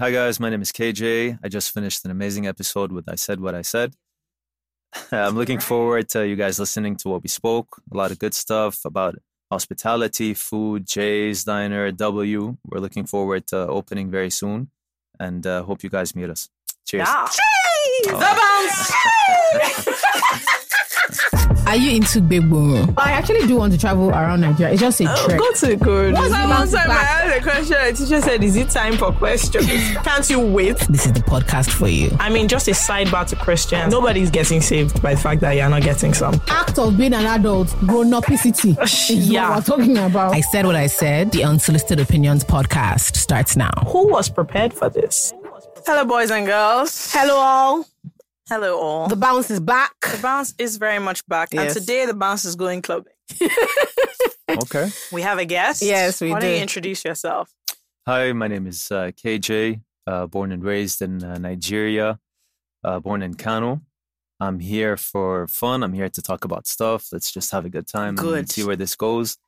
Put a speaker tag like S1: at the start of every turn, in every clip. S1: Hi, guys. My name is KJ. I just finished an amazing episode with I Said What I Said. I'm looking forward to you guys listening to what we spoke. A lot of good stuff about hospitality, food, Jay's Diner, W. We're looking forward to opening very soon and uh, hope you guys meet us. Cheers.
S2: Yeah.
S1: Oh.
S3: Are you into big boom?
S4: I actually do want to travel around Nigeria. It's just a trip.
S2: Go to good. What's
S4: that
S2: one
S4: one
S2: time
S4: time
S2: I asked a question? The teacher said, Is it time for questions? Can't you wait?
S3: This is the podcast for you.
S2: I mean, just a sidebar to Christian. Nobody's getting saved by the fact that you're not getting some.
S4: Act of being an adult, grown up is
S2: Yeah.
S4: what we're talking about.
S3: I said what I said. The Unsolicited Opinions podcast starts now.
S2: Who was prepared for this?
S5: Hello, boys and girls.
S4: Hello, all.
S5: Hello, all.
S4: The
S5: The
S4: bounce is back.
S5: bounce is very much back,
S4: Yes.
S5: and today the bounce is going clubbing.
S1: Okay.
S5: We have a guest.
S4: Yes, we
S5: Why don't
S4: do.
S5: you introduce yourself?
S1: Hi, my name is uh, KJ, uh, born and raised in uh, Nigeria, uh, born in Kano. I'm here for fun. I'm here to talk about stuff. Let's just have a good time and
S5: Good.
S1: see where this goes.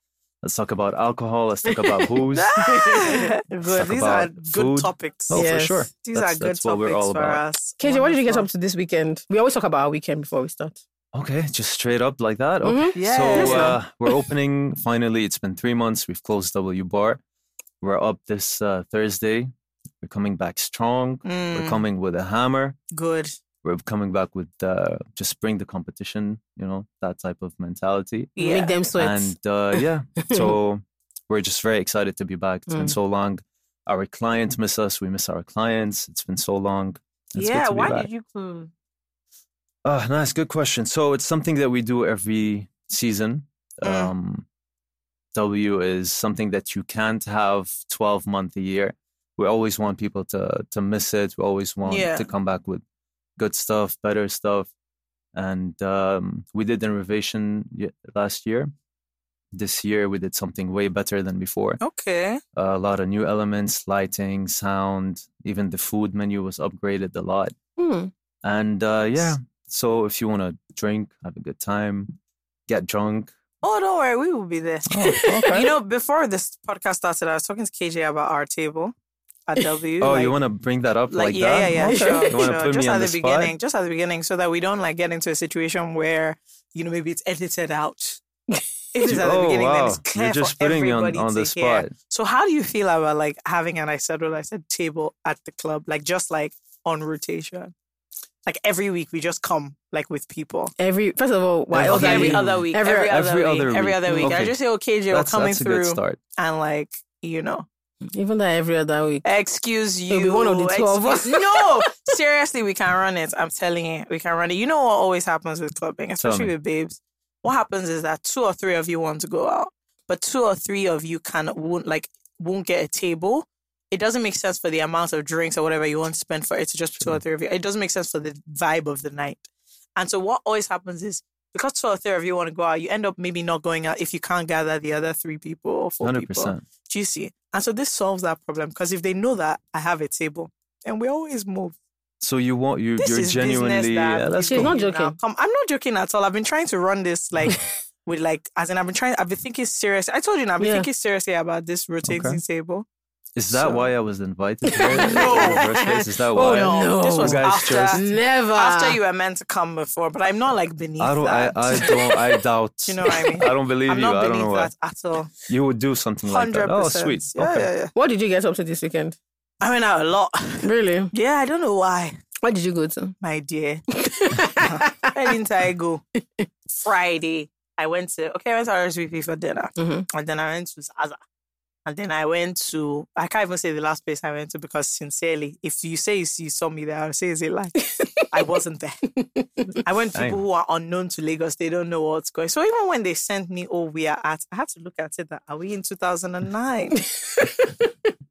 S1: Let's talk about alcohol. Let's talk about booze.
S5: good.
S1: talk
S5: These are
S1: about
S5: good
S1: food.
S5: topics.
S1: Oh, for sure.
S5: These
S1: That's-
S5: are good
S1: that's what we're
S5: topics
S1: all
S5: for
S1: about.
S5: us.
S4: KJ, what did you get up to this weekend? We always talk about our weekend before we start.
S5: uh,
S1: okay, just straight up like that.
S5: Mm-hmm.
S1: Okay.
S4: Mhm.
S5: Yes,
S1: So
S5: ma'am.
S1: uh, we're opening finally. It's been three months. We've closed W Bar. We're up this uh, Thursday. We're coming back strong. We're
S5: Mm,
S1: coming with a hammer.
S5: good.
S1: we're coming back with uh, just bring the competition, you know, that type of mentality.
S5: Yeah.
S4: Make them sweat.
S1: And uh, yeah, so we're just very excited to be back. It's been
S4: Mm.
S1: so long. Our clients miss us. We miss our clients. It's been so long. It's
S5: yeah.
S1: good to be
S5: Why
S1: back.
S5: did you? mm,
S1: Uh, nice, good question. So it's something that we do every season.
S5: Mm.
S1: Um, w is something that you can't have twelve month a year. We always want people to to miss it. We always want
S5: Yeah.
S1: to come back with good stuff, better stuff. And um, we did an renovation y- last year. This year we did something way better than before.
S5: Okay.
S1: a lot of new elements, lighting, sound. Even the food menu was upgraded a lot.
S4: Mm.
S1: And uh, yeah, so if you want to drink, have a good time, get drunk.
S5: Oh, don't worry. We will be there.
S1: okay.
S5: You know, before this podcast started, I was talking to KJ about our table at W.
S1: oh,
S5: like-
S1: you want to bring that up like,
S5: like, yeah,
S1: that?
S5: yeah, yeah,
S1: Okay.
S5: sure,
S1: You wanna
S5: sure.
S1: put
S5: just
S1: me
S5: at
S1: on
S5: the,
S1: the, spot?
S5: beginning, just at the beginning, so that we don't like get into a situation where you know maybe it's edited out. If it's at the
S1: oh
S5: beginning, then
S1: wow,
S5: it's clear
S1: you're just
S5: for
S1: putting me
S5: everybody
S1: on, on
S5: to
S1: the
S5: hear.
S1: spot.
S5: So, how do you feel about like having an I said what I said table at the club, like just like on rotation, like every week we just come like with people.
S4: Every first of all, why else
S1: Okay.
S4: are
S5: Every
S4: we-
S5: other week,
S4: Every-
S5: every, other,
S1: every
S5: week,
S1: other
S5: every
S1: week.
S5: other week. I
S1: Okay.
S5: just say, okay, Jay, we're
S1: That's,
S5: coming
S1: that's a good
S5: through,
S1: start.
S5: and like you know,
S4: Even though every other week.
S5: Excuse you.
S4: It'll be one of the two of us.
S5: Excuse- no, seriously, we can run it. I'm telling you, we can run it. You know what always happens with clubbing, especially
S1: me.
S5: with babes. What happens is that two or three of you want to go out, but two or three of you can won't like won't get a table. It doesn't make sense for the amount of drinks or whatever you want to spend for it to just two or
S1: True.
S5: three of you. It doesn't make sense for the vibe of the night. And so what always happens is because two or three of you want to go out, you end up maybe not going out if you can't gather the other three people or four
S1: Hundred
S5: people
S1: percent.
S5: juicy. And so this solves that problem because if they know that I have a table, and we always move.
S1: So you want you
S5: This
S1: you're
S5: is
S1: genuinely
S5: business that
S1: yeah, that's
S5: is
S4: She's
S1: cool.
S4: not
S5: going
S4: joking.
S5: now. Come, I'm not joking at all. I've been trying to run this like with like as in I've been trying. I've been thinking seriously. I told you now. I've been
S4: Yeah.
S5: thinking seriously about this rotating
S1: Okay.
S5: table.
S1: Is that
S5: So-
S1: why I was invited? here in the
S5: No.
S1: first place? Is that
S4: Oh,
S1: why?
S4: no.
S5: This was
S1: You guys
S5: after
S1: just-
S4: Never.
S5: after you were meant to come before, but I'm not like beneath
S1: I don't. I,
S5: that.
S1: I don't. I doubt.
S5: Do you know what I mean?
S1: I don't believe
S5: am
S1: you.
S5: not
S1: I
S5: beneath
S1: don't know why
S5: that at all.
S1: you would do something like
S5: Hundred
S1: that. Oh,
S5: percent.
S1: sweet.
S5: Yeah,
S1: okay.
S5: yeah, yeah.
S4: what did you get up to this weekend?
S5: I went out a lot.
S4: Really?
S5: Yeah, I don't know why,
S4: What did you go to?
S5: my dear. Where didn't I go? Friday. I went to okay, I went to RSVP for dinner.
S4: Mhm.
S5: And then I went to Zaza. And then I went to I can't even say the last place I went to because sincerely, if you say you see- saw me there, I'll say it's a lie. I wasn't there. I went to
S1: Dang.
S5: people who are unknown to Lagos, they don't know what's going. So even when they sent me, oh, we are at I had to look at it that are we in 2009?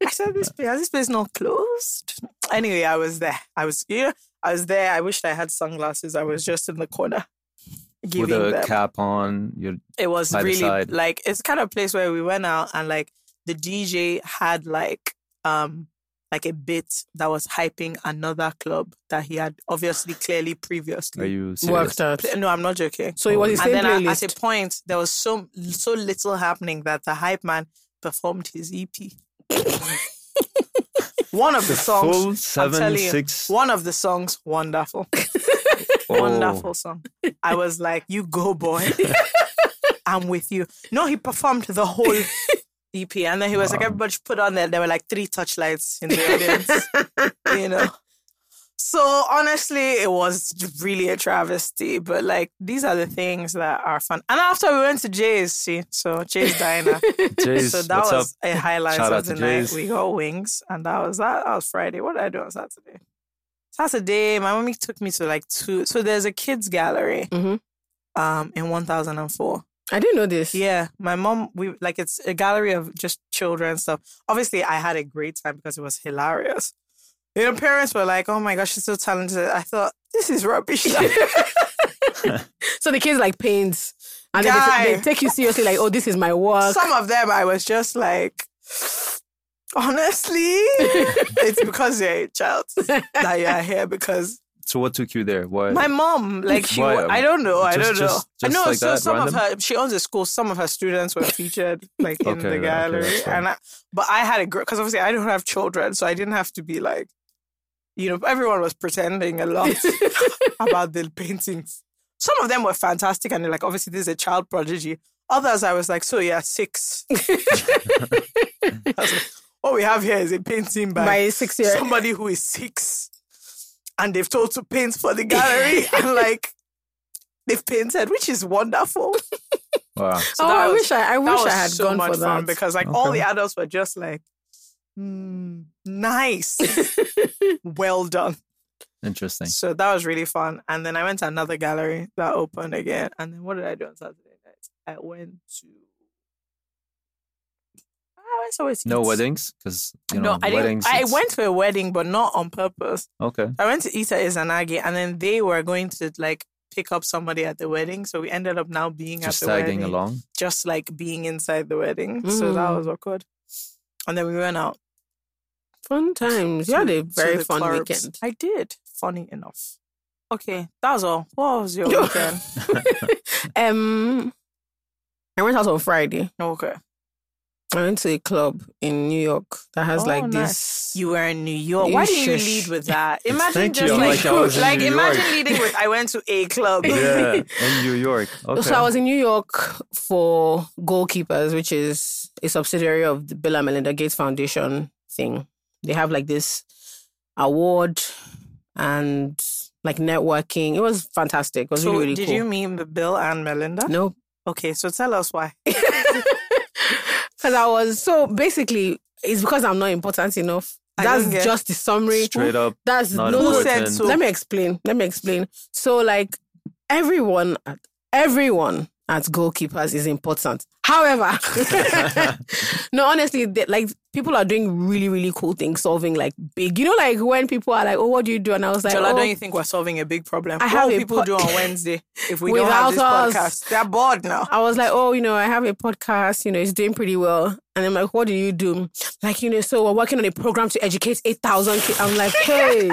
S5: I said this place has this place not closed? Anyway, I was there. I was you know, I was there. I wished I had sunglasses. I was just in the corner.
S1: With
S5: Giving
S1: a
S5: them.
S1: cap on, you're
S5: it was
S1: by the
S5: really
S1: side.
S5: like it's kind of place where we went out and like the DJ had like um like a bit that was hyping another club that he had obviously clearly
S1: Are
S5: previously.
S1: you serious?
S4: Worked out.
S5: Pl- no, I'm not joking.
S4: So it was the
S5: And
S4: same
S5: then I- at
S4: playlist.
S5: a point, there was so so little happening that the hype man performed his EP. E One of the, songs.
S1: full
S5: I'm
S1: seven,
S5: telling you,
S1: six-
S5: One of the songs, wonderful.
S1: Oh,
S5: Wonderful song. I was like, you go, boy. I'm with you. No, he performed the whole EP. And then he was like, everybody should put on there. There were like three touchlights in the audience, you know. So honestly, it was really a travesty. But like, these are the things that are fun. And after we went to Jay's, see, so Jay's Diner.
S1: Jays,
S5: so that
S1: what's up?
S5: was a highlight
S1: Shout
S5: of
S1: out
S5: the
S1: to
S5: night.
S1: Jay's.
S5: We got wings, and that was that. That was Friday. What did I do on Saturday? Saturday, my mommy took me to like two. So there's a kids gallery
S4: Mhm.
S5: um, in 1004.
S4: I didn't know this.
S5: Yeah, my mom. We like it's a gallery of just children stuff. Obviously, I had a great time because it was hilarious. You know, parents were like, "Oh my gosh, she's so talented." I thought this is rubbish.
S4: So the kids like pains. And then they,
S5: Guy.
S4: they take you seriously, like, oh, this is my work.
S5: Some of them, I was just like, honestly, it's because you're a child that you are here because
S1: So what took you there? Why?
S5: My mom, like she,
S1: Why?
S5: I don't know, I
S1: Just-
S5: don't know.
S1: just-
S5: I
S1: just
S5: know.
S1: like
S5: so
S1: that,
S5: some of
S1: random?
S5: her, she owns a school. Some of her students were featured, like in
S1: Okay,
S5: the
S1: okay,
S5: gallery,
S1: that's fine.
S5: and I, but I had a girl because obviously I don't have children, so I didn't have to be like, you know, everyone was pretending a lot about the paintings. Some of them were fantastic, and they're like, obviously this is a child prodigy. Others, I was like, so yeah, six. I was like, what we have here is a painting by
S4: by six years.
S5: somebody who is six and they've told to paint for the gallery and like they've painted, which is wonderful.
S1: wow.
S5: So
S4: oh,
S5: that
S4: I
S5: was-
S4: wish I, I
S5: that
S4: wish I
S5: was
S4: had
S5: so
S4: gone
S5: much
S4: for that.
S5: fun because like all
S1: Okay.
S5: the adults were just like, "Hmm, nice, well done.
S1: Interesting.
S5: So that was really fun. And then I went to another gallery that opened again. And then what did I do on Saturday night? I went to. I went somewhere to
S1: No
S5: eat.
S1: weddings? Because, you
S5: no,
S1: know,
S5: I
S1: weddings.
S5: didn't. I
S1: it's-
S5: went to a wedding, but not on purpose.
S1: Okay.
S5: I went to eat at Izanagi and then they were going to like pick up somebody at the wedding. So we ended up now being
S1: Just
S5: at the
S1: tagging
S5: wedding.
S1: along.
S5: Just like being inside the wedding. So that
S4: Mm.
S5: was awkward. And then we went out.
S4: Fun times. You had a
S5: to
S4: very
S5: the
S4: fun
S5: clubs.
S4: weekend.
S5: I did. Funny enough. Okay, that was all. What was your weekend?
S4: Um, I went out on Friday.
S5: okay.
S4: I went to a club in New York that has
S5: Oh,
S4: like
S5: nice.
S4: this.
S5: You were in New York. Why didn't you
S4: Shush.
S5: lead with that? Imagine
S1: Thank you.
S5: just
S1: I'm
S5: like,
S1: like, I was in New
S5: imagine
S1: York.
S5: leading with I went to a club.
S1: yeah, in New York. Okay.
S4: So I was in New York for Goalkeepers, which is a subsidiary of the Bill and Melinda Gates Foundation thing. They have like this award and like networking. It was fantastic. It was
S5: So
S4: really, really
S5: did
S4: cool.
S5: you mean the Bill and Melinda?
S4: no,
S5: Okay, so tell us why.
S4: Because I was so basically, it's because I'm not important enough.
S5: I don't
S4: That's
S5: get-
S4: just the summary.
S1: straight up.
S4: That's
S1: Not
S4: no.
S5: Who said
S1: important.
S5: so?
S4: Let me explain. Let me explain. So like everyone, at, everyone at goalkeepers is important. However, no, honestly, they, like people are doing really, really cool things, solving like big. You know, like when people are like, "Oh, what do you do?" and I was like,
S5: Jola,
S4: oh,
S5: don't you think we're solving a big problem?
S4: I
S5: what
S4: have
S5: will
S4: a
S5: people
S4: po-
S5: do on Wednesday if we don't have this
S4: Without us.
S5: podcast? They're bored now.
S4: I was like, oh, you know, I have a podcast, you know, it's doing pretty well. And I'm like, what do you do? Like, you know, so we're working on a program to educate 8,000 kids. I'm like, hey,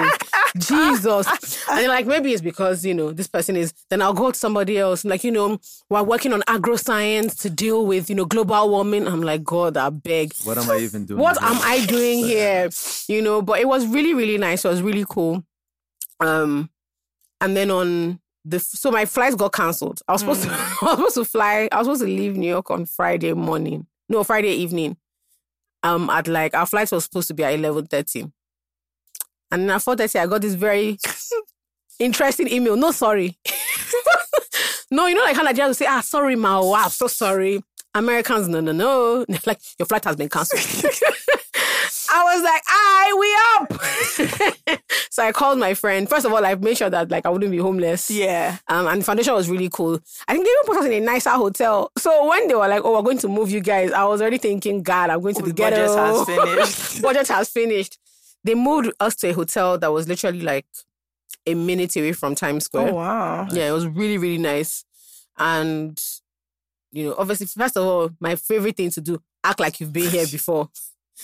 S4: Jesus. And they're like, maybe it's because, you know, this person is, then I'll go to somebody else. Like, you know, we're working on agro science to deal with, you know, global warming. I'm like, God, I beg.
S1: What am I even doing?
S4: What
S1: here?
S4: am I doing
S1: But-
S4: here? You know, but it was really, really nice. It was really cool. Um, and then on the so my flights got cancelled. I was supposed to I was supposed to fly. I was supposed to leave New York on Friday morning. No, Friday evening. Um, at like our flight was supposed to be at eleven thirty, and then at four thirty I got this very interesting email. No, sorry. no, you know like how Nigerians will say, ah, sorry, ma, oh, I'm so sorry. Americans, no, no, no. like your flight has been cancelled. I was like, aye, we up. so I called my friend. First of all, I made sure that like I wouldn't be homeless.
S5: Yeah.
S4: Um, and foundation was really cool. I think they even put us in a nicer hotel. So when they were like, "Oh, we're going to move you guys," I was already thinking, "God, I'm going to the
S5: Oh, The budget
S4: ghetto."
S5: has finished.
S4: budget has finished. They moved us to a hotel that was literally like a minute away from Times Square.
S5: Oh, wow.
S4: Yeah, it was really, really nice. And, you know, obviously, first of all, my favorite thing to do, act like you've been here before.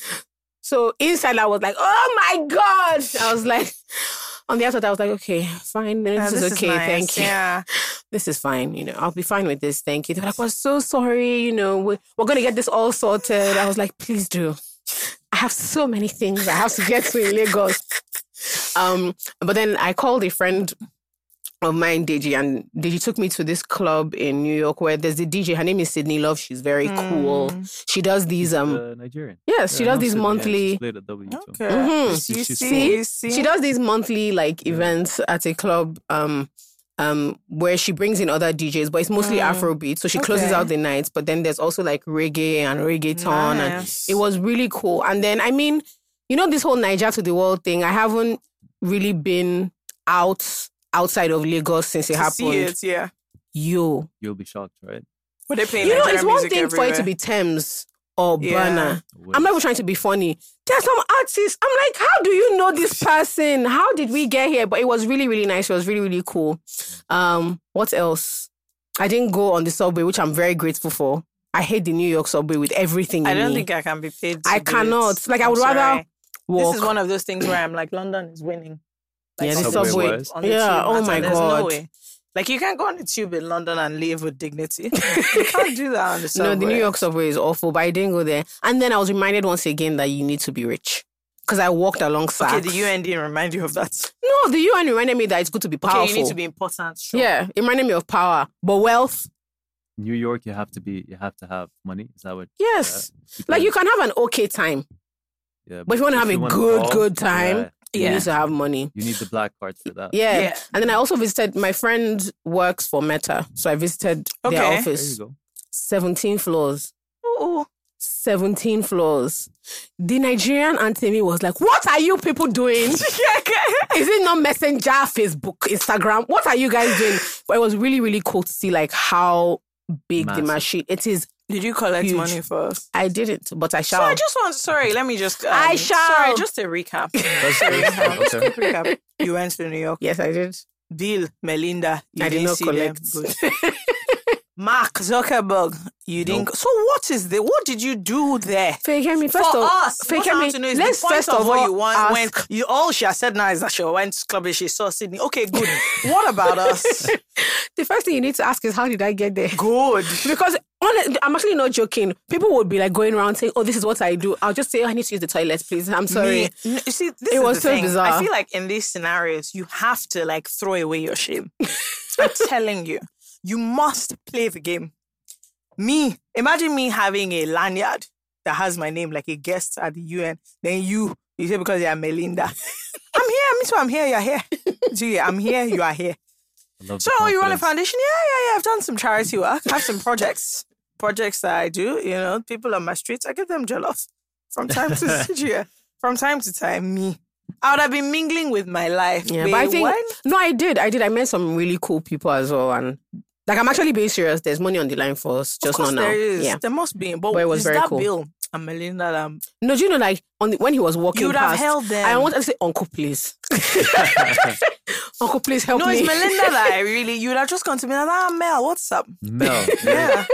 S4: so inside, I was like, oh my God. I was like, on the outside, I was like, okay, fine.
S5: Yeah,
S4: This, is, okay.
S5: Uh, nice.
S4: Thank you.
S5: Yeah.
S4: This is fine. You know, I'll be fine with this. Thank you. They were like, we're so sorry. You know, we're, we're going to get this all sorted. I was like, please do. I have so many things I have to get to in Lagos. Um, but then I called a friend of mine, Deji, and Deji took me to this club in New York where there's the DJ. Her name is Sydney Love. She's very
S5: Mm,
S4: cool. She does these um
S1: uh, Nigerian.
S4: yes, she
S1: Mm. Yeah, I
S4: does
S1: know
S4: these
S1: Sydney, yeah,
S4: monthly
S1: she's played at W2.
S5: Okay.
S4: Mhm.
S5: You
S1: She-
S5: see,
S1: she's
S5: see,
S1: cool.
S5: you see.
S4: she does these monthly like events at a club um um where she brings in other DJs, but it's mostly
S5: Mm.
S4: Afrobeat. So she closes
S5: Okay.
S4: out the nights, but then there's also like reggae and reggaeton and
S5: Nice.
S4: it was really cool. And then I mean, you know this whole Niger to the world thing, I haven't really been out outside of Lagos since it
S5: to
S4: happened.
S5: see it, yeah.
S4: Yo.
S1: You'll be shocked, right?
S5: Were they playing
S4: You know,
S5: Nigerian
S4: it's one
S5: music
S4: thing for it to
S5: everywhere?
S4: be Thames or
S5: Yeah.
S4: Burner.
S1: Wait.
S4: I'm not even trying to be funny. There's some artists. I'm like, how do you know this person? How did we get here? But it was really, really nice. It was really, really cool. Um, what else? I didn't go on the subway, which I'm very grateful for. I hate the New York subway with everything.
S5: I
S4: in
S5: don't
S4: me.
S5: think I can be paid. To
S4: I
S5: do
S4: cannot.
S5: It.
S4: Like, I
S5: I'm
S4: would rather
S5: sorry.
S4: walk.
S5: This is one of those things where I'm like, London is winning. Like,
S4: Yeah, the
S5: on
S1: subway.
S5: tube- on the
S4: Yeah,
S5: tube
S4: oh
S5: matter.
S4: my
S5: There's
S4: God.
S5: No way. Like you can't go on the tube in London and live with dignity. you can't do that on the subway.
S4: no, the New York subway is awful, but I didn't go there. And then I was reminded once again that you need to be rich. Because I walked alongside.
S5: Okay, the UN didn't remind you of that.
S4: No, the UN reminded me that it's good to be powerful.
S5: Okay, you need to be important. Sure.
S4: Yeah, it reminded me of power, but wealth.
S1: New York, you have to be, you have to have money. Is that what?
S4: Yes. Like
S1: because-
S4: you can have an okay time,
S1: Yeah,
S4: but if you want to have a
S1: wanna
S4: good,
S1: ball,
S4: good time,
S1: yeah,
S4: you
S5: Yeah.
S4: need to have money.
S1: you need the black card for that.
S4: Yeah.
S5: Yeah.
S4: And then I also visited my friend works for Meta. So I visited their
S5: Okay.
S1: There you
S4: office.
S1: go.
S4: 17 floors.
S5: Ooh,
S4: 17 floors. The Nigerian auntie me was like, What are you people doing? Is it not Messenger, Facebook, Instagram? What are you guys doing? But it was really, really cool to see like how big
S1: Massive.
S4: the machine it is.
S5: Did you collect
S4: Huge.
S5: money first?
S4: I didn't, but I shall.
S5: So I just want. Sorry, let me just. Um,
S4: I shall.
S5: Sorry, just a recap.
S1: That's
S5: Sorry,
S1: good.
S5: just a
S1: Okay.
S5: recap. You went to New York.
S4: yes, I did.
S5: Bill, Melinda, you
S4: I did
S5: didn't
S4: not
S5: see them.
S4: collect.
S5: Good. Mark Zuckerberg, you didn't.
S1: Nope.
S5: So what is the? What did you do there?
S4: Fekemi, first
S5: For
S4: of
S5: us, what I want to know is
S4: let's
S5: the point
S4: first
S5: of,
S4: of all
S5: what you want.
S4: ask,
S5: When you all she has said now is that she went to club and she saw Sydney. Okay, good. what about us?
S4: the first thing you need to ask is how did I get there?
S5: Good.
S4: Because honest, I'm actually not joking. People would be like going around saying, "Oh, this is what I do." I'll just say, "Oh, "I need to use the toilet, please." I'm sorry.
S5: Me- n- you see, this
S4: It
S5: is
S4: was
S5: the
S4: so
S5: thing.
S4: bizarre.
S5: I feel like in these scenarios, you have to like throw away your shame. I'm telling you, you must play the game. Me, imagine me having a lanyard that has my name, like a guest at the UN. Then you, you say because you're Melinda. I'm here. Me too. I'm here. You're here. Do you- I'm here. You are here.
S1: I love the
S5: So you run a
S1: confidence.
S5: foundation? Yeah, yeah, yeah. I've done some charity work. I have some projects. Projects that I do, you know, people on my streets, I give them jollof from time to yeah, from time to time. Me, I would have been mingling with my life.
S4: Yeah,
S5: Babe,
S4: but I think
S5: when?
S4: no, I did. I did. I met some really cool people as well, and like I'm actually being serious. There's money on the line for us,
S5: of
S4: just
S5: course
S4: not now.
S5: there is.
S4: Yeah.
S5: There must be. But,
S4: But it was
S5: is
S4: very
S5: that
S4: cool.
S5: Bill and Melinda? Um,
S4: No, do you know like on the, when he was walking
S5: you would
S4: past,
S5: have held them.
S4: I wanted to say, "Uncle, please, Uncle, please help
S5: no,
S4: me."
S5: it's Melinda that I really. You would have just gone to me and ah, Mel, what's up?
S1: Mel, yeah,
S5: Yeah,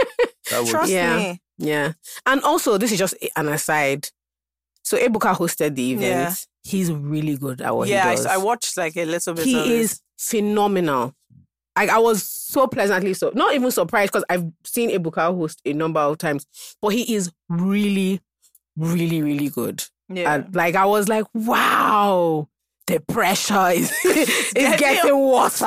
S1: that would
S5: trust
S4: Yeah.
S5: me.
S4: Yeah. And also, this is just an aside. So Ebuka hosted the event.
S5: Yeah.
S4: He's really good at what
S5: yeah,
S4: he does.
S5: I, I watched like a little bit. of
S4: he
S5: it.
S4: is phenomenal. Like I was so pleasantly so not even surprised because I've seen Ebuka host a number of times, but he is really, really, really good.
S5: Yeah.
S4: And like I was like, wow, the pressure is is
S5: Getting-
S4: getting worse.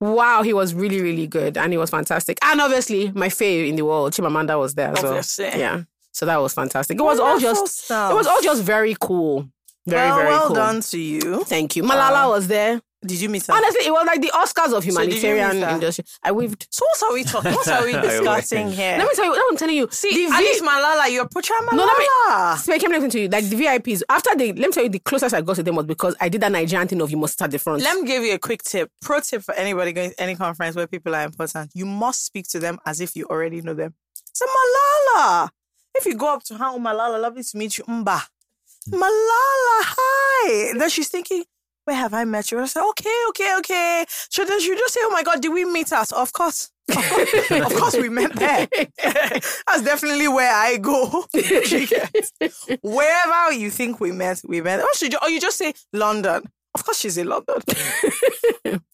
S4: Wow, he was really, really good, and he was fantastic. And obviously, my fave in the world, Chimamanda, was there as well.
S5: Obviously.
S4: Yeah, so that was fantastic. It was all
S5: Wonderful
S4: just
S5: stuff.
S4: it was all just very cool. Very,
S5: well,
S4: very
S5: well
S4: cool.
S5: done Uh, to you.
S4: Thank you. Malala
S5: Wow.
S4: was there.
S5: Did you meet her?
S4: Honestly, it was like the Oscars of
S5: did you meet
S4: humanitarian
S5: her?
S4: industry. I waved.
S5: so what are we talking? What are we
S1: I
S5: discussing
S1: wish.
S5: here?
S4: Let me tell you. That's what I'm telling you.
S5: See, at least Malala, you're putting Malala.
S4: No, let me speak everything to you. Like the VIPs. After they, let me tell you, the closest I got to them was because I did that Nigerian thing of you must start the front.
S5: Let me give you a quick tip. Pro tip for anybody going to any conference where people are important. You must speak to them as if you already know them. So Malala. If you go up to her, oh Malala, lovely to meet you. Mba. Malala, hi. Then she's thinking, where have I met you? And I say, okay, okay, okay. So then she just say, oh my God, did we meet us? Of course. Of course, of course we met there. That's definitely where I go. You get- Wherever you oh, think we met, we met. Or, she, ju- or you just say London. Of course she's in London.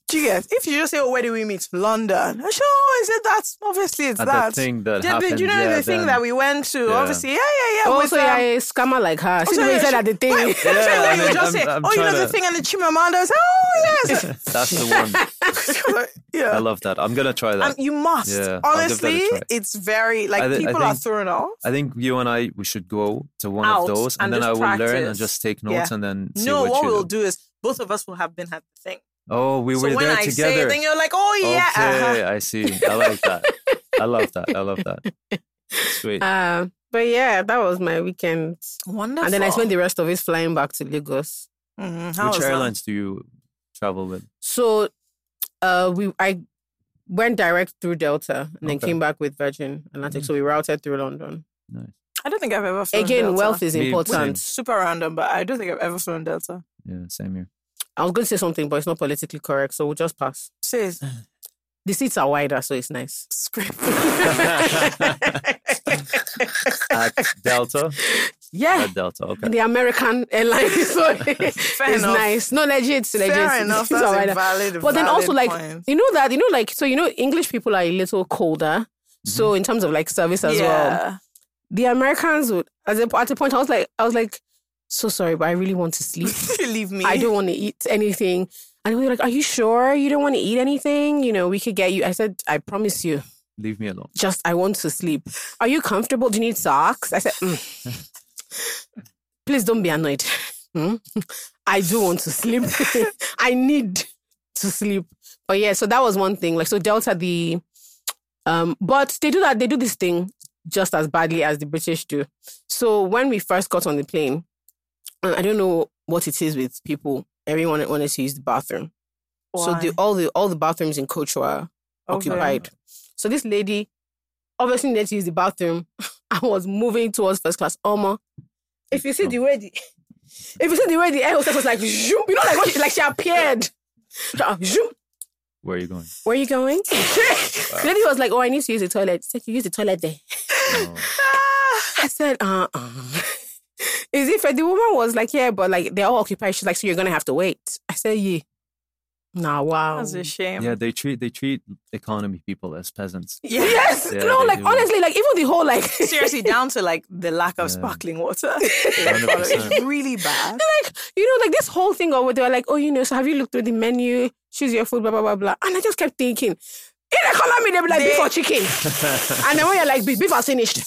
S5: Do you get? If you just say, "Oh, where do we meet?" London. Sure, is it that? Obviously, it's
S1: At
S5: that.
S1: the thing that
S5: Do you- do
S1: happened.
S5: you know
S1: yeah,
S5: the thing
S1: then-
S5: that we went to?
S1: Yeah.
S5: Obviously, yeah, yeah, yeah.
S4: Also,
S5: with, um,
S4: yeah, Oh, a scammer like her. See
S5: so
S4: the way you
S5: yeah,
S4: said at
S5: she-
S4: the thing.
S5: Wait, I'm saying
S1: Yeah,
S5: that
S1: I
S5: you
S1: mean,
S5: just
S1: I'm-
S5: say,
S1: I'm
S5: oh, you know
S1: trying
S5: the
S1: to-
S5: thing and the Chimamandas. Oh, yes.
S1: That's the one. I
S5: yeah.
S1: love that. I'm gonna try that.
S5: Um, you must.
S1: Yeah, I'll give that a
S5: Honestly,
S1: try.
S5: it's very, like,
S1: I thi- I
S5: people are
S1: think-
S5: thrown off.
S1: I think you and I we should go to one
S5: Out
S1: of those, and,
S5: and
S1: then I
S5: just
S1: will learn and
S5: practice.
S1: just take
S5: Yeah.
S1: notes, and then see
S5: no,
S1: what,
S5: what
S1: you
S5: we'll
S1: do.
S5: do is both of us will have been at the thing.
S1: Oh, we
S5: so
S1: were
S5: when
S1: there
S5: I
S1: together.
S5: say it, then you're like, oh, yeah.
S1: Okay,
S5: uh-huh.
S1: I see. I like that. I love that. I love that. Sweet.
S4: Uh, but yeah, that was my weekend.
S5: Wonderful.
S4: And then I spent the rest of it flying back to Lagos.
S5: Mhm, how
S1: Which
S5: was that?
S1: airlines do you travel with?
S4: So uh, we I went direct through Delta and then
S1: Okay.
S4: came back with Virgin Atlantic.
S5: Mm.
S4: So we routed through London.
S5: I don't think I've ever flown
S4: Again,
S5: Delta.
S4: wealth is
S1: Me-
S4: important.
S5: Super random, but I don't think I've ever flown Delta.
S1: Yeah, same here.
S4: I was going to say something, but it's not politically correct, so we'll just pass.
S5: Says
S4: The seats are wider, so it's nice.
S5: script.
S1: At Delta?
S4: Yeah.
S1: At Delta, okay.
S4: The American airline, so
S5: Fair
S4: it's
S5: enough.
S4: nice. No, legit, legit.
S5: Fair enough.
S4: It's all
S5: That's
S4: right.
S5: a valid,
S4: But then also,
S5: valid
S4: like,
S5: point.
S4: you know that you know, like, so you know, English people are a little colder. So in terms of like service as well,
S5: Mm-hmm. yeah.
S4: the Americans would. As a, at a point, I was like, I was like, so sorry, but I really want to sleep.
S5: Leave me.
S4: I don't want to eat anything. And we were like, Are you sure you don't want to eat anything? You know, we could get you. I said, I promise you,
S1: Leave me alone.
S4: just I want to sleep. Are you comfortable? Do you need socks? I said, "Mm. Please don't be annoyed. Mm? I do want to sleep. I need to sleep. But yeah, so that was one thing. Like, so Delta, the, um, but they do that, they do this thing just as badly as the British do. So when we first got on the plane, and I don't know what it is with people, everyone wanted to use the bathroom. So the,
S5: Why?
S4: all the all the bathrooms in Coach were
S5: Okay.
S4: occupied. So this lady obviously needed to use the bathroom and was moving towards first class. Oma, if you see the way the if you see the way the air hostess was like, zoom, you know, like what she, like she appeared. Uh, zoom.
S1: Where are you going?
S4: Where are you going? the lady was like, "Oh, I need to use the toilet." She said, "You use the toilet there."
S1: Oh,
S4: I said, "Uh, uh is it fair?" The woman was like, "Yeah, but like they're all occupied." She's like, "So you're gonna have to wait." I said, "Yeah." Nah, wow.
S5: That's a shame.
S1: Yeah, they treat they treat economy people as peasants.
S4: Yes.
S1: Yeah,
S4: no,
S1: they
S4: like
S1: do.
S4: honestly, like even the whole like
S5: Seriously, down to like the lack of
S1: Yeah.
S5: sparkling water. It's
S1: 100%.
S5: really bad.
S4: like you know, like this whole thing or they were like, oh, you know, so have you looked through the menu? Choose your food, blah blah blah blah. And I just kept thinking, in economy they'll be like
S5: They-
S4: beef or chicken, and then when you're like beef, beef has finished.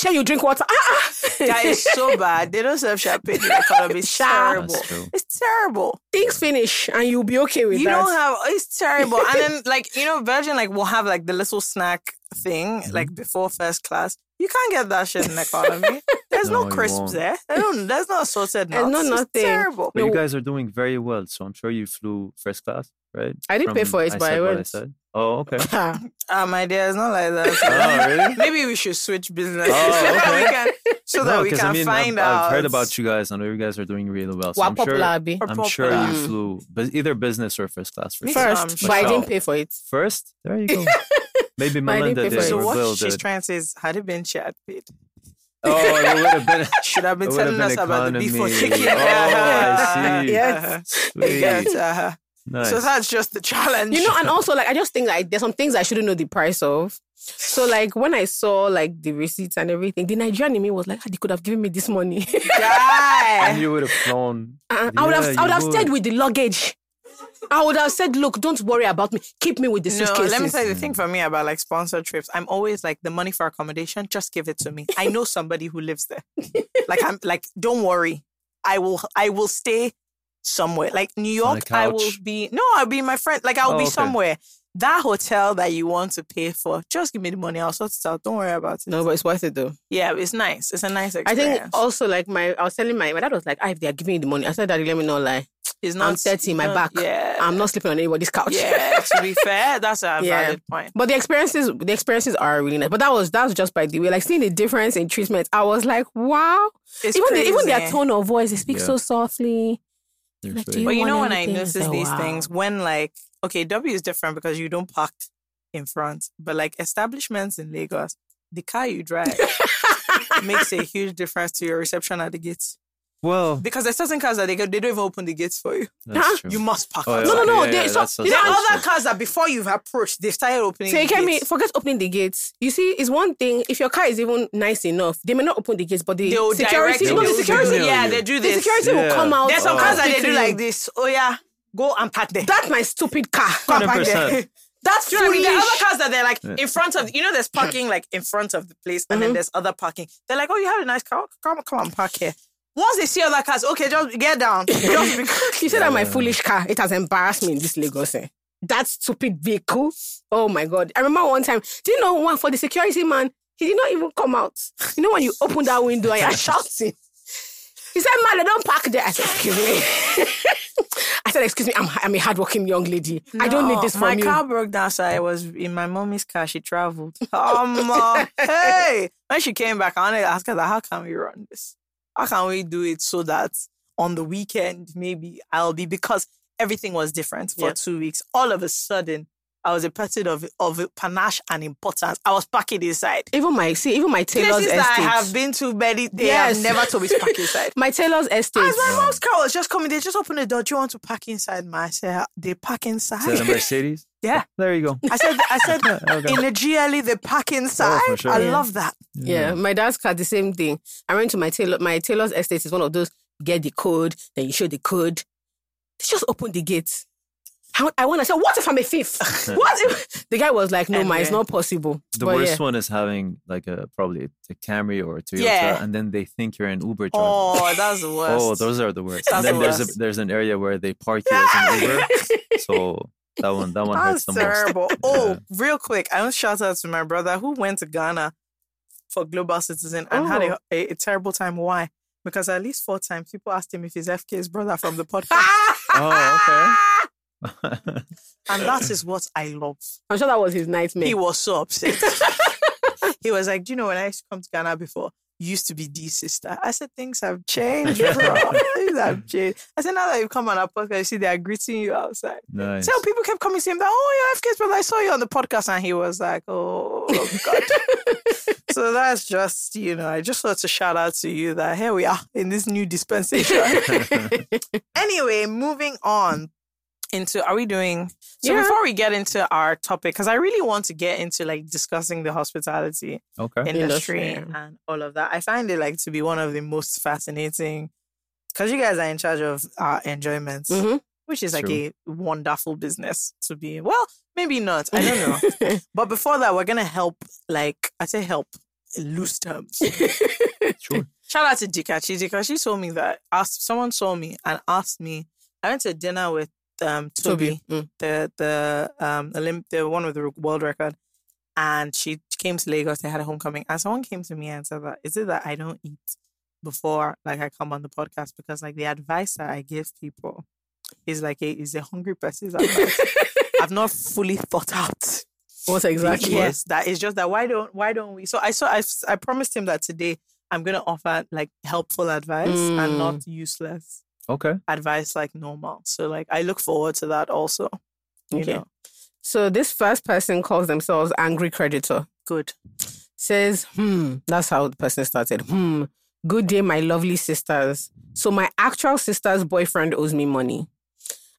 S4: Shall you drink water? Ah,
S5: That
S4: ah.
S5: is so bad. They don't serve champagne in the economy. It's
S4: Sha.
S5: terrible.
S1: That's true.
S5: It's terrible.
S4: Things finish, and you'll be okay with
S5: you
S4: that.
S5: don't have it's terrible and then like you know virgin like will have like the little snack thing
S1: Mm-hmm.
S5: like before first class you can't get that shit in economy there's no,
S1: No, you
S5: crisps
S1: won't.
S5: there I don't, there's no assorted
S4: There's
S5: nuts
S4: no
S5: it's
S4: nothing.
S5: terrible
S1: But you guys are doing very well, so I'm sure you flew first class, right?
S4: I didn't pay for it,
S1: I
S4: but
S1: said
S4: I
S1: what I
S4: went.
S1: said. Oh, okay.
S4: Ah.
S5: ah my dear it's not like
S1: Oh,
S5: that
S1: really?
S5: maybe we should switch business
S1: Oh,
S5: so that we
S1: okay.
S5: can so
S1: no,
S5: that we
S1: 'cause
S5: can
S1: I mean,
S5: find
S1: I've,
S5: out
S1: I've heard about you guys. I know you guys are doing really well. So
S4: We're
S1: I'm
S4: popular,
S1: sure,
S4: abi.
S5: Or
S1: I'm sure you
S5: popular.
S1: flew, but either business or first class. For
S5: Me
S1: sure.
S5: too.
S4: First,
S5: Um,
S4: but I
S1: Michelle.
S4: didn't pay for it.
S1: First, there you go. Maybe
S4: But I didn't
S1: Melinda
S4: pay
S1: did.
S4: for it.
S5: so
S1: or
S5: what
S1: Will
S5: she's
S1: did.
S5: trying to say is had it been she had paid
S1: Oh, it would have been.
S5: should have been
S1: It would have
S5: telling
S1: been
S5: us about the before
S1: economy.
S5: chicken
S1: Oh,
S5: Uh-huh.
S1: I see.
S5: Yeah.
S1: Sweet. Nice.
S5: uh-huh. so that's just the challenge
S4: You know, and also like I just think like there's some things I shouldn't know the price of. So like when I saw like the receipts and everything, the Nigerian in me was like, "Ah, they could have given me this money.
S5: guy
S1: and you would have flown.
S4: Uh, I would have,
S1: Yeah,
S4: I would
S1: you
S4: have stayed
S1: would.
S4: with the luggage. I would have said, "Look, don't worry about me. Keep me with the
S5: No,
S4: suitcases."
S5: let me tell you the thing for me about like sponsored trips. I'm always like the money for accommodation, just give it to me. I know somebody who lives there. like I'm like, don't worry. I will I will stay somewhere. Like New
S1: On a
S5: York, I will
S1: couch?
S5: be no, I'll be my friend. Like I'll
S1: Oh,
S5: be
S1: okay.
S5: somewhere. That hotel that you want to pay for, just give me the money. I'll sort it out. Don't worry about it.
S4: No, but it's worth it though.
S5: Yeah, it's nice. It's a nice
S4: I
S5: experience.
S4: think also like my, I was telling my, my dad was like, ah, if they are giving you the money, I said, daddy, let me not lie.
S5: it's
S4: I'm 30, my
S5: no-
S4: back.
S5: Yeah.
S4: I'm not sleeping on anybody's couch.
S5: yeah, to be fair, that's a
S4: Yeah.
S5: valid point.
S4: But the experiences, the experiences are really nice. But that was, that was just by the way, like seeing the difference in treatment. I was like, wow.
S5: It's
S4: even the, even their
S5: crazy.
S4: tone of voice, they speak
S1: Yeah.
S4: so softly.
S1: You're
S4: Like, do
S1: fake.
S4: you-
S5: But you
S4: want
S5: know when I
S4: anything,
S5: notice
S4: so
S5: these
S4: wow.
S5: things, when like okay, W is different because you don't park in front, but like establishments in Lagos, the car you drive makes a huge difference to your reception at the gate.
S1: Well,
S5: Because there's certain cars that they get, they don't even open the gates for you.
S1: that's true.
S5: You must park.
S1: Oh,
S5: outside.
S1: yeah.
S4: No, no, no. they,
S1: yeah,
S4: so,
S1: that's-
S4: you
S5: There
S4: know,
S1: that's-
S5: are
S1: Yeah.
S5: other cars that before you've approached, they've started opening.
S4: Take
S5: the
S4: care me.
S5: gates.
S4: Forget opening the gates. You see, it's one thing. If your car is even nice enough, they may not open the gates, but the
S5: They'll direct
S4: security,
S5: you.
S4: no, the
S1: They'll
S4: security,
S1: signal
S5: yeah,
S1: you.
S5: they do
S4: the
S5: this.
S4: security
S1: Yeah.
S4: will come out.
S5: There's some
S1: Oh.
S5: cars that they
S4: quickly.
S5: do like this. Oh yeah, go and park there.
S4: That's my stupid car.
S5: Go and park
S1: 100%.
S4: That's
S5: Do you know what I mean?
S4: foolish.
S5: There are other cars that they're like in front of. You know, there's parking like in front of the place, and then there's other parking. They're like, oh, you have a nice car. Come, come and park here. Once they see other cars, okay, just get down. Just because.
S4: You said that my foolish car, it has embarrassed me in this Lagos. Eh? That stupid vehicle. Oh my God. I remember one time, do you know one for the security man? He did not even come out. You know when you open that window and you're shouting. He said, man, I don't park there. I said, excuse me. I said, excuse me, I'm, I'm a hardworking young lady. I don't need this
S5: my
S4: from you.
S5: car broke down, so I was in my mommy's car. She traveled. Um, uh, hey, when she came back, I wanted to ask her, that, how can we run this? How can we do it so that on the weekend maybe I'll be because everything was different for
S4: Yeah.
S5: two weeks. All of a sudden, I was a person of of panache and importance. I was packing inside
S4: Even my, see, even my tailor's
S5: places
S4: estate.
S5: that I have been to many. They
S4: Yes.
S5: have never told me to pack inside.
S4: My tailor's estate.
S5: As my mom's car was just coming, they just opened the door. Do you want to pack inside? Ma, I said they pack inside.
S1: Is that a Mercedes?
S5: Yeah.
S1: There you go.
S5: I said, I said,
S1: Okay.
S5: in the GLE, they pack inside.
S1: Oh, for sure.
S5: I
S1: Yeah.
S5: love that.
S4: Yeah,
S5: Mm.
S4: my dad's car, the same thing. I went to my tailor. My tailor's estate is one of those get the code, then you show the code. They just open the gate. I, I went. I said, "What if I'm a thief? what?" If? The guy was like, "No, ma, it's
S5: Anyway.
S4: not possible."
S1: The
S4: But
S1: worst
S4: yeah.
S1: one is having like a probably a Camry or a Toyota,
S5: Yeah.
S1: and then they think you're an Uber driver.
S5: Oh, that's the worst.
S1: Oh, those are the worst.
S5: That's
S1: and then
S5: the
S1: there's
S5: worst.
S1: A, there's an area where they park you as an Uber. So that one that one hurts
S5: That's
S1: the
S5: terrible.
S1: most.
S5: Oh, real quick, I want to shout out to my brother who went to Ghana for Global Citizen and had
S4: Oh.
S5: a, a, a terrible time. Why? Because at least four times people asked him if he's FK's brother from the podcast.
S1: Oh, okay.
S5: and that is what I love.
S4: I'm sure that was his nightmare.
S5: He was so upset. he was like, Do you know when I used to come to Ghana before? You used to be the sister. I said, Things have changed, bro. Things have changed. I said, Now that you've come on our podcast, you see, they are greeting you outside.
S1: nice.
S5: So people kept coming to him, that, Oh, you're FK's brother. I saw you on the podcast. And he was like, Oh, God. so that's just, you know, I just wanted to shout out to you that here we are in this new dispensation. anyway, moving on into are we doing so
S4: Yeah.
S5: before we get into our topic because i really want to get into like discussing the hospitality
S1: okay.
S5: industry,
S4: Industry.
S5: and all of that i find it like to be one of the most fascinating because you guys are in charge of our enjoyments
S4: Mhm.
S5: which is like
S1: True.
S5: a wonderful business to be in. well maybe not i don't know but before that we're gonna help like i say help in loose terms
S1: Sure.
S5: Shout out to Dikachi. Dikachi told me that asked someone saw me and asked me. I went to dinner with um Toby,
S4: Toby. Mm.
S5: the the um Olymp- the one with the world record, and she came to Lagos. They had a homecoming, and someone came to me and said that is it that I don't eat before like I come on the podcast because like the advice that I give people is like a is a hungry person's advice. I've not fully thought out
S4: What exactly?
S5: Yes, that is just that. Why don't Why don't we? So I saw. I, s- I promised him that today I'm gonna offer like helpful advice and
S4: Mm.
S5: not useless
S1: Okay.
S5: advice like normal. So like I look forward to that also. You
S4: Okay.
S5: know,
S4: So this first person calls themselves angry creditor.
S5: good.
S4: says, hmm, that's how the person started. Hmm, good day, my lovely sisters. So, my actual sister's boyfriend owes me money.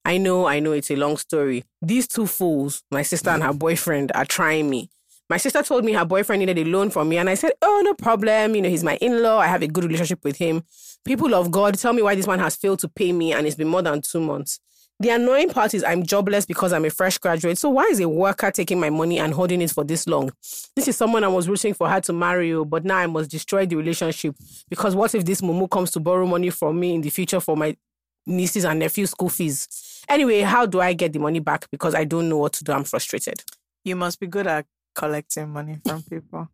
S4: I know, I know, it's a long story. These two fools, my sister and her boyfriend, are trying me. My sister told me her boyfriend needed a loan from me, and I said, Oh, no problem. You know, he's my in law. I have a good relationship with him. People of God, tell me why this man has failed to pay me, and it's been more than two months. The annoying part is I'm jobless because I'm a fresh graduate. So why is a worker taking my money and holding it for this long? This is someone I was rooting for her to marry, oh, but now I must destroy the relationship because what if this mumu comes to borrow money from me in the future for my nieces and nephews' school fees? Anyway, how do I get the money back? Because I don't know what to do. I'm frustrated.
S5: You must be good at collecting money from people.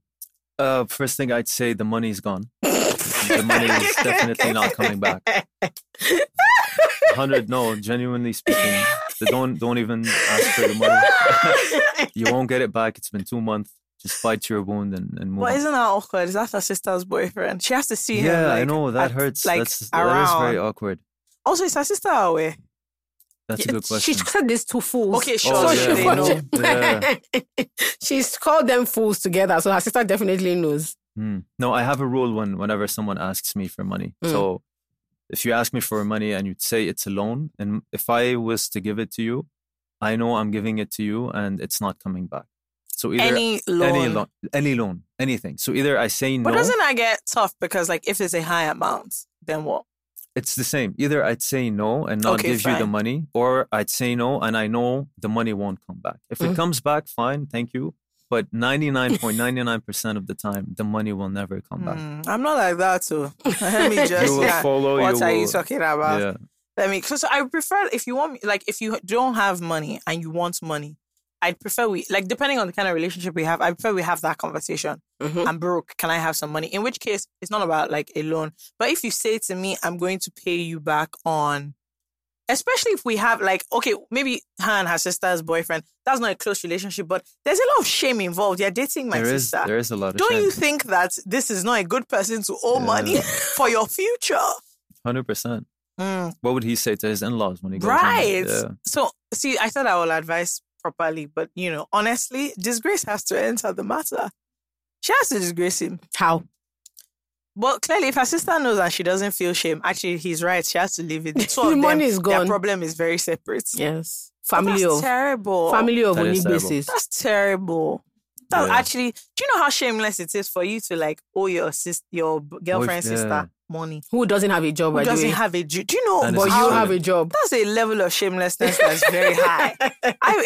S1: Uh, first thing I'd say, the money's gone. the money is definitely not coming back. Hundred, no. Genuinely speaking, the- don't don't even ask for the money. you won't get it back. It's been two months. Just bite your wound and, and move.
S5: Well,
S1: on.
S5: isn't that awkward? That's her sister's boyfriend. She has to see him.
S1: yeah, I
S5: like,
S1: know that
S5: at-
S1: hurts.
S5: Like
S1: That's that is
S5: around.
S1: very awkward.
S5: Also, is her sister away?
S1: That's a good
S4: She
S1: question.
S4: said these two fools.
S5: Okay, sure.
S1: Oh,
S4: so
S1: yeah,
S4: she,
S5: they know.
S1: Yeah.
S4: she's called them fools together. So her sister definitely knows.
S1: Hmm.
S5: Hmm.
S1: Mm. No, I have a rule when whenever someone asks me for money.
S4: Mm.
S1: So if you ask me for money and you'd say it's a loan, and if I was to give it to you, I know I'm giving it to you and it's not coming back. So either
S5: Any loan.
S1: any loan, any loan, anything. So either I say
S5: But
S1: no,
S5: doesn't that get tough? Because like if it's a high amount, then what?
S1: it's the same. Either I'd say no and not
S5: Okay,
S1: give you the
S5: fine.
S1: money, or I'd say no and I know the money won't come back. If it
S4: Mm.
S1: comes back, fine, thank you. But 99.99% of the time, the money will never come back.
S5: Mm, I'm not like that too. Let me just
S1: You will
S5: yeah.
S1: follow.
S5: What
S1: you
S5: are
S1: will,
S5: you talking about?
S1: Yeah,
S5: Let me. So I prefer if you want, me- like, if you don't have money and you want money, I'd prefer we, like, depending on the kind of relationship we have, I prefer we have that conversation.
S4: Mhm.
S5: I'm broke. Can I have some money? In which case, it's not about like a loan. But if you say to me, I'm going to pay you back on, especially if we have like, okay, maybe her and her sister's boyfriend, that's not a close relationship, but there's a lot of shame involved. You're dating my
S1: there is
S5: sister.
S1: there is a lot of
S5: don't
S1: shame.
S5: you think that this is not a good person to owe
S1: Yeah.
S5: money for your future?
S1: Hundred percent.
S5: Mm,
S1: What would he say to his in-laws when Hmm. he goes? home?
S5: right.
S1: Yeah.
S5: So, see, I thought I will advise properly, but you know, honestly, disgrace has to enter the matter. She has to disgrace him.
S4: How?
S5: But clearly, if her sister knows and she doesn't feel shame, actually, he's right. She has to leave it. The, two
S4: The
S5: of them,
S4: money is
S5: Their
S4: gone.
S5: problem is very separate.
S4: Yes.
S5: But
S4: Family
S5: That's
S1: oh.
S4: of
S5: terrible.
S4: family of
S1: That is terrible.
S4: Onigbesis.
S5: That's terrible. That
S1: Yeah.
S5: actually, do you know how shameless it is for you to like owe your sis, your b- girlfriend's
S1: yeah.
S5: sister money?
S4: Who doesn't have a job?
S5: Who
S4: by the
S5: doesn't
S4: way?
S5: have a ju- Do you know?
S1: That is
S4: but
S1: How-
S4: you have a job.
S5: that's a level of shamelessness that's very high. I,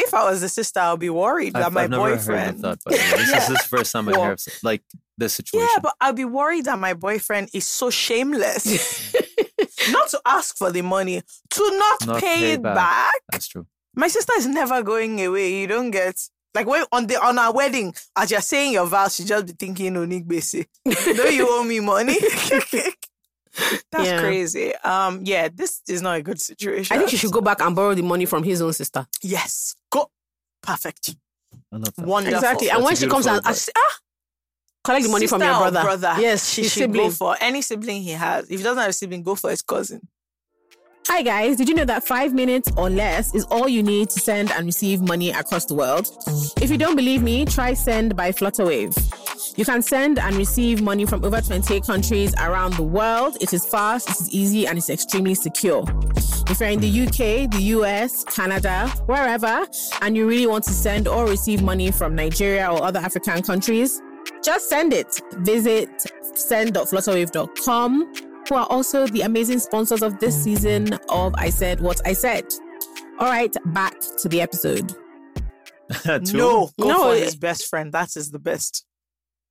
S5: if I was the sister, I'll be worried that
S1: I've,
S5: my
S1: I've never heard
S5: boyfriend.
S1: of that. By the way. This is
S5: Yeah.
S1: this is the first time I
S5: Well,
S1: hear of, s- like this
S5: Yeah,
S1: situation.
S5: but I'll be worried that my boyfriend is so shameless not to ask for the money, to not,
S1: Not
S5: pay,
S1: pay
S5: it
S1: back.
S5: back.
S1: that's true.
S5: My sister is never going away. You don't get like when on the on our wedding, as you're saying your vows, she just be thinking Onigbese. Don't you owe me money? That's
S4: Yeah.
S5: crazy. Um, yeah, this is not a good situation.
S4: I think she should go back and borrow the money from his own sister.
S5: Yes, go. Perfect.
S1: I love that.
S5: Wonderful.
S4: Exactly. And
S1: That's
S4: when
S1: a
S4: she comes and
S1: beautiful
S4: and- ah, collect the money from
S5: Sister
S4: your
S5: or
S4: brother. Yes,
S5: she
S4: his
S5: should go
S4: sibling.
S5: for any sibling he has. If he doesn't have a sibling, go for his cousin.
S3: Hi, guys. Did you know that five minutes or less is all you need to send and receive money across the world? If you don't believe me, try Send by Flutterwave. You can send and receive money from over 28 countries around the world. It is fast, it is easy, and it's extremely secure. If you're in the UK, the US, Canada, wherever, and you really want to send or receive money from Nigeria or other African countries, just send it. Visit send.flutterwave.com, who are also the amazing sponsors of this season of I Said What I Said. All right, back to the episode.
S1: Two?
S5: No, go
S4: No,
S5: for
S4: it-
S5: his best friend. That is the best.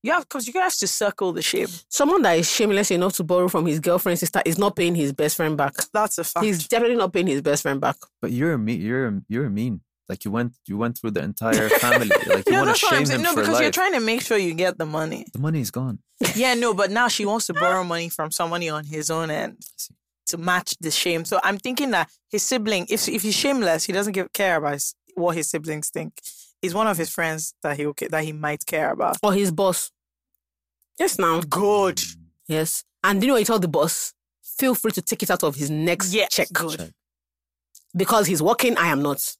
S5: You have because you have to circle the shame.
S4: Someone that is shameless enough to borrow from his girlfriend's sister is not paying his best friend back.
S5: That's a fact.
S4: He's definitely not paying his best friend back.
S1: But you're a me. You're a- you're a mean. Like you went you went through the entire family. Like you
S5: no,
S1: want to
S5: that's what I'm
S1: shame
S5: saying.
S1: him
S5: No,
S1: for
S5: because
S1: life.
S5: you're trying to make sure you get the money.
S1: the money is gone.
S5: yeah, no, but now she wants to borrow money from somebody on his own end
S1: see.
S5: to match the shame. So I'm thinking that his sibling, if if he's shameless, he doesn't give, care about his, what his siblings think. He's one of his friends that he okay, that he might care about.
S4: Or his boss. Yes, now.
S5: Good.
S4: Yes. And you know what he told the boss? Feel free to take it out of his next
S5: Yeah.
S4: check.
S5: Good.
S1: Check.
S4: Because he's working, I am not.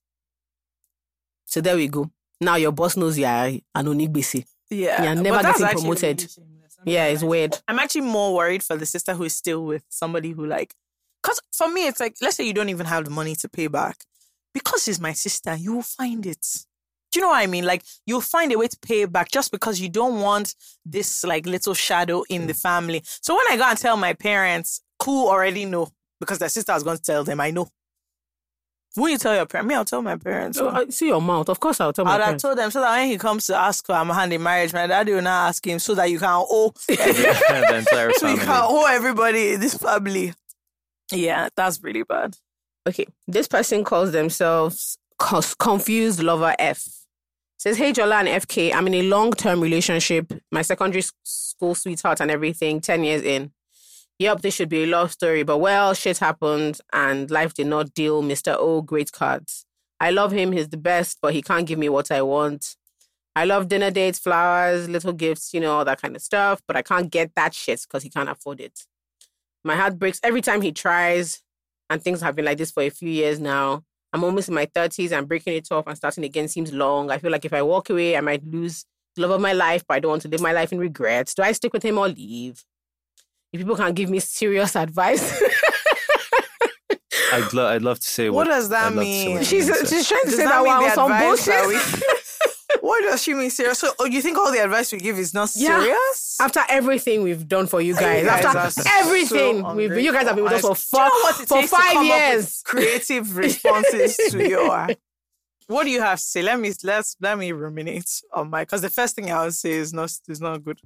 S4: So there we go. Now your boss knows you are an Onigbisi.
S5: Yeah.
S4: You're
S5: But
S4: never
S5: that's
S4: getting
S5: actually
S4: promoted.
S5: really shameless. I'm
S4: Yeah,
S5: not
S4: it's
S5: lying.
S4: weird.
S5: I'm actually more worried for the sister who is still with somebody who like, because for me it's like, let's say you don't even have the money to pay back, because he's my sister, you will find it. Do you know what I mean? Like you'll find a way to pay it back just because you don't want this like little shadow in the family. So when I go and tell my parents, who already know because their sister is going to tell them, I know. Will you tell your parents? Me, I'll tell my parents.
S4: So, I see your mouth. Of course, I'll tell my
S5: I'd have
S4: parents.
S5: told them so that when he comes to ask for my hand in marriage, my daddy will not ask him so that you can oh, owe
S1: the entire
S5: so you
S1: family.
S5: can owe everybody in this family. Yeah, that's really bad.
S4: Okay. This person calls themselves cos- Confused Lover F. Says, Hey, Jola and FK, I'm in a long term relationship. My secondary s- school sweetheart and everything, 10 years in. Yep, this should be a love story, but well, shit happened and life did not deal Mr. O great cards. I love him, he's the best, but he can't give me what I want. I love dinner dates, flowers, little gifts, you know, all that kind of stuff, but I can't get that shit because he can't afford it. My heart breaks every time he tries, and things have been like this for a few years now. I'm almost in my 30s and breaking it off and starting again seems long. I feel like if I walk away, I might lose the love of my life, but I don't want to live my life in regrets. Do I stick with him or leave? If people can give me serious advice,
S1: I'd, lo- I'd love to say
S5: What
S1: what,
S5: does that
S1: I'd love to say
S5: mean?
S1: what she
S4: She's,
S1: said.
S4: she's trying to
S5: Does
S4: say
S5: that
S4: that,
S5: mean
S4: we're
S5: the
S4: on some
S5: advice that
S4: bullshit.
S5: What does she mean serious? So, oh, you think all the advice we give is not
S4: Yeah.
S5: serious?
S4: After everything we've done for you guys,
S5: guys are
S4: after
S5: so
S4: everything we've you guys have been with us for
S5: Do you
S4: four,
S5: know what it
S4: for
S5: takes to
S4: five
S5: come up with
S4: years.
S5: creative responses to your. What do you have to say? Let me let's let me ruminate on my because the first thing I would say is not is not good.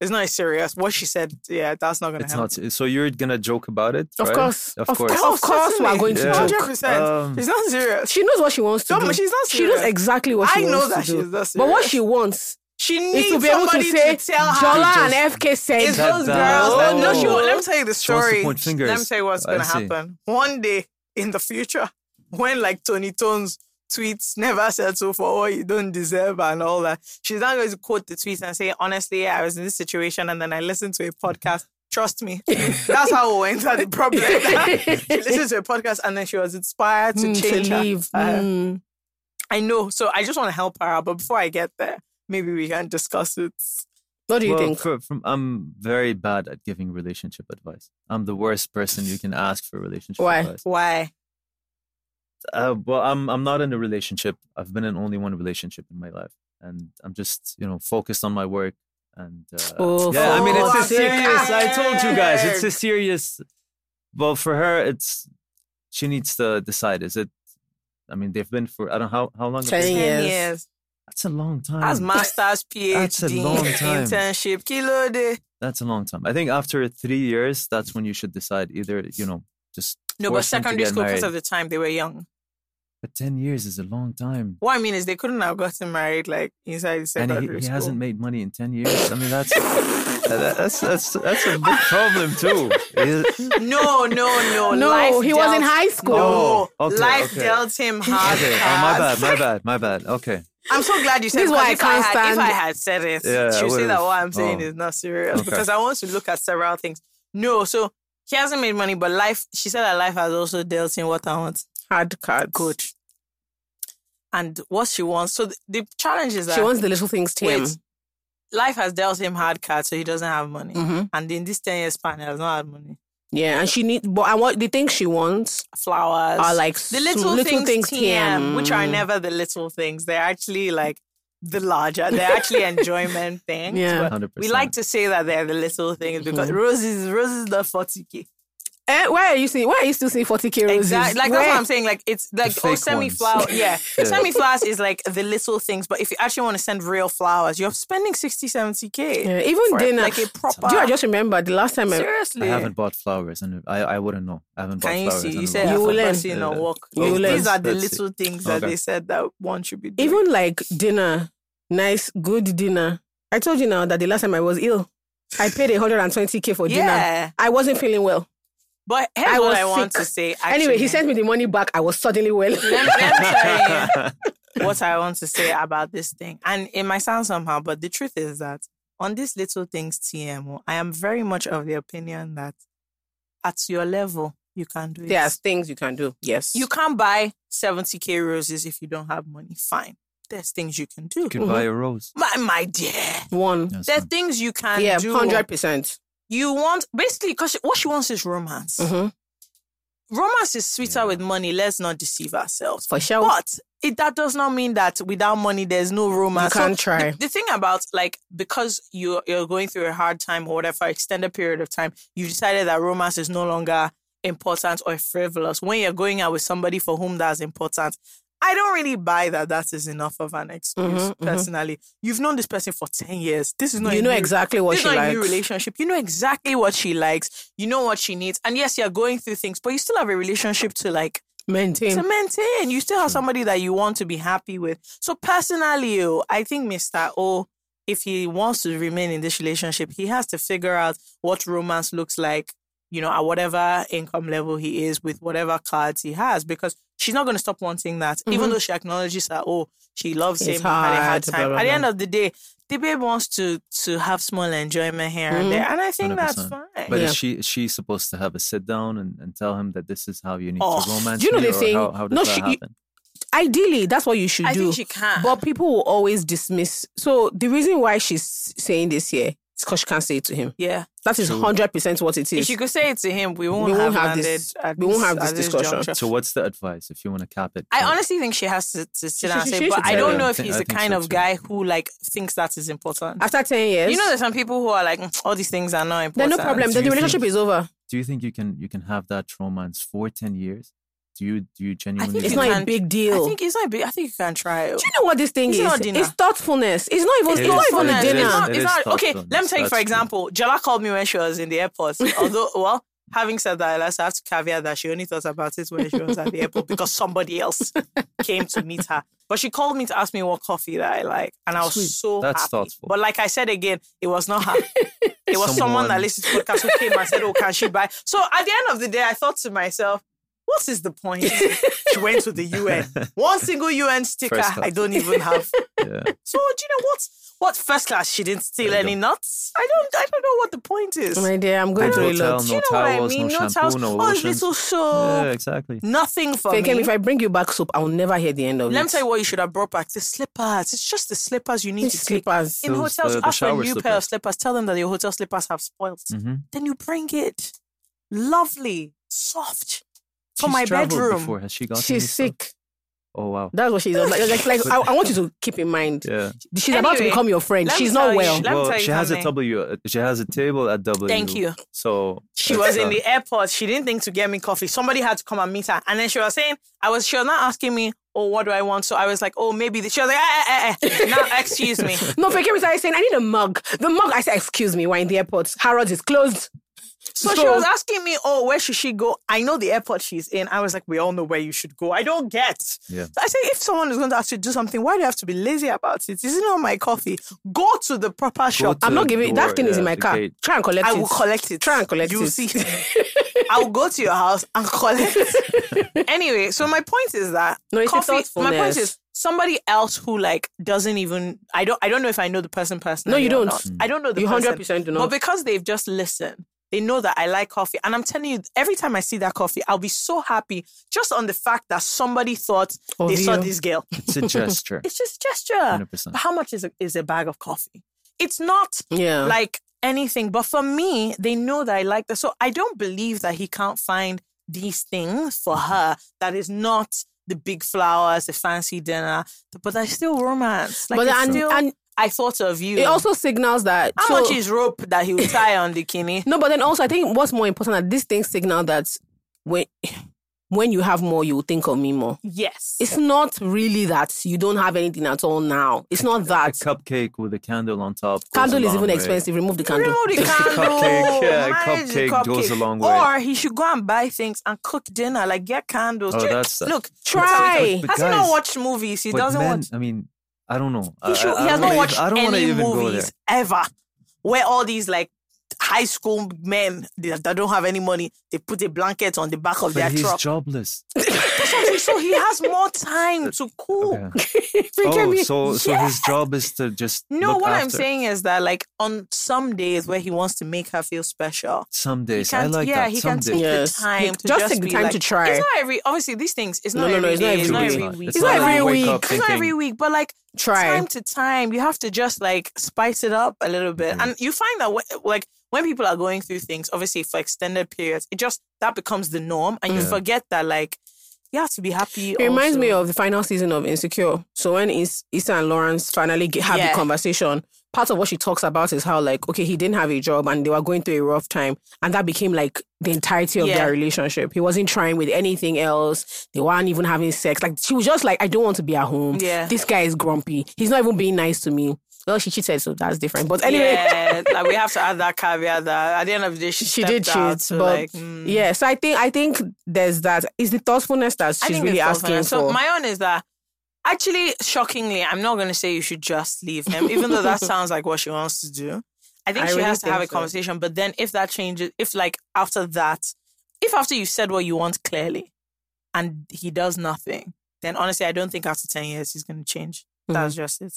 S5: It's not serious. What she said, yeah, that's not gonna
S1: It's
S5: happen.
S1: not so you're gonna joke about it,
S4: Of
S1: right?
S4: course.
S1: of course.
S4: Of course we are going to
S1: Yeah.
S4: joke.
S5: Oh, Hundred percent.
S1: Um,
S5: She's not serious.
S4: She knows what she wants to
S5: Don't-
S4: do.
S5: she's not
S4: She knows
S5: serious.
S4: exactly what she
S5: I know
S4: wants
S5: that
S4: to do.
S5: she's not
S4: But what
S5: serious.
S4: she wants
S5: She
S4: is
S5: needs
S4: to be able to
S5: somebody
S4: say,
S5: tell her.
S4: Jola
S1: To
S4: and FK said.
S5: It's those girls
S1: that
S5: that
S1: down.
S5: no, she
S1: Oh.
S5: won't. Let me tell you the
S1: wants to
S5: story.
S1: point
S5: Let me
S1: fingers.
S5: tell you what's
S1: I
S5: going to
S1: see.
S5: happen. One day in the future, when like Tony Tone's tweets never settle for what you don't deserve and all that, she's not going to quote the tweets and say, honestly, I was in this situation and then I listened to a podcast. Trust me, that's how we'll enter the problem. she listened to a podcast and then she was inspired to
S4: Mm,
S5: change her-
S4: leave.
S5: her-
S4: Mm.
S5: I know. So I just want to help her out. But before I get there, maybe we can discuss it.
S4: What do you
S1: well, uh,
S4: think?
S1: for- from, I'm very bad at giving relationship advice. I'm the worst person you can ask for relationship
S4: Why?
S1: advice.
S5: Why?
S1: Uh, well, I'm I'm not in a relationship. I've been in only one relationship in my life, and I'm just you know focused on my work. And uh,
S4: Oh,
S1: yeah, I mean it's a
S5: fuck.
S1: serious. I told you guys, it's a serious. Well, for her, it's she needs to decide. Is it? I mean, they've been for I don't know how how long. have they
S4: Ten
S1: been?
S5: Ten
S4: Yes. Hmm.
S5: years.
S1: That's a long time.
S5: As master's, PhD,
S1: That's a long time.
S5: internship, kilo day.
S1: That's a long time. I think after three years, that's when you should decide. Either you know, just
S5: No, but
S1: force them to
S5: secondary
S1: get
S5: school, because
S1: married.
S5: of the time they were young.
S1: But ten years is a long time.
S5: What I mean is they couldn't have gotten married like inside the
S1: And
S5: secondary
S1: he, he
S5: school.
S1: hasn't made money in ten years. I mean, that's that- that's that's that's a big problem too. He-
S5: No, no, no.
S4: No,
S5: life
S4: he was in
S5: dealt-
S4: high school.
S5: No,
S1: Oh, okay,
S5: life
S1: okay.
S5: dealt him hard.
S1: Okay, oh, my
S5: cards.
S1: bad, my bad, my bad. Okay,
S5: I'm so glad you said
S4: This is
S5: it,
S4: why
S5: 'cause
S4: I
S5: if I
S4: can't
S5: had, If
S4: stand-
S5: I had said it,
S1: Yeah, I
S5: she'll say
S1: would've.
S5: that what I'm saying
S1: Oh.
S5: is not serious
S1: Okay.
S5: because I want to look at several things. No, so he hasn't made money, but life, she said her life has also dealt him what I want.
S4: Hard cards.
S5: Good. And what she wants. So the, the challenge is that
S4: She wants the little things to him.
S5: Wait, life has dealt him hard cards, so he doesn't have money.
S4: Mhm.
S5: And in this 10 year span, he has not had money.
S4: Yeah, and she needs. But I want the things she wants
S5: Flowers.
S4: are like
S5: the
S4: s-
S5: little, things, TM,
S4: TM.
S5: which are never the little things. They're actually like the larger, they're actually enjoyment things.
S4: Yeah. Mm-hmm.
S5: but
S1: hundred
S5: We
S1: percent.
S5: like to say that they're the little things because Rose is Rose is not 40k.
S4: Eh, why are you seeing? Why are you still seeing forty k roses?
S5: Exactly. Like
S4: where?
S5: that's what I'm saying. Like it's like oh
S1: fake
S5: semi
S1: ones.
S5: flower. Yeah.
S1: Yeah.
S5: Semi flowers is like the little things. But if you actually want to send real flowers, you're spending 60, 70k.
S4: Yeah, even
S5: for
S4: dinner.
S5: Like a proper
S4: do you know, I just remember the last time I,
S5: Seriously.
S1: I haven't bought flowers, and I I wouldn't know. I haven't bought
S5: Can you
S1: flowers.
S5: see?
S1: in
S5: You
S1: a
S5: said
S1: long
S5: you
S4: You will
S5: will
S1: time.
S4: learn.
S5: person or
S1: Yeah.
S5: walk.
S4: You will learn.
S5: These are the
S1: Let's see.
S5: little things that
S1: Okay.
S5: they said that one should be doing.
S4: even like dinner, nice good dinner. I told you now that the last time I was ill, I paid hundred and twenty k for dinner.
S5: yeah.
S4: I wasn't feeling well.
S5: But here's
S4: I
S5: what
S4: was
S5: I want
S4: sick.
S5: to say.
S4: Anyway, he
S5: actually.
S4: sent me the money back. I was suddenly well.
S5: Let me- let me tell you. what I want to say about this thing. And it might sound somehow, but the truth is that on this little things TMO, I am very much of the opinion that at your level, you can do it.
S4: There's things you can do. Yes,
S5: You can't buy 70K roses if you don't have money. Fine. There's things you can do.
S1: You could buy a rose.
S5: My, my dear.
S4: one.
S1: Yes,
S5: There's
S1: ma'am.
S5: things you can
S4: Yeah,
S5: do.
S4: hundred percent.
S5: You want, basically, because what she wants is romance.
S4: Mhm. Mm-hmm.
S5: Romance is sweeter
S1: Yeah.
S5: with money. Let's not deceive ourselves.
S4: For sure.
S5: But it, that does not mean that without money, there's no romance.
S4: You
S5: So
S4: can't try.
S5: The, the thing about like because you you're going through a hard time or whatever extended period of time, you decided that romance is no longer important or frivolous. When you're going out with somebody for whom that's important, I don't really buy that. That is enough of an excuse.
S4: Mhm, mhm.
S5: personally, you've known this person for ten years. This is not
S4: You
S5: a
S4: know
S5: new-
S4: exactly what
S5: this
S4: she
S5: is not a new
S4: likes.
S5: relationship. You know exactly what she likes. You know what she needs. And yes, you're going through things, but you still have a relationship to like to
S4: Maintain.
S5: maintain. You still have somebody that you want to be happy with. So personally, oh, I think Mr. O, if he wants to remain in this relationship, he has to figure out what romance looks like, you know, at whatever income level he is with whatever cards he has, because she's not going to stop wanting that, even though she acknowledges that, oh, she loves
S4: Mm-hmm. It's
S5: him, he had a
S4: hard,
S5: hard
S4: blah,
S5: time.
S4: blah,
S5: At the
S4: blah.
S5: end of the day, the babe wants to to have small enjoyment here and
S4: Mm-hmm.
S5: there, and I think that's
S1: 100%.
S5: fine.
S1: But
S4: Yeah.
S1: is she is she supposed to have a sit down and, and tell him that this is how you need
S5: Oh,
S1: to romance?
S4: do you know
S1: me,
S4: the
S1: or
S4: thing?
S1: How, how does
S4: No,
S1: that
S4: she- you-
S1: happen?
S4: Ideally, that's what you should
S5: I
S4: do.
S5: think she can.
S4: But people will always dismiss. So the reason why she's saying this here is because she can't say it to him.
S5: yeah,
S4: That is hundred percent what it
S5: If
S4: is.
S5: you could say it to him, we won't,
S4: won't
S5: have,
S4: have
S5: landed
S4: this-
S5: at
S4: we won't have
S5: at
S4: this discussion.
S5: juncture.
S1: So what's the advice if you want to cap it?
S5: I honestly think she has to, to sit down and
S4: should-
S5: say,
S4: she
S5: but
S4: should
S5: I
S4: tell
S5: don't
S1: him.
S5: know if
S1: I think-
S5: he's
S1: I
S5: the
S1: think
S5: kind
S1: so
S5: of
S1: too.
S5: guy who like thinks that is important.
S4: After ten years,
S5: You know, there's some people who are like, "Mm, all these things are not
S4: then
S5: important.
S4: no problem. Then
S1: Do
S4: the
S1: you
S4: relationship
S1: think-
S4: is over.
S1: do you think you can you can have that trauma and for ten years? Do you do you genuinely?
S5: think
S4: It's
S5: You
S1: believe
S4: not a
S5: can't-
S4: big
S5: I
S4: deal.
S5: think it's not. big- I think you can try. it.
S4: Do you know what this thing
S5: It's
S4: is?
S5: not dinner.
S4: It's thoughtfulness. It's not even. It's,
S1: It is
S4: not even a
S1: thoughtfulness.
S5: It's
S1: It
S4: dinner.
S5: not-
S1: is-
S5: it's not- okay,
S1: thoughtfulness.
S5: let me tell you
S1: That's
S5: for
S1: true.
S5: example. Jala called me when she was in the airport. Although, well, having said that, I also have to caveat that she only thought about it when she was at the airport because somebody else came to meet her. But she called me to ask me what coffee that I like, and I was
S1: Sweet.
S5: so
S1: That's
S5: happy.
S1: thoughtful.
S5: But like I said again, it was not her. It was someone,
S1: Someone.
S5: that listened to podcast who came and said, "Oh, can she buy?" So at the end of the day, I thought to myself. What is the point? she went to the UN. One single UN sticker.
S1: First class.
S5: I don't even have.
S1: Yeah.
S5: So do you know what? What first class? She didn't steal
S1: There you
S5: any nuts. I don't. I don't know what the point is.
S4: My dear, I'm going
S1: No
S4: through a
S1: hotel,
S4: lot.
S5: do
S1: no
S5: you know what I
S1: towels,
S5: mean?
S1: no shampoo,
S5: towels.
S1: no
S5: oh, it's
S1: lotions.
S5: little soap.
S1: Yeah, exactly.
S5: Nothing for
S4: Fakem,
S5: me.
S4: if I bring you back soup, I will never hear the end of it.
S5: Let me tell you what you should have brought back: the slippers. It's just the slippers you need
S4: These
S5: to take.
S4: slippers.
S5: In
S1: Those,
S5: hotels,
S1: uh, the
S5: ask for a
S1: shower
S5: new pair of slippers. Tell them that your hotel slippers have spoiled.
S1: Mm-hmm.
S5: Then you bring it, lovely, soft, for my bedroom.
S1: Before. Has she got any
S4: She's
S1: stuff?
S4: sick.
S1: Oh wow.
S4: That's what she's like. like, like I, I want you to keep in mind.
S1: Yeah.
S4: She's about to
S5: Anyway,
S4: become your friend.
S5: let me
S4: She's
S5: tell
S4: not
S5: you,
S4: well.
S5: Let me
S1: well,
S5: tell you
S1: she has a
S5: something.
S1: W. She has a table at W.
S5: Thank you.
S1: So
S5: She
S1: that's,
S5: was in
S1: uh,
S5: the airport. She didn't think to get me coffee. Somebody had to come and meet her. And then she was saying, I was, she was not asking me, oh, what do I want? So I was like, oh, maybe. This. She was like, eh, eh, eh, eh. now, excuse me.
S4: No, Fakem started saying, I need a mug. The mug, I said, excuse me, we're in the airport. Harrods is closed.
S5: So she was asking me, oh, where should she go? I know the airport she's in. I was like, we all know where you should go. I don't get.
S1: Yeah.
S5: I say, if someone is going to ask you to do something, why do you have to be lazy about it? Isn't on my coffee? Go to the proper shop.
S1: to
S4: I'm not
S1: the
S4: giving
S1: door,
S4: that thing is
S1: yeah,
S4: in my
S1: the
S4: car.
S1: gate.
S4: Try and collect
S5: I
S4: it.
S5: will collect it.
S4: Try and collect
S5: You'll
S4: it.
S5: see. I will go to your house and collect. anyway, so my point is that
S4: No, it's a
S5: My
S4: thoughtfulness.
S5: point is somebody else who like doesn't even. I don't. I don't know if I know the person personally.
S4: you
S5: or
S4: don't.
S5: not. I don't know the.
S4: You
S5: person.
S4: 100% do
S5: But
S4: not.
S5: because they've just listened. They know that I like coffee. And I'm telling you, every time I see that coffee, I'll be so happy just on the fact that somebody thought
S4: Of
S5: they saw
S4: you.
S5: this girl.
S1: It's a gesture.
S5: It's just gesture.
S1: 100%.
S5: But how much is a, is a bag of coffee? It's not
S4: Yeah.
S5: like anything. But for me, they know that I like that. So I don't believe that he can't find these things for
S1: Mm-hmm.
S5: her that is not the big flowers, the fancy dinner, but there's still romance. Like
S4: But
S5: but
S4: and-
S5: still,
S4: and-
S5: I thought of you.
S4: it also signals that.
S5: how
S4: so-
S5: much is rope that he will tie on the kinny?
S4: No, but then also, I think what's more important that these things signal that when when you have more, you will think of me more.
S5: Yes.
S4: It's not really that you don't have anything at all now. It's not
S1: a
S4: that.
S1: cupcake with a candle on top. goes
S4: Candle
S1: a
S4: is
S1: long
S4: even
S1: way.
S4: expensive. Remove the candle.
S5: Remove the
S1: Just a
S5: candle.
S1: cupcake, yeah,
S5: Manage the
S1: cupcake goes a long way.
S5: Or he should go and buy things and cook dinner, like get candles.
S1: Oh,
S5: Ju-
S1: that's- that's-
S5: Look,
S4: Try.
S1: But
S5: has he not
S1: guys-
S5: watched movies? He
S1: But
S5: doesn't
S1: men,
S5: watch.
S1: I mean, I don't know.
S5: He,
S1: I,
S5: should,
S1: I,
S5: he
S1: I don't
S5: has not
S1: wanna
S5: watched
S1: even- I don't wanna
S5: any
S1: even go there.
S5: movies ever where all these like high school men that that don't have any money, they put a blanket on the back of
S1: But
S5: their
S1: he's
S5: truck.
S1: jobless.
S5: so he has more time to cook.
S1: Yeah.
S4: Fakem,
S1: Oh,
S4: you-
S1: so so his job is to just
S5: No,
S1: look
S5: what I'm
S1: after-
S5: saying is that like on some days where he wants to make her feel special,
S1: Some
S5: he
S1: days I
S5: can
S1: like
S5: yeah,
S1: that.
S5: he
S1: Some
S5: can take
S1: days
S4: Yes.
S5: the time to
S4: Just
S5: just,
S4: take the
S5: be
S4: time
S5: like-
S4: to try.
S5: It's not every obviously these things. It's
S4: No,
S5: not
S4: no, no,
S5: every
S4: it's not
S5: day,
S4: every
S5: It's
S4: week.
S5: not every week.
S1: It's not
S5: It's
S4: every
S5: not
S4: week.
S1: Wake up
S5: It's not
S1: thinking,
S5: every week, but like
S4: Try.
S5: time to time, you have to just like spice it up a little bit, and you find that wh- like when people are going through things, obviously for extended periods, it just that becomes the norm, and you forget that like you have to be happy.
S4: It reminds me
S5: also.
S4: of the final season of Insecure. So when Is- Issa and Lawrence finally get, have the
S5: Yeah.
S4: conversation, part of what she talks about is how like okay he didn't have a job and they were going through a rough time, and that became like the entirety of
S5: Yeah.
S4: their relationship. He wasn't trying with anything else. They weren't even having sex. Like she was just like I don't want to be at home.
S5: Yeah.
S4: this guy is grumpy. He's not even being nice to me. Well, she cheated, so that's different. But anyway.
S5: Yeah, like we have to add that caveat that at the end of the day, she,
S4: She did
S5: stepped out
S4: cheat,
S5: to,
S4: but
S5: like, mm,
S4: yeah. So I think I think there's that. It's the thoughtfulness that
S5: I
S4: she's
S5: think it's
S4: really
S5: tough,
S4: asking
S5: man. So
S4: for.
S5: my own is that actually, shockingly, I'm not going to say you should just leave him, even though that sounds like what she wants to do. I think
S4: I
S5: she
S4: really
S5: has to have a
S4: think so.
S5: conversation. But then, if that changes, if like after that, if after you said what you want clearly, and he does nothing, then honestly, I don't think after ten years he's going to change.
S4: Mm-hmm.
S5: That's just it.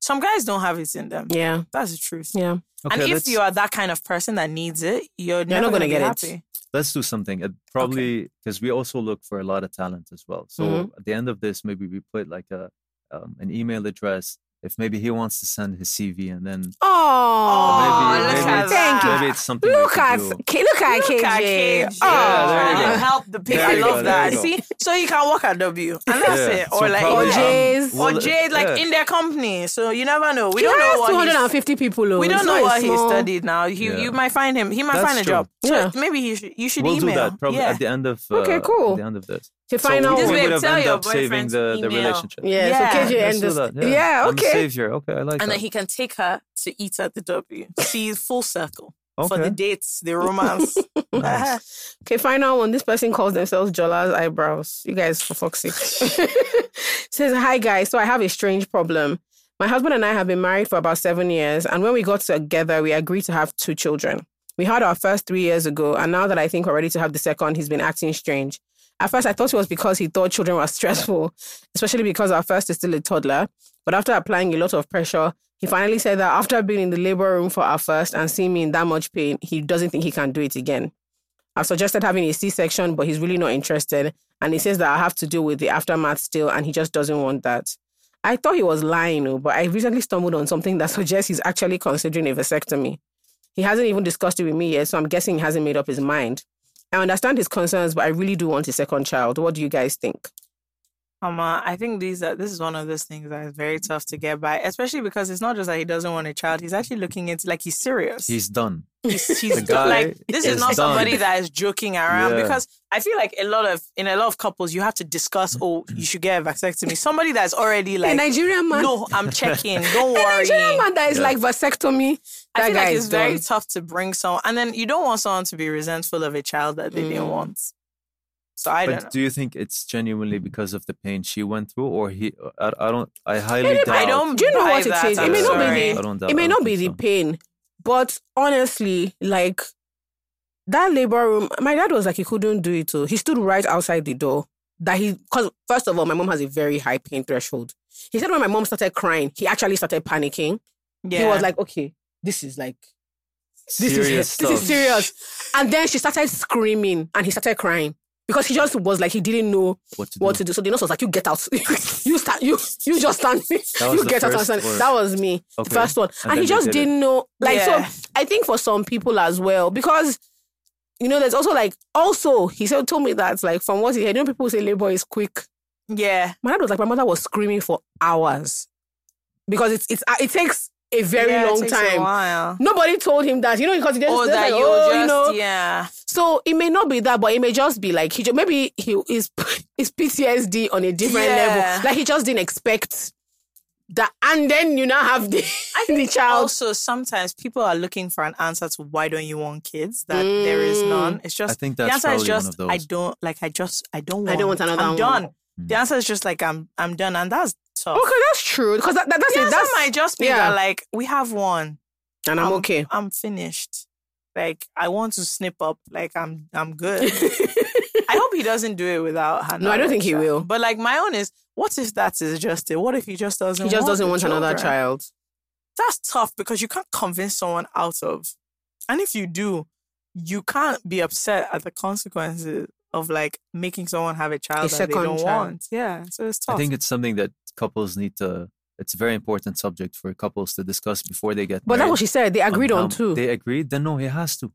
S5: Some guys don't have it in them.
S4: yeah,
S5: That's the truth.
S4: yeah.
S1: Okay,
S5: and if
S1: let's-
S5: you are that kind of person that needs it, you're, never
S4: not gonna
S5: going to
S4: get
S5: get
S4: it.
S5: happy.
S1: let's do something. Uh, Probably because we also look for a lot of talent as well. So
S5: Mm-hmm.
S4: Mhm.
S1: at the end of this, maybe we put like a um, an email address if maybe he wants to send his CV and then
S4: Oh,
S1: maybe,
S5: look
S1: maybe,
S5: at
S1: it's,
S4: thank you.
S1: maybe it's something we
S4: Look
S1: could
S4: at
S1: do.
S4: K- look at
S5: Look at KJ.
S4: KJ.
S1: Yeah, there you
S4: Oh,
S1: go.
S5: Trying to help the people.
S1: There
S5: I
S1: you
S5: love
S1: go, there
S5: that.
S1: you go.
S5: See, so you can work at W, and that's
S1: Yeah,
S5: it, or
S1: so
S5: like
S1: probably,
S5: yeah.
S1: um,
S4: Jays.
S1: we'll-
S5: or Jade, like
S1: yeah.
S5: in their company. So you never know. We
S4: He
S5: don't
S4: has
S5: know what he's-
S4: 250 people. oh,
S5: We
S4: it's
S5: don't know
S4: not a
S5: what he
S4: small-
S5: studied now. He,
S1: Yeah.
S5: You might find him. He might
S1: That's
S5: find a
S1: true.
S5: job.
S4: Yeah.
S5: So maybe he should, you should
S1: We'll
S5: email.
S1: do that probably
S5: yeah.
S1: at the end of uh,
S4: Okay, cool.
S1: at the end of this.
S4: To
S1: So
S4: find out
S1: we,
S4: what-
S1: we
S5: Babe,
S1: would have
S5: tell
S1: ended
S5: your
S1: up saving
S5: boyfriend's
S1: the, the
S5: email.
S1: relationship.
S4: Yeah,
S5: Yeah.
S4: so KJ
S1: Let's
S4: and
S1: do
S4: the-
S1: that,
S4: yeah,
S1: I'm the
S4: okay.
S1: savior. Okay, I like
S5: and
S1: that.
S5: then he can take her to eat at the W. See full circle for
S1: Okay.
S5: the dates, the romance.
S1: Nice.
S4: Okay, final one. This person calls themselves Jola's eyebrows. You guys, for fuck's sake. Says, Hi guys, so I have a strange problem. My husband and I have been married for about seven years, and when we got together, we agreed to have two children. We had our first three years ago, and now that I think we're ready to have the second, he's been acting strange. At first, I thought it was because he thought children were stressful, especially because our first is still a toddler. But after applying a lot of pressure, he finally said that after being in the labor room for our first and seeing me in that much pain, he doesn't think he can do it again. I've suggested having a C section, but he's really not interested. And he says that I have to deal with the aftermath still, and he just doesn't want that. I thought he was lying, oh, but I recently stumbled on something that suggests he's actually considering a vasectomy. He hasn't even discussed it with me yet, so I'm guessing he hasn't made up his mind. I understand his concerns, but I really do want a second child. What do you guys think?
S5: Mama, I think these are this is one of those things that is very tough to get by, especially because it's not just that he doesn't want a child. He's actually looking into like he's serious.
S1: He's done.
S5: he's, he's
S1: The guy
S5: like this is,
S1: is
S5: not
S1: done.
S5: somebody that is joking around
S1: Yeah.
S5: because I feel like a lot of in a lot of couples you have to discuss oh you should get a vasectomy. Somebody that's already like
S4: Nigerian
S5: no I'm checking don't
S4: a
S5: worry.
S4: Nigerian man that is
S1: Yeah.
S4: like vasectomy. That
S5: I feel
S4: guy
S5: like
S4: is
S5: it's very
S4: done.
S5: tough to bring someone and then you don't want someone to be resentful of a child that they didn't
S4: Mm.
S5: want. So I don't know.
S1: But do you think it's genuinely because of the pain she went through, or he? I, I don't. I highly doubt.
S5: I don't
S4: Do you know
S5: buy
S4: what it
S5: that,
S4: is? It
S5: I'm
S4: may not be
S5: sorry.
S4: the-
S1: I don't doubt.
S4: it may
S1: I
S4: not
S1: don't
S4: be the
S1: think so.
S4: pain, but honestly, like that labor room, my dad was like, he couldn't do it. So he stood right outside the door. That he, because first of all, my mom has a very high pain threshold. He said when my mom started crying, he actually started panicking.
S5: Yeah.
S4: He was like, okay, this is like, this
S1: serious
S4: is
S1: stuff.
S4: this is serious. And then she started screaming and he started crying. Because he just was like he didn't know
S1: What to do?
S4: what to do. So the nurse was like, "You get out. you stand. You you just stand.
S1: was
S4: You
S1: the
S4: get out and
S1: first
S4: stand."
S1: or-
S4: That was me
S1: Okay.
S4: the first one.
S1: And
S4: And,
S1: then they
S4: he just
S1: did it.
S4: didn't know. Like,
S5: Yeah.
S4: so I think for some people as well, because, you know, there's also like, also, he said, told me that, like, from what he heard, you know, people say labor is quick.
S5: yeah.
S4: My dad was like, my mother was screaming for hours because it's, it's uh, it takes a very
S5: Yeah, it
S4: long
S5: takes a
S4: time.
S5: while.
S4: Nobody told him that, you know, because he just,
S5: Or
S4: just
S5: that
S4: like,
S5: you
S4: oh,
S5: just
S4: you know.
S5: yeah.
S4: So it may not be that, but it may just be like, he ju- maybe he is is PTSD on a different
S5: Yeah.
S4: level. Like, he just didn't expect that. And then you now have the, the child.
S5: Also, sometimes people are looking for an answer to why don't you want kids? That there
S4: Mm.
S5: is none. It's just
S1: I think
S5: the
S1: that's
S5: answer is
S1: probably one
S5: just
S1: of
S5: I
S1: those.
S5: don't like. I just I don't. Want,
S4: I don't want another
S5: I'm
S4: one.
S5: done.
S1: Mm.
S5: The answer is just like I'm I'm done, and that's tough.
S4: Okay, that's true. Because that, that- that's
S5: The
S4: it.
S5: answer
S4: That's
S5: might just be
S4: yeah.
S5: that like we have one.
S4: and I'm okay.
S5: I'm finished. Like I want to snip up. Like I'm I'm good. I hope he doesn't do it without her.
S4: No, I don't think he
S5: knowledge,
S4: will.
S5: But like my own is, what if that is just it? What if he just doesn't?
S4: He just doesn't
S5: the
S4: want another
S5: children?
S4: child.
S5: that's tough because you can't convince someone out of and if you do you can't be upset at the consequences of like making someone have a child that they
S4: second
S5: don't
S4: child.
S5: want yeah so it's tough
S1: I think it's something that couples need to. It's a very important subject for couples to discuss before they get
S4: But that's
S1: married.
S4: what she said. They agreed on
S1: how-
S4: two.
S1: They agreed. Then no, he has to.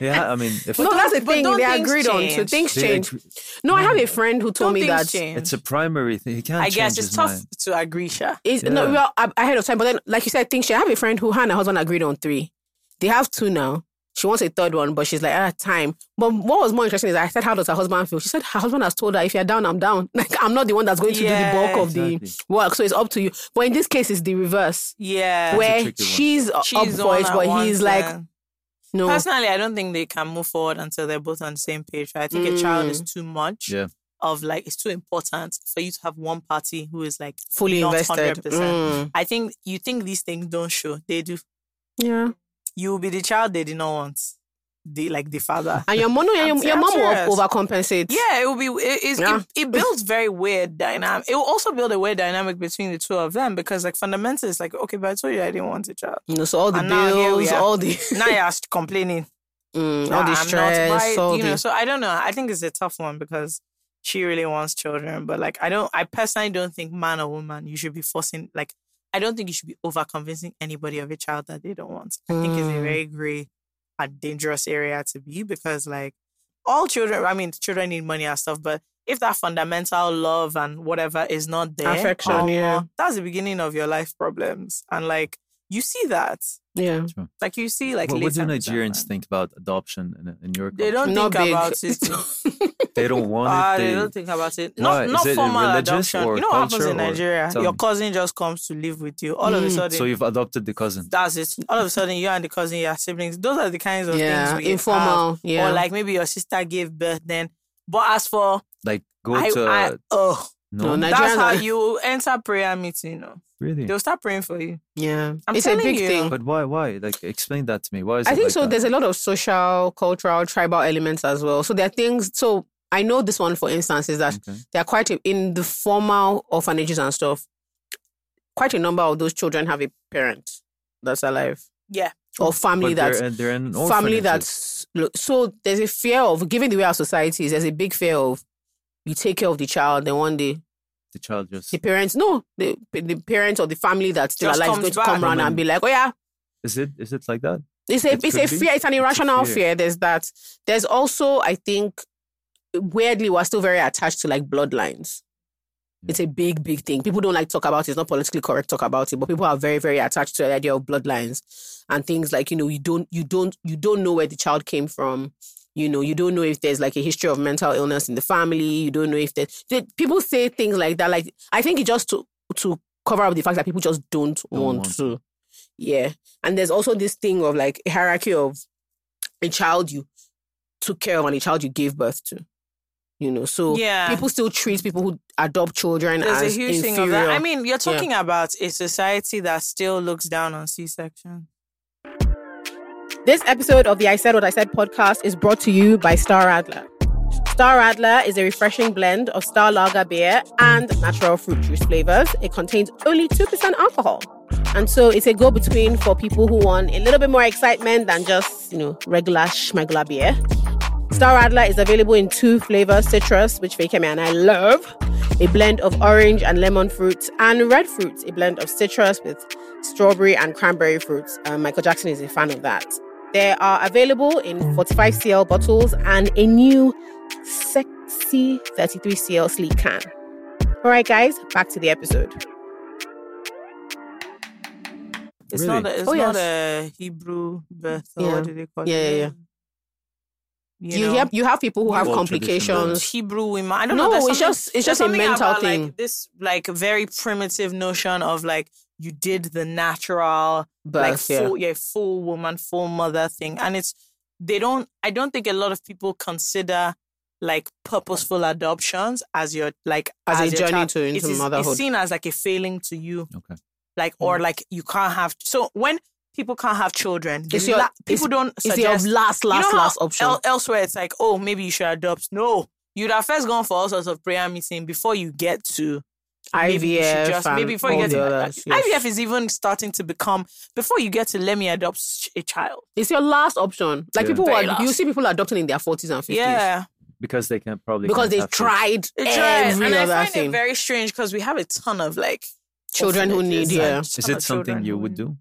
S1: yeah, I mean, if
S4: no, that's the
S5: But
S4: thing.
S5: don't
S4: They
S5: things
S4: agreed on two.
S5: change?
S4: Things
S1: they Mm.
S4: change.
S1: agree-
S4: No, I have a friend who
S5: Don't
S4: told me
S5: things
S4: that.
S5: change?
S1: it's a primary thing. He can't.
S5: I guess
S1: change
S5: it's
S1: his
S5: tough
S1: mind.
S5: to agree Sha.
S4: It's, No,
S1: Yeah.
S4: well, a- ahead of time. But then, like you said, things change. I have a friend who her and her husband agreed on three. They have two now. She wants a third one, but she's like, ah, time. But what was more interesting is I said, how does her husband feel? She said, her husband has told her, if you're down, I'm down. Like, I'm not the one that's going to
S5: Yeah,
S4: do the bulk of
S1: exactly.
S4: the work. So it's up to you. But in this case, it's the reverse.
S5: yeah
S1: a
S4: where
S1: tricky one.
S4: she's up
S5: She's the
S4: for
S5: one
S4: it,
S5: that
S4: but he's
S5: wants
S4: like,
S5: them.
S4: no.
S5: personally i don't think they can move forward until they're both on the same page right? i think a child
S4: Mm.
S5: is too much
S1: Yeah.
S5: of like it's too important for you to have one party who is like
S4: fully
S5: not
S4: invested.
S5: 100%.
S4: Mm.
S5: i think you think these things don't show they do
S4: Yeah.
S5: you will be the child they did not want the like the father
S4: And your mom, your,
S5: I'm
S4: your mom
S5: serious.
S4: will overcompensate.
S5: Yeah, it will be. It, it's,
S4: Yeah.
S5: it, it builds very weird dynamic. It will also build a weird dynamic between the two of them because, like, fundamentally, it's like, okay, but I told you I didn't want a child.
S4: You know, so all the
S5: And now here we
S4: bills,
S5: are.
S4: all the
S5: Now you're complaining.
S4: mm,
S5: that
S4: all the
S5: I'm not
S4: stress,
S5: right,
S4: all
S5: you
S4: the
S5: know. So I don't know. I think it's a tough one because she really wants children. But like, I don't, I personally don't think man or woman, you should be forcing, like, I don't think you should be over convincing anybody of a child that they don't want. I think it's a
S4: Mm.
S5: very gray and dangerous area to be because like all children, I mean, children need money and stuff, but if that fundamental love and whatever is not there,
S4: Affection,
S5: omo,
S4: yeah.
S5: that's the beginning of your life problems. And like, you see that.
S4: Yeah.
S5: Like, you see, like,
S1: what, what do
S5: later
S1: Nigerians
S5: development.
S1: think about adoption in, in your country?
S5: They don't
S4: Not
S5: think
S4: big.
S5: about it.
S1: They don't want
S5: Ah,
S1: it.
S5: they,
S1: They,
S5: don't think about it.
S1: Why?
S5: Not,
S1: Is
S5: not
S1: it
S5: formal
S1: religious
S5: adoption.
S1: or
S5: you know what happens
S1: culture
S5: in
S1: or-
S5: Nigeria?
S1: Tell
S5: Your
S1: me.
S5: cousin just comes to live with you. All of a
S4: Mm.
S5: sudden,
S1: so you've adopted the cousin.
S5: that's it. All of a sudden, you and the cousin, your siblings. Those are the kinds of
S4: Yeah.
S5: things we have.
S4: Informal. yeah.
S5: Or like maybe your sister gave birth then. But as for
S1: Like go
S5: I,
S1: to
S5: I, oh,
S1: no,
S4: no,
S5: that's
S4: Nigerians
S5: how
S4: are-
S5: you enter prayer meeting. You know,
S1: really.
S5: they'll start praying for you.
S4: yeah.
S5: I'm
S4: it's a
S5: telling
S4: big
S5: you.
S4: thing.
S1: But why? Why? Like explain that to me. Why is it
S4: I think
S1: like
S4: so.
S1: that?
S4: There's a lot of social, cultural, tribal elements as well. So there are things. So I know this one, for instance, is that
S1: Okay.
S4: they are quite a, in the formal orphanages and stuff. Quite a number of those children have a parent that's alive
S5: Yeah,
S4: or family
S1: But
S4: that's
S1: they're, they're in
S4: family
S1: orphanages.
S4: that's look, so there's a fear of given the way our society is. There's a big fear of you take care of the child, then one day
S1: the child just
S4: the parents no the the parents or the family that's still
S5: Just
S4: alive is
S5: comes
S4: going to
S5: back.
S4: come around and be like, oh yeah,
S1: is it is it like that?
S4: It's a
S1: It
S4: it's
S1: could
S4: a
S1: be.
S4: fear. It's an
S1: It's a
S4: irrational
S1: fear.
S4: fear. There's that. There's also, I think, weirdly, we're still very attached to like bloodlines.
S1: Yeah.
S4: It's a big, big thing. People don't like to talk about it. It's not politically correct to talk about it, but people are very, very attached to the idea of bloodlines and things like you know you don't you don't you don't know where the child came from. You know, you don't know if there's like a history of mental illness in the family. You don't know if there's the- people say things like that. Like I think it just to to cover up the fact that people just don't,
S1: Don't
S4: want,
S1: want
S4: to. Yeah. And there's also this thing of like a hierarchy of a child you took care of and a child you gave birth to. You know, so
S5: Yeah.
S4: people still treat people who adopt children
S5: there's a
S4: as
S5: huge
S4: inferior.
S5: thing of that. I mean, you're talking about a society that still looks down on C-section.
S3: This episode of the I Said What I Said podcast is brought to you by Star Adler. Star Adler is a refreshing blend of Star Lager beer and natural fruit juice flavors. It contains only 2% alcohol. And so it's a go between for people who want a little bit more excitement than just, you know, regular schmegula beer. Star Adler is available in two flavors citrus, which Fakeme and I love, a blend of orange and lemon fruit, and red fruit, a blend of citrus with strawberry and cranberry fruits. Um, Michael Jackson is a fan of that. They are available in 45cl bottles and a new sexy 33cl sleek can. All right, guys, back to the episode.
S5: It's
S1: Really?
S5: not a, it's
S4: Oh,
S5: not a Hebrew birth or
S4: Yeah.
S5: what do they call
S4: Yeah,
S5: it?
S4: yeah, yeah.
S5: You,
S4: you,
S5: know,
S4: have you have people who have
S1: Well, tradition,
S5: those
S4: complications.
S5: Hebrew women. I don't
S4: No,
S5: know. there's
S4: it's
S5: something-
S4: just it's
S5: there's
S4: just a
S5: something
S4: mental
S5: about,
S4: thing.
S5: Like, this like very primitive notion of like you did the natural,
S4: but
S5: like full, yeah, full woman, full mother thing, and it's they don't. I don't think a lot of people consider like purposeful adoptions as your like
S4: As a
S5: your
S4: journey
S5: child.
S4: to- into
S5: It is-
S4: motherhood.
S5: It's seen as like a failing to you
S1: Okay.
S5: like or like you can't have so when people can't have children the
S4: It's your-
S5: la- people
S4: it's-
S5: don't
S4: it's
S5: suggest
S4: the last,
S5: you know
S4: last,
S5: how
S4: last option.
S5: el- elsewhere it's like oh maybe you should adopt no you'd have first gone for all sorts of prayer meeting before you get to maybe you should
S4: IVF,
S5: just
S4: and
S5: maybe before you
S4: all
S5: get to
S4: the others, yes.
S5: IVF is even starting to become before you get to let me adopt sh- a child
S4: It's your last option. Like
S1: Yeah.
S4: people
S5: Very
S4: are, you
S5: last.
S4: see people adopting in their forties and fifties.
S5: yeah
S1: Because they can probably
S4: Because
S1: can't
S4: they
S1: have kids.
S4: tried
S5: It
S4: every
S5: and I
S4: other
S5: find
S4: thing.
S5: it very strange because we have a ton of like
S4: Children who need,
S5: orphanages and
S4: yeah.
S5: ton
S1: Is
S5: of
S1: it something
S5: children
S1: you
S5: who
S1: would
S5: need-
S1: do?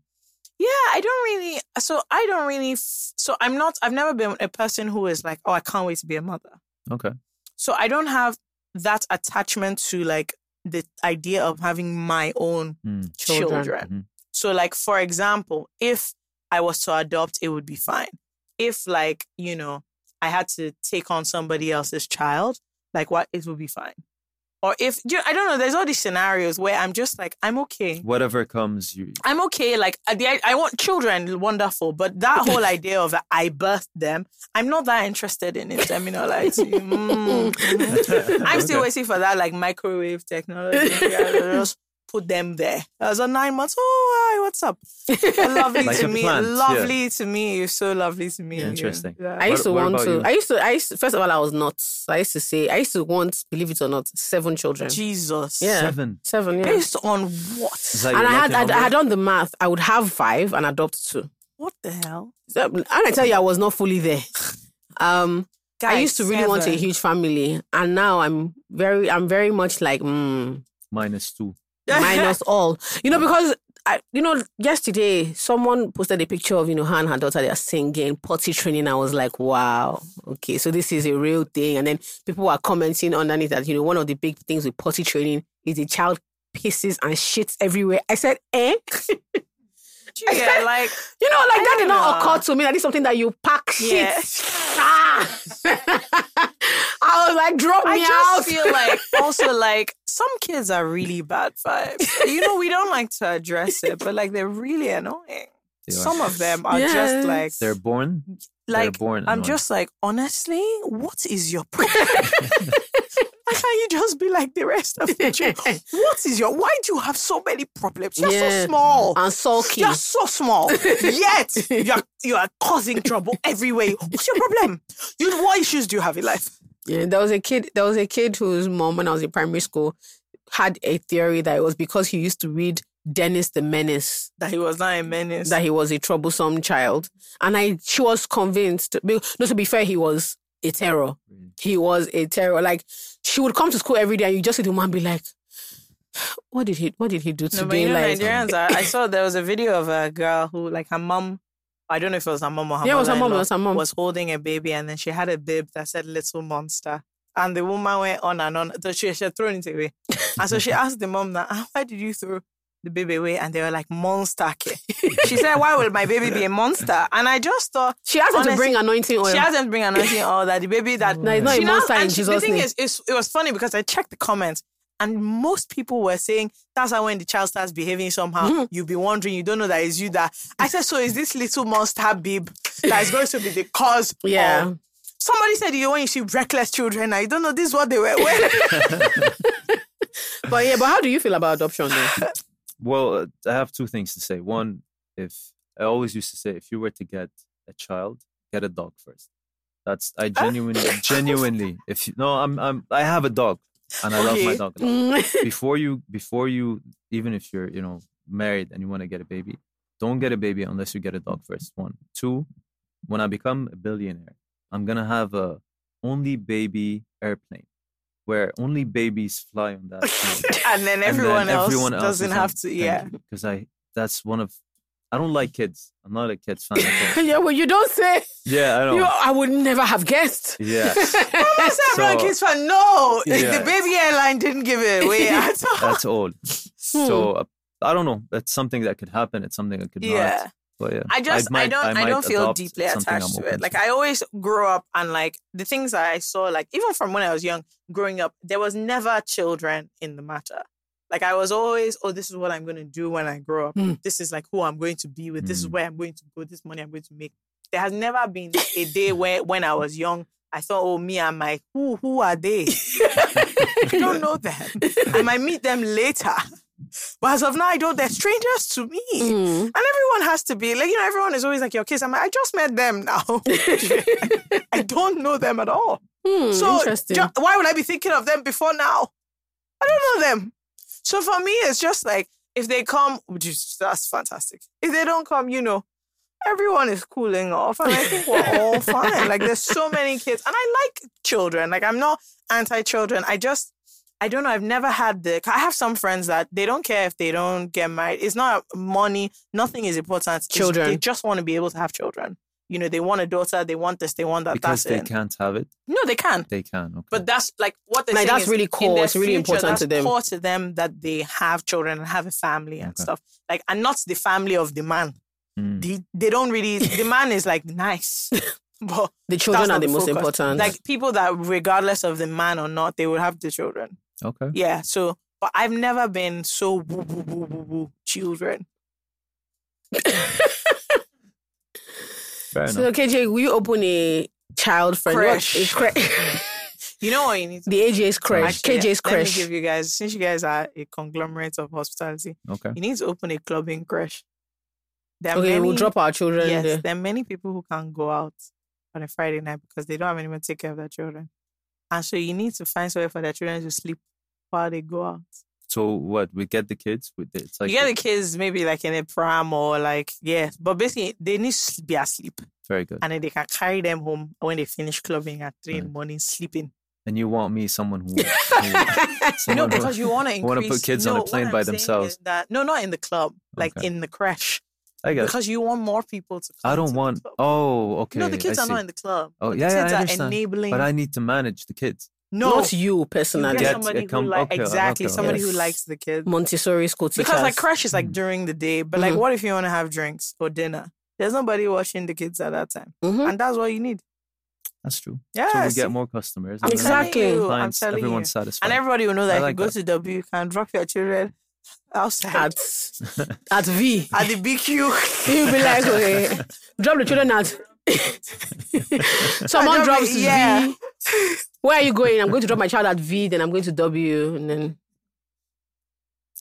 S5: Yeah, I don't really. So I don't really. f- So I'm not. I've never been a person who is like, oh, I can't wait to be a mother.
S1: Okay.
S5: So I don't have that attachment to like the idea of having my own
S1: Mm.
S5: children.
S4: Children.
S1: Mhm.
S5: So like for example, if I was to adopt, it would be fine. If like you know, I had to take on somebody else's child, like what it would be fine. Or if do you- I don't know, there's all these scenarios where I'm just like, I'm okay.
S1: Whatever comes, you
S5: I'm okay. Like I, the- I want children, wonderful, but that whole idea of I birthed them, I'm not that interested in it. Let me not lie to you. Mm, mhm. I'm still
S1: Okay.
S5: waiting for that like microwave technology. Yeah, they'll just put them there. I was on nine months. Oh, hi, what's up? lovely
S1: Like
S5: to
S1: a
S5: me.
S1: plant, yeah.
S5: lovely to me. You're so lovely to me.
S1: Yeah, interesting.
S5: Yeah.
S4: I used to
S1: What- what
S4: want
S1: about
S4: to.
S1: you?
S4: I used to. I used to, first of all, I was nuts. I used to say. I used to want, believe it or not, seven children.
S5: Jesus.
S4: Yeah.
S1: seven.
S4: Seven. Yeah.
S5: Based on what?
S1: Is that
S4: and
S1: your
S4: I had.
S1: lucky
S4: I, I
S1: number?
S4: had done the math. I would have five and adopt two.
S5: What the hell?
S4: So, and I tell you, I was not fully there. Um. I used to really want a huge family, and now I'm very, I'm very much like mm,
S1: minus two.
S4: minus all. You know, because I, you know, yesterday someone posted a picture of you know her and her daughter. They are singing potty training. I was like, wow, okay, so this is a real thing. And then people were commenting underneath that you know one of the big things with potty training is the child pisses and shits everywhere. I said, eh.
S5: Yeah, like
S4: You know, like that
S5: don't
S4: did not
S5: know.
S4: occur to me. That is something that you pack shit.
S5: Yeah.
S4: Ah. I was like, drop
S5: I
S4: me out.
S5: just feel like also like some kids are really bad vibes. You know, we don't like to address it, but like they're really annoying.
S1: They are-
S5: Some of them are
S4: Yes.
S5: just like
S1: They're born. they're
S5: like
S1: born.
S5: I'm
S1: annoying.
S5: just like, honestly, what is your problem? Why can't you just be like the rest of the children? What is your why do you have so many problems? You're
S4: Yeah.
S5: so small.
S4: and sulky.
S5: You're so small. Yet you're you are causing trouble every way. What's your problem? You what issues do you have in life?
S4: Yeah, there was a kid. There was a kid whose mom, when I was in primary school, had a theory that it was because he used to read Dennis the Menace
S5: That he was not a menace.
S4: that he was a troublesome child, and I she was convinced. be- No, to be fair, he was a terror. He was a terror. Like she would come to school every day, and you just see the woman be like, "What did he? What did he do
S5: No, but
S4: today?"
S5: you know,
S4: like,
S5: Nigerians are. I saw there was a video of a girl who, like, her mom. I don't know if it was her mom or her
S4: Yeah, it was her mom, it
S5: mother-in-law,
S4: was her mom.
S5: Was holding a baby, and then she had a bib that said "Little Monster," and the woman went on and on. so She, she had thrown it away, and so she asked the mom, "That "Ah, why did you throw?" The baby away, and they were like monster. ke." she said, "Why will my baby be a monster?" And I just thought
S4: she asked him to
S5: honestly,
S4: bring anointing oil.
S5: she hasn't bring anointing all that. The baby that
S4: No, it's not
S5: she
S4: a
S5: now-
S4: monster
S5: and
S4: in
S5: she-
S4: Jesus'
S5: The thing
S4: name.
S5: is, it's, it was funny because I checked the comments and most people were saying that's how when the child starts behaving somehow, you'll be wondering, you don't know that it's you that. I said, so is this little monster babe that is going to be the cause? of-"
S4: Yeah.
S5: Somebody said, you know, when you see reckless children, now you don't know this is what they were wearing.
S4: but yeah, but how do you feel about adoption? Though?
S1: Well, uh, I have two things to say. One, if I always used to say, if you were to get a child, get a dog first. That's I genuinely, genuinely. If you no, I'm, I'm, I have a dog, and I love my
S5: Okay.
S1: dog. a lot.
S4: Mm.
S1: before you before you even if you're you know married and you want to get a baby don't get a baby unless you get a dog first one two when i become a billionaire i'm gonna have a only baby airplane where only babies fly on that plane.
S5: and then everyone else doesn't have to, yeah.
S1: because i that's one of i don't like kids i'm not a kids fan at all.
S4: yeah, well, you don't say.
S1: yeah i
S4: You,
S1: know
S4: I would never have guessed.
S1: yeah
S5: I said, I'm not a
S1: So-
S5: kids fan. No,
S1: Yeah.
S5: the baby airline didn't give it away at all.
S1: that's all
S5: Hmm.
S1: so uh, i don't know that's something that could happen it's something that could not
S5: Yeah.
S1: But yeah,
S5: I just I,
S1: might-
S5: don't I,
S1: might
S5: don't feel
S1: adopt
S5: deeply
S1: something I'm
S5: attached to
S1: open
S5: it. Like I always grew up and like the things that I saw, like even from when I was young, growing up, there was never children in the matter. Like I was always, oh, this is what I'm gonna do when I grow
S1: Hmm.
S5: up.
S4: Mm.
S5: This is like who I'm going to be with. This is
S1: Mm.
S5: where I'm going to go. This money I'm going to make. There has never been a day where when I was young, I thought, oh, me and my who who are they? I don't know them. I might meet them later. But as of now, I don't. They're strangers to me.
S4: Mm.
S5: And everyone has to be like, you know, everyone is always like, your kids. I'm like, I just met them now. I don't know them at all.
S4: Hmm,
S5: so
S4: interesting.
S5: ju- why would I be thinking of them before now? I don't know them. So for me, it's just like if they come, which is- that's fantastic. If they don't come, you know, everyone is cooling off, and I think we're all fine. Like there's so many kids, and I like children. Like I'm not anti-children. I just I don't know. I've never had the. I have some friends that they don't care if they don't get married. It's not money. Nothing is important. It's-
S4: Children.
S5: they just want to be able to have children. You know, they want a daughter. They want this. They want that.
S1: because
S5: that's
S1: they
S5: it.
S1: can't have it,
S5: No, they can.
S1: they can. Okay.
S5: But that's like what they
S4: Like, that's really core.
S5: cool.
S4: It's really important
S5: that's
S4: to them.
S5: Core to them that they have children and have a family and
S1: Okay.
S5: stuff. Like and not the family of the man.
S1: Mm.
S5: They, they don't really. the man is like nice, but
S4: the children
S5: that's
S4: are
S5: not
S4: the,
S5: the
S4: most
S5: focus.
S4: important.
S5: like people that regardless of the man or not, they will have the children.
S1: okay,
S5: Yeah. So, but I've never been so woo woo woo woo woo children.
S1: fair
S4: so,
S1: enough.
S4: KJ, will you open a child friend?
S5: Crash.
S4: What- a cra-
S5: You know what you need. to
S4: the AJ's crash.
S5: Actually,
S4: KJ's
S5: Let me
S4: crash.
S5: give you guys, since you guys are a conglomerate of hospitality,
S1: Okay,
S5: you need to open a clubbing crash. There are
S4: okay, we'll
S5: many-
S4: drop our children.
S5: Yes,
S4: there.
S5: there are many people who can't go out on a Friday night because they don't have anyone to take care of their children. And so you need to find somewhere for their children to sleep while they go out.
S1: So what? We get the kids. We, it's like
S5: you get the kids maybe like in a pram or like yeah, but basically they need to be asleep
S1: very good.
S5: and then they can carry them home when they finish clubbing at three in the
S1: Right.
S5: morning sleeping.
S1: And you want me someone who, who
S5: No,
S1: someone who-
S5: because you want to
S1: wanna put
S5: increase-
S1: kids on a
S5: No, what
S1: plane
S5: I'm
S1: by
S5: saying
S1: themselves.
S5: is That, no, not in the club, like
S1: Okay.
S5: in the crash.
S1: I guess
S5: Because you want more people to. Come
S1: I
S5: to
S1: don't
S5: the
S1: want.
S5: club.
S1: Oh, okay.
S5: no, the kids
S1: I
S5: are
S1: see.
S5: not in the club.
S1: Oh
S5: The
S1: yeah, yeah,
S5: kids
S1: I
S5: are
S1: understand.
S5: enabling.
S1: But I need to manage the kids.
S5: no,
S3: Not you
S5: You
S3: personally.
S5: get
S1: Get-
S5: somebody who
S1: come-
S5: like
S1: okay,
S5: exactly
S1: okay,
S5: somebody who
S3: yes.
S5: likes the kids.
S3: Montessori school teachers.
S5: Because like crash is like
S1: Mhm.
S5: during the day, but like
S3: Mhm.
S5: what if you want to have drinks or dinner? There's nobody watching the kids at that time,
S3: Mhm.
S5: and that's what you need.
S1: That's true.
S5: Yeah,
S1: so we
S5: see?
S1: get more customers.
S5: I'm
S1: and then
S5: telling
S3: Exactly.
S5: you, I'm
S1: clients,
S5: telling you.
S1: everyone's satisfied.
S5: And everybody will know
S1: I
S5: that
S1: like
S5: if you go
S1: that.
S5: to W, you can drop your children outside
S3: at at V.
S5: at the BQ.
S3: You'll be like, okay, drop the children at. Someone
S5: Drop
S3: drops
S5: it, yeah.
S3: V. Where are you going? I'm going to drop my child at V, then I'm going to W, and then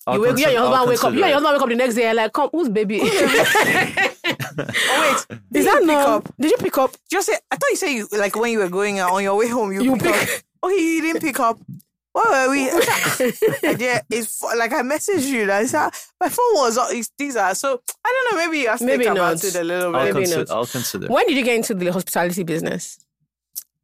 S1: I'll
S3: you wake, you and
S1: consider-
S3: your
S1: I'll
S3: husband wake up. You
S1: consider
S3: and
S1: it.
S3: your husband wake up the next day. Like, come, who's baby?
S5: oh wait,
S3: Is that no? Did you pick up?
S5: just say. I thought you said you like when you were going out on your way home. You,
S3: You pick-
S5: pick. Up. Okay, you didn't pick up. What were we? I did- it's fu- like I messaged you. Like, so- my phone was. on- it's- These are so. I don't know. Maybe you have to
S3: Maybe
S5: think about
S3: not.
S5: it a little
S1: I'll
S5: bit.
S3: Maybe
S1: consider.
S3: not.
S1: I'll consider.
S3: When did you get into the hospitality business?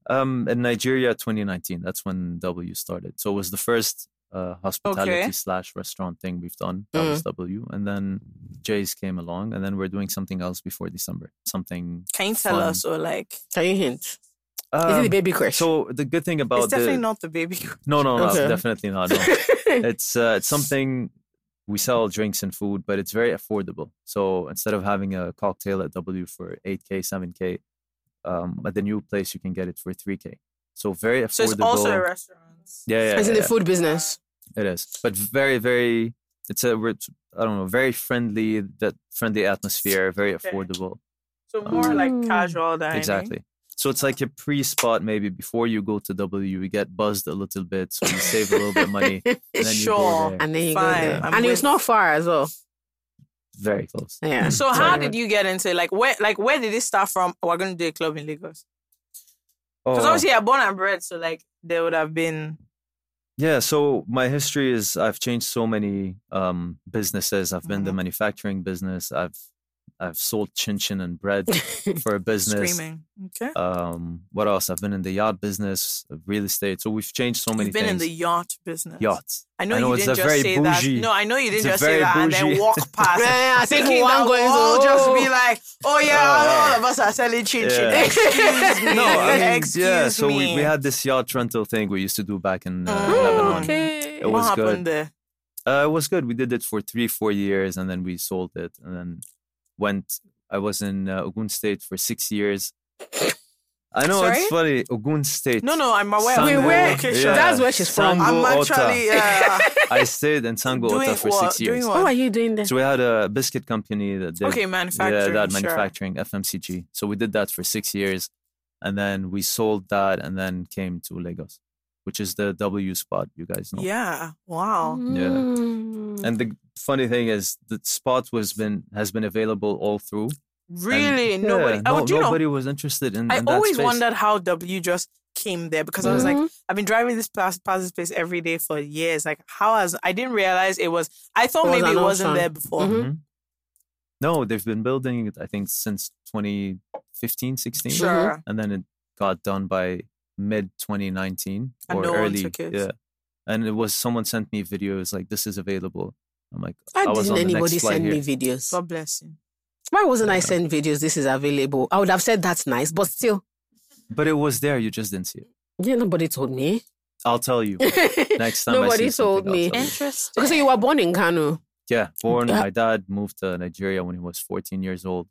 S1: Um, in Nigeria, 2019. That's when W started. So it was the first uh, hospitality
S5: Okay. Mm.
S1: slash restaurant thing we've done. That was W, and then Jay's came along, and then we're doing something else before December. Something.
S5: Can you tell
S1: Fun.
S5: us or like?
S3: Can you hint? Is it
S1: Um,
S3: the baby crush?
S1: so the good thing about
S5: It's definitely
S1: the,
S5: not the baby.
S1: No, no, no,
S3: Okay.
S1: definitely not. No. it's uh, it's something we sell drinks and food, but it's very affordable. So instead of having a cocktail at W for eight k, seven k, um, at the new place you can get it for three k. So very affordable.
S5: So it's also a restaurant.
S1: yeah, yeah,
S3: it's in
S1: yeah,
S3: the food business.
S1: yeah, it is. But very, very. It's a re- I don't know, very friendly that friendly atmosphere, very
S5: Okay.
S1: affordable.
S5: So more
S3: Mm.
S5: like casual dining. Uh-huh.
S1: Exactly. So it's like a pre-spot maybe before you go to W, you get buzzed a little bit, so you save a little bit of money. And then You go
S5: Sure.
S1: there.
S3: And then you
S5: Fine,
S3: go there.
S5: I'm
S3: and
S5: with-
S3: it's not far as well.
S1: Very close.
S3: Yeah.
S5: So how
S1: Sorry.
S5: did you get into like where like where did it start from? Oh, We're gonna do a club in Lagos
S1: Oh,
S5: because
S1: wow.
S5: obviously I'm born and bred, so like there would have been
S1: Yeah, so my history is I've changed so many um, businesses. I've
S5: Mm-hmm.
S1: been the manufacturing business. I've I've sold chin chin and bread for a business.
S5: screaming. Okay,
S1: Um, what else? I've been in the yacht business, uh, real estate. So we've changed so many
S5: you've been in
S1: things.
S5: the yacht business.
S1: yachts.
S5: I know,
S1: I know
S5: you
S1: it's
S5: didn't
S1: a
S5: just
S1: very
S5: say
S1: bougie-
S5: that. No, I know you
S1: it's
S5: didn't
S1: a
S5: just
S1: very
S5: say that and
S1: bougie-
S5: then walk past.
S3: Yeah, I think
S5: Thinking
S3: one
S5: that
S3: goes,
S5: we'll all
S3: "Oh."
S5: just be like, oh yeah,
S1: yeah.
S5: all of us are selling chin chin.
S1: Yeah.
S5: Excuse me.
S1: No, I mean,
S5: excuse
S1: yeah. So
S5: me.
S1: we, we had this yacht rental thing we used to do back in uh,
S5: Mm.
S1: Lebanon.
S3: okay.
S1: It
S5: what
S1: was
S5: happened
S1: good.
S5: there?
S1: Uh, it was good. We did it for three, four years, and then we sold it, and then went. I was in uh, Ogun State for six years. I know it's funny. Ogun State.
S5: No, no, I'm aware.
S1: Sango-
S3: We
S5: of the
S3: were-
S5: location.
S1: yeah,
S3: That's where she's from.
S1: Sango
S5: I'm actually
S1: Ota.
S5: yeah.
S1: I stayed in Sango Ota
S5: doing
S1: for
S5: what?
S1: six years.
S5: Doing
S3: What
S5: what?
S3: are you doing there?
S1: So we had a biscuit company that did
S5: Okay, manufacturing.
S1: yeah, that
S5: sure.
S1: manufacturing FMCG. So we did that for six years, and then we sold that, and then came to Lagos, which is the W spot. You guys know.
S5: Yeah. Wow.
S3: Mm.
S1: And the funny thing is, the spot was been has been available all through.
S5: Really?
S1: And-
S5: nobody.
S1: Yeah,
S5: oh,
S1: no-
S5: do you know?
S1: nobody was interested in.
S5: I
S1: in that
S5: always
S1: space.
S5: wondered how W just came there because I was like,
S3: Mhm.
S5: I've been driving this past past this place every day for years. Like, how has I didn't realize it was. I thought
S3: It was
S5: maybe
S3: an
S5: it wasn't
S3: option.
S5: there before.
S3: Mhm.
S1: Mhm. No, they've been building it. I think since 2015, 16,
S3: Mm-hmm.
S5: Sure.
S1: and then it got done by mid 2019
S5: And
S1: or
S5: no one
S1: early.
S5: took it.
S1: Yeah, and it was someone sent me videos like this is available. I'm like,
S3: Why
S1: I was
S3: didn't
S1: on the
S3: anybody
S1: next flight
S3: send
S1: here.
S3: me videos?
S5: God bless you.
S3: Why wasn't I sent videos? This is available. I would have said that's nice, but still,
S1: But it was there. You just didn't see it.
S3: yeah, nobody told me.
S1: I'll tell you next time. I
S3: Nobody
S1: see something,
S3: told
S1: I'll
S3: me.
S1: tell you.
S5: Interesting.
S3: Okay, so you were born in Kano.
S1: Yeah, born.
S3: Yeah.
S1: My dad moved to Nigeria when he was 14 years old.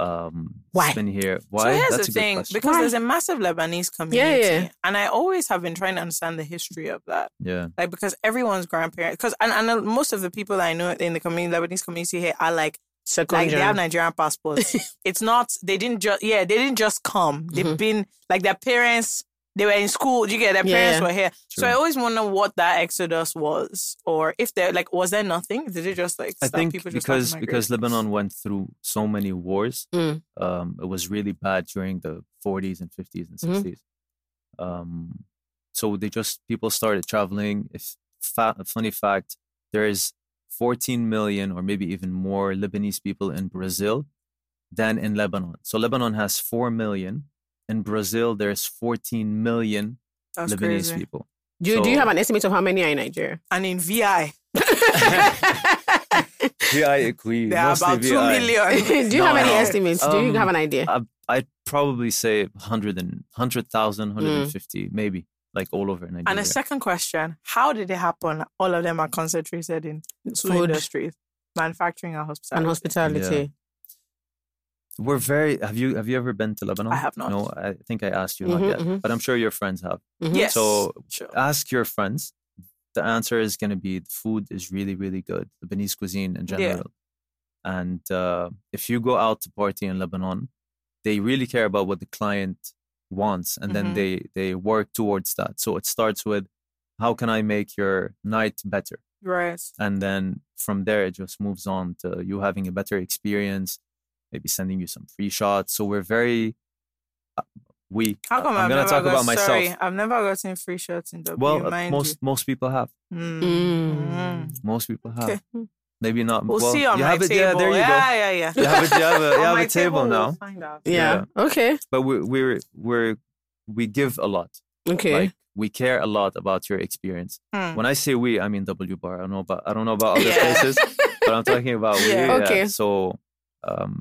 S1: Um,
S3: Why?
S1: Been here. Why?
S5: So here's
S1: That's
S5: the
S1: a good
S5: thing,
S1: question.
S5: because there's a massive Lebanese
S3: yeah.
S5: community, and I always have been trying to understand the history of that.
S1: yeah,
S5: like because everyone's grandparents because and, and uh, most of the people I know in the community Lebanese community here are like
S3: Second
S5: like they have
S3: gen.
S5: Nigerian passports. it's not they didn't just yeah they didn't just come. They've
S3: Mhm.
S5: been like their parents. They were in school. You get their
S3: Yeah,
S5: parents
S3: yeah.
S5: were here. So
S1: True.
S5: I always wonder what that exodus was, or if there like was there nothing? Did it just like
S1: I
S5: start-
S1: think
S5: people just start to
S1: because
S5: migrate?
S1: because Lebanon went through so many wars.
S3: Mm.
S1: Um, it was really bad during the 40s and
S5: Mm-hmm.
S1: 50s and
S3: Mhm.
S1: 60s. Um, so they just people started traveling. If fa- funny fact there is 14 million or maybe even more Lebanese people in Brazil than in Lebanon. So Lebanon has 4 million. In Brazil, there's 14 million
S5: That's
S1: Lebanese
S5: crazy.
S1: people.
S4: Do, you do you
S1: So-
S4: have an estimate of how many are in Nigeria?
S5: And in VI,
S1: VI equi,
S5: there are
S1: mostly
S5: about 2
S1: VI.
S4: do
S5: million.
S4: you
S1: No,
S4: have any
S1: no.
S4: estimates? do you
S1: Um,
S4: have an idea?
S1: I, I'd probably say 100 and 100,000, 150, maybe like all over Nigeria.
S5: Mm. And a second question How did it happen? All of them are concentrated in two
S4: Food
S5: industries manufacturing and
S4: and
S5: hospitality.
S4: hospitality.
S1: We're very. Have you have you ever been to Lebanon?
S5: I have not. Mm-hmm,
S1: No, I think I asked you
S4: Mhm,
S1: not yet,
S4: mhm.
S1: but I'm sure your friends have.
S4: Mhm.
S5: yes.
S1: So- uh,
S5: sure.
S1: Ask your friends. The answer is going to be the food is really really good. Lebanese cuisine in general, and uh, if you go out to party in Lebanon, they really care about what the client wants, and then
S5: Mhm.
S1: they they work towards that. So it starts with, how can I make your night better?
S5: right.
S1: and then from there it just moves on to you having a better experience maybe sending you some free shots so we're very uh, we
S5: How come
S1: i'm
S5: have
S1: gonna
S5: never
S1: talk
S5: got,
S1: about myself
S5: Sorry, I've never gotten free shots in W.
S1: well uh,
S5: mind
S1: most
S5: you.
S1: most people have
S5: Mm.
S4: Mm.
S5: Mm.
S1: most people have
S5: Okay.
S1: maybe not
S5: We'll,
S1: well,
S5: see on
S1: you
S5: my
S1: have it
S5: table.
S1: yeah there you
S5: yeah, yeah, yeah.
S1: go you have it you have a, you
S5: on
S1: have
S5: my
S1: a table,
S5: We'll
S1: now
S5: find out.
S4: Yeah. Okay.
S1: but we're we're we're we give a lot
S4: Okay.
S1: like we care a lot about your experience
S5: Hmm.
S1: when i say we i mean w bar i don't know about i don't know about other
S5: Yeah.
S1: places but I'm talking about we,
S5: Yeah.
S4: Okay.
S1: So, um,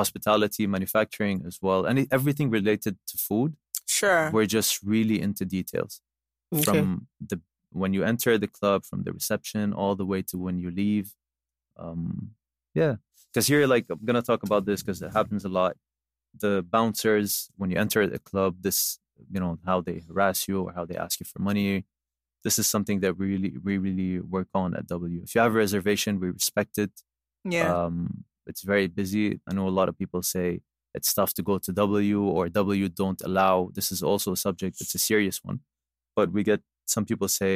S1: hospitality, manufacturing as well, and everything related to food.
S5: Sure.
S1: We're just really into details
S4: okay.
S1: from the when you enter the club, from the reception all the way to when you leave. Um, yeah, because here, like, I'm gonna talk about this because it happens a lot. The bouncers, when you enter the club, this you know how they harass you or how they ask you for money. This is something that we really, we really work on at W. If you have a reservation, we respect it.
S5: yeah.
S1: Um, it's very busy. I know a lot of people say it's tough to go to W or W don't allow. This is also a subject. It's a serious one, but we get some people say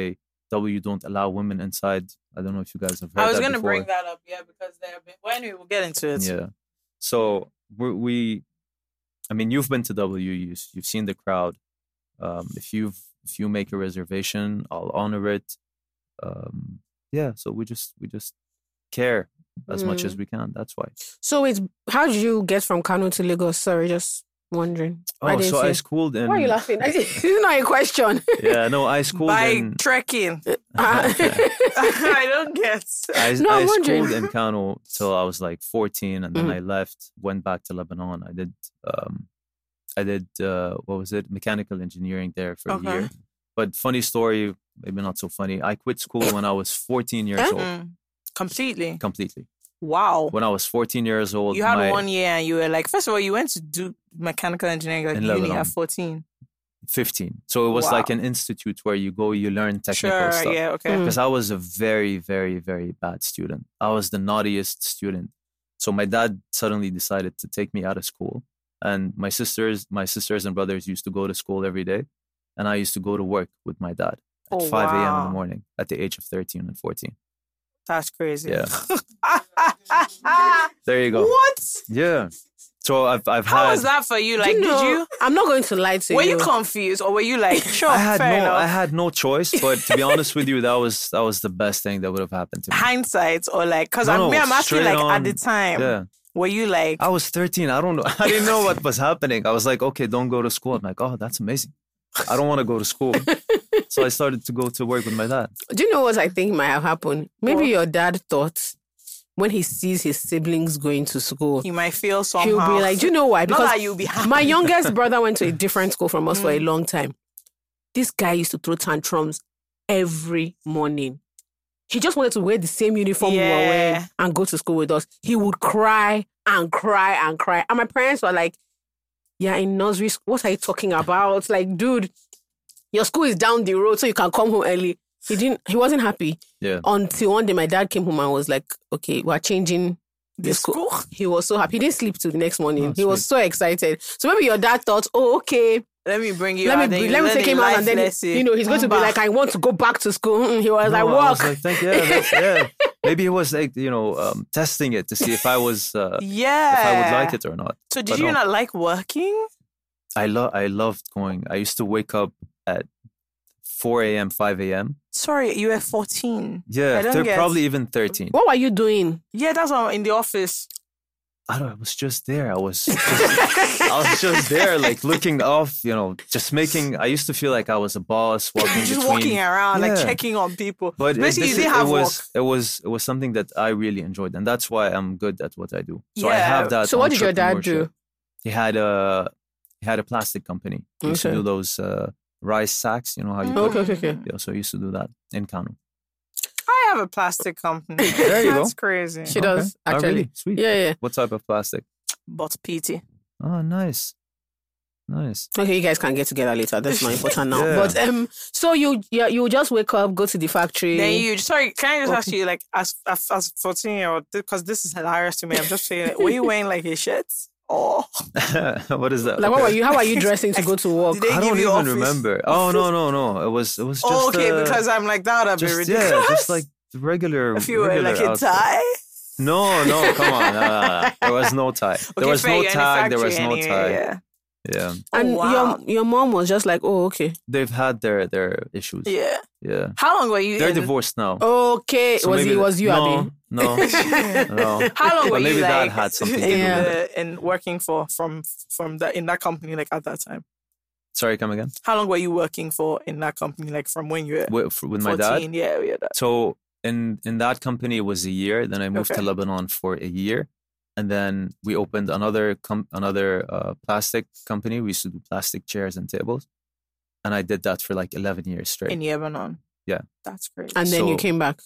S1: W don't allow women inside. I don't know if you guys have heard.
S5: I was
S1: that
S5: gonna bring
S1: before.
S5: that up, yeah, because there have been. Well, anyway, we'll get into it.
S1: Yeah. So we, we, I mean, you've been to W. You've, you've seen the crowd. Um, if you've if you make a reservation, I'll honor it. Um, yeah. So we just we just care as much
S4: Mm.
S5: Mm-hmm.
S1: as we can. That's why.
S4: So it's how did you get from Kano to Lagos? Sorry, just wondering. I
S1: Oh,
S4: didn't
S1: so I
S4: say.
S1: schooled in.
S4: Why are you laughing? this is not a question.
S1: Yeah, no, I schooled
S5: By
S1: in.
S5: trekking,
S4: Uh,
S5: I don't get.
S1: I,
S4: No,
S1: I
S4: I'm wondering.
S1: schooled in Kano till I was like 14, and then
S4: Mm.
S1: I left, went back to Lebanon. I did, um, I did, uh, what was it, mechanical engineering there for
S5: Okay.
S1: a year. But funny story, maybe not so funny. I quit school when I was 14 years old,
S5: Mm. Completely.
S1: completely.
S5: Wow.
S1: When I was 14 years old,
S5: You had
S1: my
S5: one year and you were like, first of all, you went to do mechanical engineering like
S1: In
S5: uni
S1: Lebanon.
S5: at 14.
S1: 15, so it was like
S5: Wow.
S1: an institute where you go, you learn technical
S5: sure.
S1: stuff.
S5: Yeah. Okay.
S4: Mm.
S1: because I was a very, very, very bad student. I was the naughtiest student. So my dad suddenly decided to take me out of school, and my sisters, my sisters and brothers used to go to school every day, and I used to go to work with my dad at
S5: Oh,
S1: 5 a.m. in
S5: wow.
S1: the morning at the age of 13 and 14.
S5: That's crazy.
S1: Yeah.
S5: what?
S1: There you go. Yeah. So I've I've
S5: How
S1: had
S5: was that for you?
S4: Do
S5: Like,
S4: you
S5: did
S4: know-
S5: you?
S4: I'm not going to lie to
S5: Were
S4: you.
S5: you confused or were you like, sure,
S1: I had
S5: fair
S1: no I
S5: enough?
S1: had no choice, but to be honest with you, that was that was the best thing that would have happened to me.
S5: Hindsight or like, because
S1: No,
S5: I'm,
S1: no,
S5: me, I'm asking
S1: straight
S5: like
S1: on.
S5: at the time,
S1: Yeah.
S5: were you like,
S1: I was 13. I don't know. I didn't know what was happening. I was like, okay, don't go to school. I'm like, oh, that's amazing. I don't want to go to school. so I started to go to work with my dad.
S4: Do you know what I think might have happened? Maybe your dad thought when he sees his siblings going to school,
S5: you might feel somehow?
S4: he'll be like, Do you know why?
S5: Not that Mm. you'll be happy.
S4: my youngest brother went to a different school from us for a long time. This guy used to throw tantrums every morning. He just wanted to wear the same uniform we were
S5: Yeah.
S4: wearing and go to school with us. He would cry and cry and cry. And my parents were like, Yeah, in nursery school, what are you talking about? Like, dude, your school is down the road, so you can come home early. He didn't he wasn't happy
S1: Yeah.
S4: until one day my dad came home and was like, okay, we're changing the school. He was so happy. He didn't sleep till the next morning.
S1: Oh,
S4: he was so excited. So maybe your dad thought, oh, okay,
S5: let me bring you
S4: let me
S5: out. then you
S4: bring- let me
S5: learn
S4: take
S5: a
S4: him out and
S5: life
S4: then
S5: lesson.
S4: you know he's going to be
S5: Mba.
S4: like, "Ah, I want to go back to school. Mm-mm. He was
S1: No,
S4: like,
S1: I
S4: walk.
S1: was like, thank you. Yeah, that's- yeah. Maybe he was like, you know, um, testing it to see if I was, uh,
S5: yeah.
S1: if I would like it or not.
S5: So did
S1: but
S5: you
S1: no.
S5: not like working?
S1: I love, I loved going. I used to wake up at 4 a.m., 5 a.m.
S5: Sorry, you were 14.
S1: Yeah,
S5: I don't
S1: they're
S5: get-
S1: probably even 13.
S4: What were you doing?
S5: Yeah, that's why I'm in the office.
S1: I don't. I was just there. I was. Just, I was just there, like looking off. You know, just making. I used to feel like I was a boss walking
S5: Just
S1: between.
S5: walking around, like
S1: Yeah.
S5: checking on people.
S1: But it-
S5: basically,
S1: this
S5: you
S1: is-
S5: didn't have
S1: it
S5: work.
S1: was it was it was something that I really enjoyed, and that's why I'm good at what I do. So I
S5: Yeah.
S1: have that.
S4: So what did your dad do?
S1: entrepreneurship. He had a he had a plastic company. He used to
S4: Okay.
S1: do those uh, rice sacks. You know how you
S5: Mm.
S1: put
S4: Okay, okay, okay.
S1: Yeah, so I used to do that in Kano.
S5: I have a plastic company.
S1: There you go.
S5: That's crazy.
S4: She does
S1: Oh,
S4: actually.
S1: really? Sweet.
S4: Yeah, yeah.
S1: What type of plastic?
S5: But pity.
S1: Oh, nice, nice.
S3: Okay, you guys can get together later. That's not important now.
S1: Yeah.
S3: But um, so you yeah, you just wake up, go to the factory.
S5: Then you sorry, can I just ask you like as as, as fourteen year old because this is hilarious to me. I'm just saying, were you wearing like a shirt? Oh,
S1: what is that?
S3: like, what
S1: Okay.
S3: were you? How are you dressing to go to work?
S5: did they
S1: I
S5: give
S1: don't
S5: you
S1: even
S5: office?
S1: remember. Oh no no no! It was it was just
S5: oh, okay,
S1: uh,
S5: because I'm like that. would be
S1: just
S5: ridiculous.
S1: yeah, just like the regular.
S5: if you were
S1: regular
S5: like a
S1: outfit.
S5: tie.
S1: No no, come on! No, no, no. There was no tie. there
S5: Okay,
S1: was no
S5: fair, you're in a
S1: tag. There was
S5: factory
S1: no tie.
S5: anyway, Yeah.
S1: Yeah,
S3: And
S5: Oh, wow.
S3: your your mom was just like, oh okay,
S1: they've had their their issues. Yeah,
S5: yeah. Oh, How long were you?
S1: they're
S5: in-
S1: divorced now.
S3: okay.
S1: So
S3: was
S1: maybe
S3: it
S1: the-
S3: was you,
S1: no,
S3: Abby?
S1: No, no.
S5: How long
S1: But
S5: were you
S1: maybe that
S5: like,
S1: had something to do
S5: in,
S1: with
S5: the- in working for from from that in that company like at that time?
S1: Sorry, come again.
S5: How long were you working for in that company like from when you were
S1: With, f- with my dad.
S5: fourteen? Yeah, yeah, that.
S1: So in in that company it was a year. Then I moved
S5: Okay.
S1: to Lebanon for a year, and then we opened another com- another uh, plastic company. We used to do plastic chairs and tables, and I did that for like eleven years straight.
S5: in
S1: In,
S5: Lebanon.
S1: Yeah.
S5: that's great.
S3: And then you
S1: So-
S3: came back.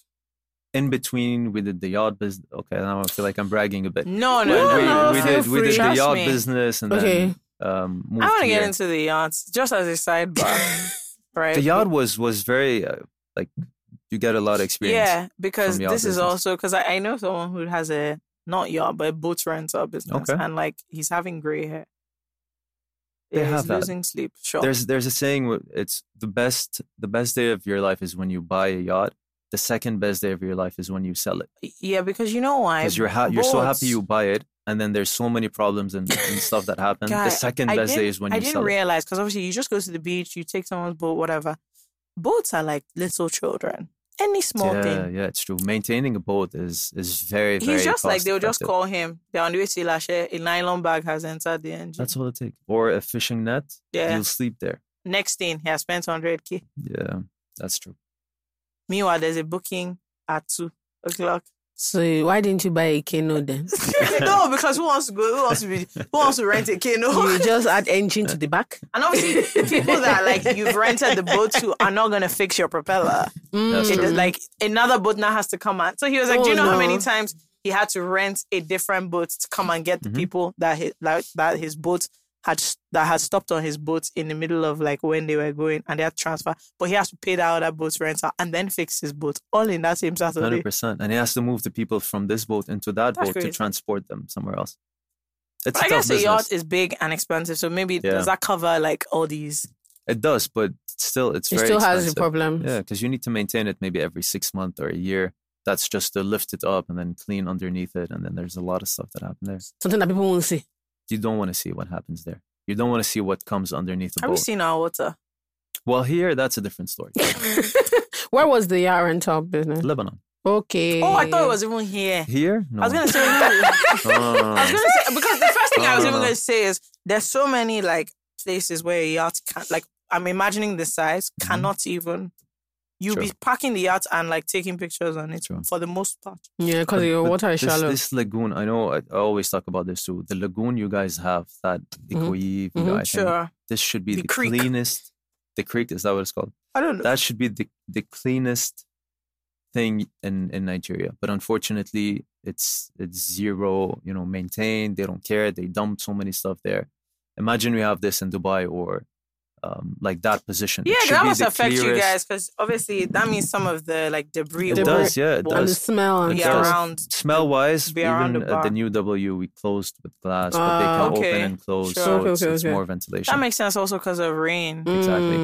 S1: between, we did the yacht business. Okay, now I feel like I'm bragging a bit.
S5: No, no,
S1: But
S5: no,
S1: we,
S5: no,
S1: we
S5: feel
S1: did we
S5: free.
S1: did the
S5: Trust
S1: yacht
S5: me.
S1: business, and
S3: Okay.
S1: then um, moved
S5: I want to
S1: here.
S5: get into the yachts just as a sidebar, right?
S1: the yacht was was very uh, like you get a lot of experience.
S5: Yeah, because
S1: from yacht
S5: this is
S1: business.
S5: also because I, I know someone who has a not yacht but a boat rental business,
S1: Okay.
S5: and like he's having gray hair.
S1: They
S5: yeah,
S1: have
S5: he's
S1: that.
S5: losing sleep. Sure.
S1: There's there's a saying wh- it's the best the best day of your life is when you buy a yacht. The second best day of your life is when you sell it
S5: yeah, because you know why?
S1: because you're ha- you're so happy
S5: boats-
S1: you buy it, and then there's so many problems and, and stuff that happen.
S5: Guy,
S1: the second
S5: I
S1: best day
S5: didn't-
S1: is when
S5: I
S1: you
S5: didn't
S1: sell it.
S5: realize because obviously you just go to the beach, you take someone's boat, whatever. Boats are like little children. Any small
S1: yeah,
S5: thing.
S1: yeah, it's true. Maintaining a boat is is very very.
S5: He's just like they'll just
S1: cost-effective.
S5: call him. They're on the way to Ilashe. A nylon bag has entered the engine.
S1: That's all it takes, or a fishing net.
S5: Yeah.
S1: you'll sleep there.
S5: Next thing, he has spent 100k.
S1: Yeah, that's true.
S5: Meanwhile, there's a booking at two o'clock.
S3: So why didn't you buy a canoe then?
S5: no, because who wants to go? Who wants to be? Who wants to rent a canoe?
S3: you just add engine to the back.
S5: And obviously, people that are like you've rented the boat to are not gonna fix your propeller.
S3: Mm.
S1: That's
S5: It
S1: true.
S5: is like another boat now has to come out. So he was like,
S3: Oh,
S5: do you know how many
S3: no.
S5: times he had to rent a different boat to come and get the
S1: Mhm.
S5: people that his, that, that his boat had s- that had stopped on his boat in the middle of like when they were going and they had to transfer, but he has to pay that other boat's rental and then fix his boat all in that same Saturday.
S1: Hundred percent, and he has to move the people from this boat into that
S5: That's
S1: boat
S5: crazy.
S1: to transport them somewhere else. It's
S5: But
S1: a tough
S5: I guess a
S1: business.
S5: yacht is big and expensive, so maybe does that cover like all these?
S1: It does, but still, it's
S3: It
S1: very
S3: still has the
S1: expensive.
S3: problem.
S1: Yeah, because you need to maintain it maybe every six months or a year. That's just to lift it up and then clean underneath it, and then there's a lot of stuff that happened there.
S3: Something that people won't see.
S1: You don't want to see what happens there. You don't want to see what comes underneath the
S5: Have you
S1: boat.
S5: seen our water?
S1: well, here that's a different story.
S3: Where was the yacht rental business?
S1: Lebanon.
S3: Okay.
S5: Oh, I
S4: Eh.
S5: thought it was even here.
S1: Here, no. Ah.
S5: I was gonna say. I
S1: No, no, no, no,
S5: was
S1: no.
S5: gonna say because the first thing I was
S1: No, no,
S5: even
S1: Oh, no.
S5: gonna say is there's so many like places where a yacht can like I'm imagining the size
S1: Mhm.
S5: cannot even. You'll be
S1: True.
S5: parking the yacht and like taking pictures on it
S1: True.
S5: for the most part.
S3: Yeah, because
S1: But-
S3: your
S1: but
S3: water is
S1: this,
S3: shallow.
S1: This lagoon, I know I, I always talk about this too. The lagoon you guys have, that Ikoyi,
S3: Mhm.
S1: Viga, I think,
S5: Mm-hmm. Sure.
S1: this should be
S5: The
S1: the,
S5: creek.
S1: cleanest. The creek, is that what it's called?
S5: I don't know.
S1: That should be the, the cleanest thing in, in Nigeria. But unfortunately, it's it's zero, you know, maintained. They don't care. They dump so many stuff there. Imagine we have this in Dubai or um, like that position. It
S5: yeah,
S1: should
S5: that
S1: be
S5: must
S1: the
S5: affect you
S1: clearest-
S5: guys because obviously that means some of the like debris.
S1: It
S5: will
S1: does, yeah, it
S5: will
S3: and the
S1: does.
S3: smell and
S5: Be
S1: It
S3: stuff.
S1: does.
S5: around.
S1: Smell wise,
S5: be
S1: even
S5: around the
S1: at the
S5: bar.
S1: new W, we closed with glass, but they
S3: Ah,
S1: can
S5: okay.
S1: open and close.
S5: Sure.
S1: So
S3: Okay,
S1: it's,
S3: okay,
S1: it's
S3: okay.
S1: more ventilation.
S5: That makes sense also because of rain.
S1: Exactly.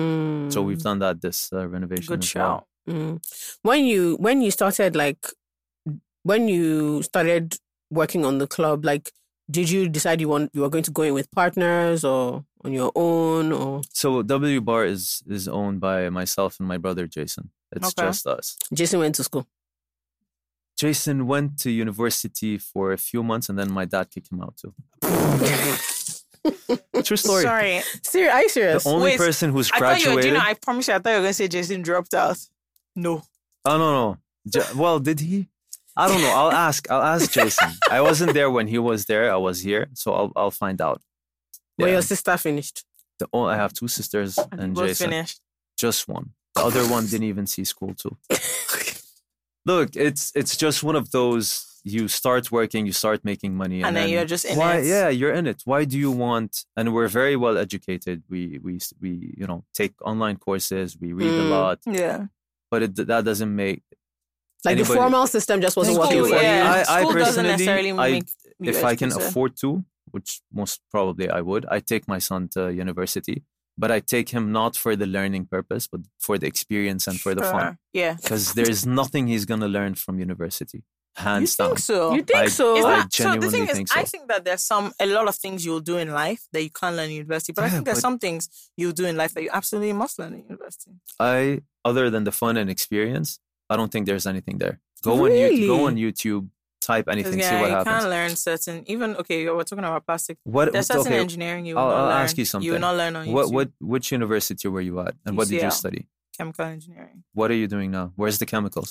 S1: so we've
S3: Mm,
S1: done that this uh, renovation.
S5: Good
S1: as well.
S5: shout.
S3: mm. When you when you started like when you started working on the club, like
S4: did you decide you want you were going to go in with partners or on your own or
S1: So W Bar is is owned by myself and my brother Jason. It's
S5: Okay.
S1: just us.
S4: Jason went to school?
S1: Jason went to university for a few months, and then my dad kicked him out too. True story.
S5: Sorry.
S4: Serious? Are you
S1: The
S4: serious?
S1: only
S5: Wait,
S1: person who's
S5: I thought you were, do
S1: graduated.
S5: you know, I promise you, I thought you were going to say Jason dropped out. No.
S1: Oh no, no. Ja- well, did he? I don't know. I'll ask. I'll ask Jason. I wasn't there when he was there. I was here, so I'll I'll find out.
S4: When
S1: Yeah.
S4: your sister finished.
S1: The o- I have two sisters and,
S5: And both
S1: Jason.
S5: finished.
S1: Just one. The other one didn't even see school too. Look, it's it's just one of those. You start working, you start making money, and,
S5: And, then, you're just in
S1: why?
S5: it.
S1: Yeah, you're in it. Why do you want? And we're very well educated. We we we you know take online courses. We read a
S4: Mm.
S1: lot,
S5: Yeah.
S1: but it, that doesn't make
S4: Like the
S1: Anybody-
S4: formal system just wasn't working
S5: School,
S4: for
S5: yeah.
S4: you.
S1: I, I
S5: School doesn't
S1: personally,
S5: necessarily
S1: I-
S5: make you
S1: if I can
S5: educated.
S1: afford to, which most probably I would, I take my son to university, but I take him not for the learning purpose, but for the experience and for the fun.
S5: Sure. Yeah.
S1: Because there is nothing he's gonna learn from university,
S5: You
S1: hands down.
S5: think so?
S4: You think
S1: I-
S4: so?
S5: It's
S1: I
S5: not- so the
S1: genuinely
S5: thing is,
S1: think so.
S5: I think that there's some a lot of things you'll do in life that you can't learn in university, but I
S1: Yeah,
S5: think there's
S1: but-
S5: some things you'll do in life that you absolutely must learn in university.
S1: I, other than the fun and experience, I don't think there's anything there. Go on you,
S4: Really?
S1: go on YouTube, type
S5: Because
S1: anything, see
S5: yeah,
S1: what
S5: you
S1: happens.
S5: can't learn certain even okay. We're talking about plastic.
S1: What
S5: There's certain
S1: okay?
S5: engineering you will
S1: I'll-
S5: not
S1: I'll
S5: learn.
S1: ask you
S5: You will
S1: something.
S5: not learn on
S1: What
S5: YouTube.
S1: what which university were you at, and what did you
S5: UCL.
S1: study?
S5: chemical engineering
S1: What are you doing now? Where's the chemicals?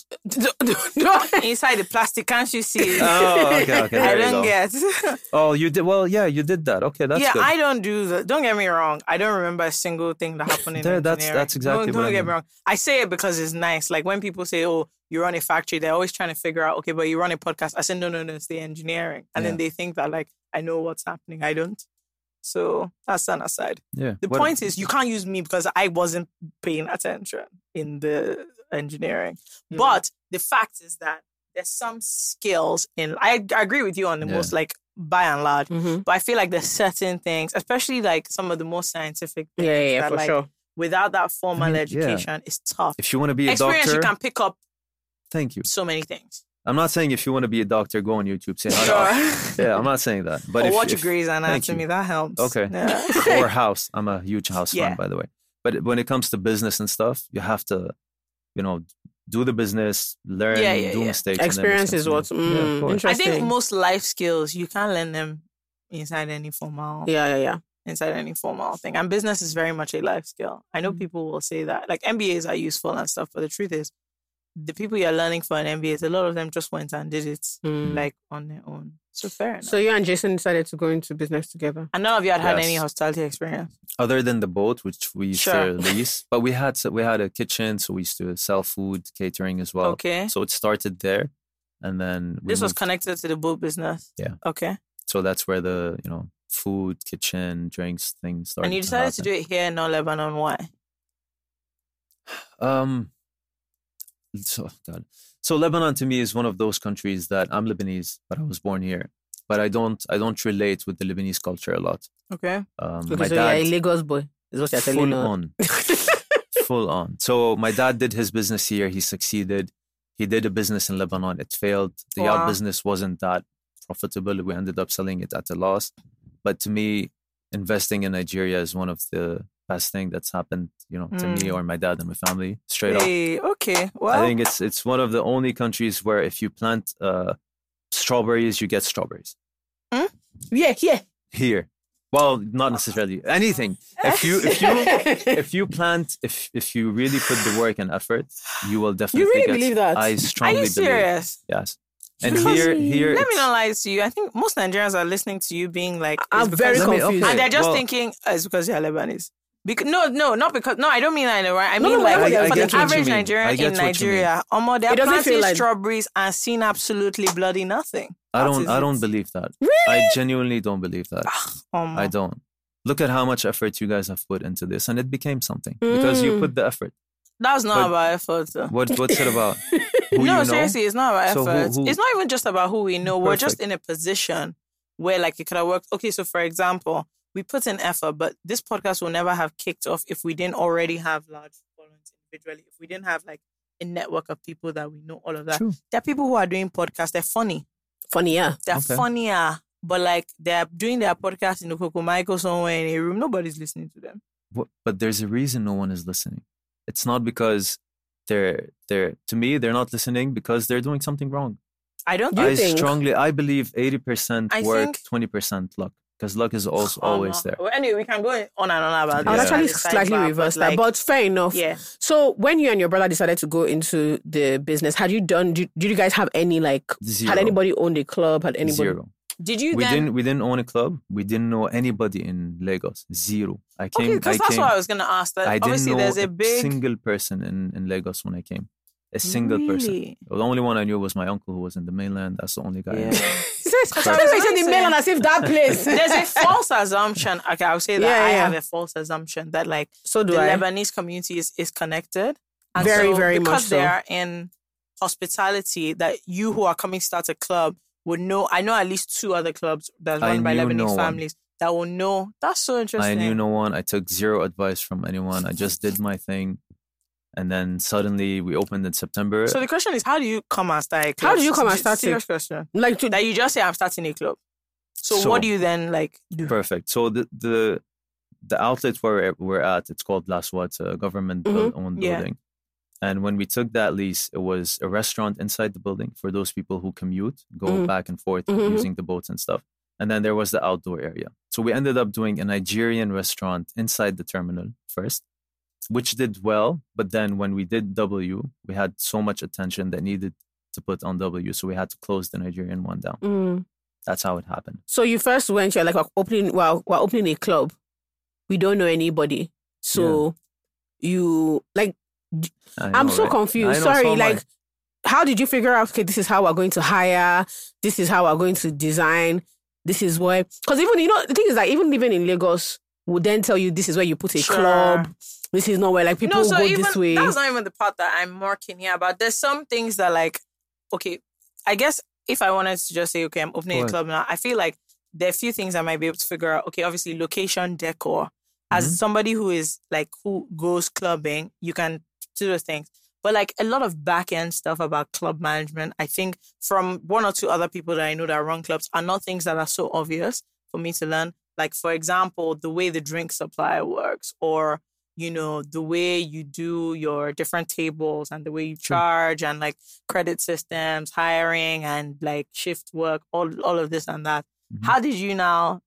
S5: inside the plastic? Can't you see? it?
S1: Oh, okay, okay.
S5: I
S1: there you
S5: don't
S1: go.
S5: get.
S1: Oh, you did well. Yeah, you did that. Okay, that's
S5: yeah,
S1: good.
S5: I don't do that. Don't get me wrong. I don't remember a single thing that happened in
S1: There, that's-
S5: engineering.
S1: that's exactly
S5: Don't,
S1: what
S5: don't
S1: I
S5: get me
S1: mean.
S5: wrong. I say it because it's nice. Like when people say, "Oh, you run a factory," they're always trying to figure out, "Okay, but you run a podcast." I said, "No, no, no, it's the engineering," and
S1: Yeah.
S5: then they think that like I know what's happening. I don't. So that's an aside.
S1: yeah.
S5: The
S1: what-
S5: point is, you can't use me because I wasn't paying attention in the engineering.
S1: Hmm.
S5: But the fact is that there's some skills in. I, I agree with you on the
S1: Yeah.
S5: most, like by and large.
S4: Mhm.
S5: But I feel like there's certain things, especially like some of the more scientific
S4: Yeah,
S5: things,
S4: yeah, yeah,
S5: that,
S4: for
S5: like,
S4: sure.
S5: without that formal
S1: mean, Mm-hmm, yeah.
S5: education, it's tough.
S1: If you want to be a
S5: Experience,
S1: doctor,
S5: you can pick up
S1: thank you.
S5: so many things.
S1: I'm not saying if you want to be a doctor, go on YouTube. Say hi.
S5: Sure.
S1: Yeah, I'm not saying that. But
S5: or
S1: if,
S5: watch
S1: if,
S5: Grey's Anatomy,
S1: you.
S5: that helps.
S1: Okay.
S5: Yeah.
S1: or house, I'm a huge house
S5: Yeah.
S1: fan, by the way. But when it comes to business and stuff, you have to, you know, do the business, learn,
S5: Yeah, yeah,
S1: do
S5: yeah.
S1: mistakes. and then
S4: Experience is what.
S1: mistakes. Yeah, of
S4: Mm,
S1: course.
S5: I
S4: interesting.
S5: think most life skills, you can't learn them inside any formal
S4: yeah, yeah, yeah.
S5: inside any formal thing. And business is very much a life skill. I
S1: Mm-hmm.
S5: know people will say that. Like MBAs are useful and stuff, but the truth is the people you're learning for an MBA, a lot of them just went and did it
S1: Mm-hmm.
S4: Mm.
S5: like on their own. So fair enough.
S4: So you and Jason decided to go into business together.
S5: and none of you had had any
S1: Yes.
S5: hospitality experience.
S1: Other than the boat, which we used
S5: Sure.
S1: to lease, but we had we had a kitchen, so we used to sell food, catering as well.
S5: okay.
S1: So it started there, and then we
S5: this was
S1: moved-
S5: connected to the boat business.
S1: Yeah.
S5: Okay.
S1: So that's where the you know food, kitchen, drinks, things started.
S5: and you decided to do
S1: happen.
S5: it here in North Lebanon. Why?
S1: Um. So oh God. So Lebanon to me is one of those countries that I'm Lebanese, but I was born here, but I don't I don't relate with the Lebanese culture a lot.
S5: Okay.
S1: Um,
S4: Okay,
S1: my
S4: so
S1: dad
S4: oh, you're a Lagos boy. Is what you're telling
S1: full
S4: us.
S1: on, full on. So my dad did his business here. He succeeded. He did a business in Lebanon. It failed. The yacht
S5: Wow.
S1: business wasn't that profitable. We ended up selling it at a loss. But to me, investing in Nigeria is one of the best thing that's happened, you know, to me or my dad and my family. Straight up.
S5: Hey, okay. Well,
S1: I think it's it's one of the only countries where if you plant uh, strawberries, you get strawberries
S4: Yeah, yeah.
S1: here. Well, not necessarily anything. If you if you if you plant if if you really put the work and effort, you will definitely
S4: really
S1: get-
S4: believe that?
S1: I
S5: are
S1: strongly
S5: you
S1: believe.
S5: serious?
S1: Yes. And
S4: Because
S1: here here
S5: Let me
S1: it's-
S5: not lie to you. I think most Nigerians are listening to you being like, it's
S4: I'm
S5: because-
S4: very
S1: Let me-
S4: confused.
S1: okay.
S5: And they're just
S1: well-
S5: thinking oh, it's because you're Lebanese. Because, no, no, not because. No, I don't mean that in a right. I
S4: No,
S5: mean
S4: no,
S5: like
S4: I- I
S5: for
S4: get what
S5: the
S4: you
S5: average
S1: mean. I
S5: Nigerian
S1: get
S5: in
S1: what you mean.
S5: Nigeria, Omo, they're
S4: It doesn't feel
S5: planting
S4: like-
S5: strawberries and seeing absolutely bloody nothing.
S1: I
S5: That
S1: don't
S5: is
S1: I
S5: it.
S1: don't believe that. Really? I genuinely don't believe that.
S5: Omo.
S1: I don't. Look at how much effort you guys have put into this and it became something because you
S4: Mm.
S1: put the effort.
S5: That was not
S1: But-
S5: about effort. though.
S1: What what's it about? Who
S5: no,
S1: you know?
S5: seriously, it's not about
S1: So who-
S5: effort.
S1: who-
S5: It's not even just about who we know. We're just in a position where, like, it could have worked. Okay, so for example, we put in effort, but this podcast will never have kicked off if we didn't already have large followings individually. If we didn't have like a network of people that we know, all of that.
S1: True.
S5: There are people who are doing podcasts. They're funny.
S4: Funny, yeah.
S5: They're
S1: Okay.
S5: funnier. But like they're doing their podcast in the Coco Michael somewhere in a room. Nobody's listening to them.
S1: But, but there's a reason no one is listening. It's not because they're they're to me they're not listening because they're doing something wrong.
S5: I don't
S3: You
S5: think
S1: I
S3: think?
S1: strongly I believe eighty percent
S5: I
S1: work,
S5: think- Oh,
S1: twenty percent luck. Because luck is also always there.
S5: Well, anyway, we can go on and on about
S1: I
S3: I would
S1: Yeah.
S5: this.
S3: actually
S5: Sidebar, but,
S3: slightly reverse that,
S5: like,
S3: but fair enough.
S5: yeah.
S3: So when you and your brother decided to go into the business, had you done? Did, did you guys have any like?
S1: Zero.
S3: Had anybody owned a club? Had anybody?
S1: Zero.
S4: Did you
S1: we
S4: then?
S1: didn't we didn't own a club. We didn't know anybody in Lagos. Zero. I came
S5: Okay,
S1: I
S5: because that's
S1: came,
S5: what I was gonna ask. That
S1: I didn't
S5: obviously
S1: know
S5: there's a big
S1: single person in, in Lagos when I came. A single person.
S5: really?
S1: The only one I knew was my uncle who was in the mainland. That's the only guy. I
S5: Yeah.
S1: knew.
S3: I was mentioning the mail and as if that place.
S5: There's a false assumption. Okay, I'll say that
S3: Yeah,
S5: I
S3: yeah.
S5: have a false assumption that like
S3: so do
S5: the
S3: I.
S5: Lebanese community is, is connected.
S3: Very,
S5: so
S3: very much
S5: because they
S3: so.
S5: are in hospitality that you who are coming to start a club would know. I know at least two other clubs that's
S1: I
S5: run by
S1: knew
S5: Lebanese
S1: no one.
S5: families that will know. That's so
S1: I
S5: interesting.
S1: knew no one. I took zero advice from anyone. I just did my thing. And then suddenly we opened in September.
S5: So the question is, how do you come and start a club?
S3: How do you come and
S5: S-
S3: start
S5: Serious question.
S3: Like to,
S5: That you just say I'm starting a club. So,
S1: So-
S5: what do you then like do?
S1: Perfect. So the the the outlet where we're at, it's called Laswat, a government
S3: Mhm.
S1: built owned
S5: Yeah.
S1: building. And when we took that lease, it was a restaurant inside the building for those people who commute, go
S3: Mhm.
S1: back and forth
S3: Mhm, mhm.
S1: using the boats and stuff. And then there was the outdoor area. So we ended up doing a Nigerian restaurant inside the terminal first, which did well. But then when we did W, we had so much attention that needed to put on W. So we had to close the Nigerian one down.
S3: Mm.
S1: That's how it happened.
S3: So you first went. You're like we're opening. Well, we're opening a club. We don't know anybody. So you like.
S1: I
S3: I'm
S1: know,
S3: so
S1: right?
S3: confused.
S1: I know, so
S3: Sorry.
S1: am I.
S3: like, how did you figure out? Okay, this is how we're going to hire. This is how we're going to design. This is where. Because even you know the thing is that even living in Lagos would then tell you this is where you put a
S5: Sure.
S3: club. This is not where like people
S5: no, so
S3: go
S5: even
S3: this way.
S5: that's not even the part that I'm marking here. But there's some things that like, okay, I guess if I wanted to just say, okay, I'm opening
S1: Go
S5: a
S1: ahead.
S5: club now, I feel like there are a few things I might be able to figure out. Okay, obviously location, decor. As
S3: Mm-hmm.
S1: Mhm.
S5: somebody who is like who goes clubbing, you can do those things. But like a lot of back end stuff about club management, I think from one or two other people that I know that run clubs are not things that are so obvious for me to learn. Like, for example, the way the drink supply works, or, you know, the way you do your different tables and the way you charge and like credit systems, hiring and like shift work, all, all of this and that.
S1: Mhm.
S5: How did you now,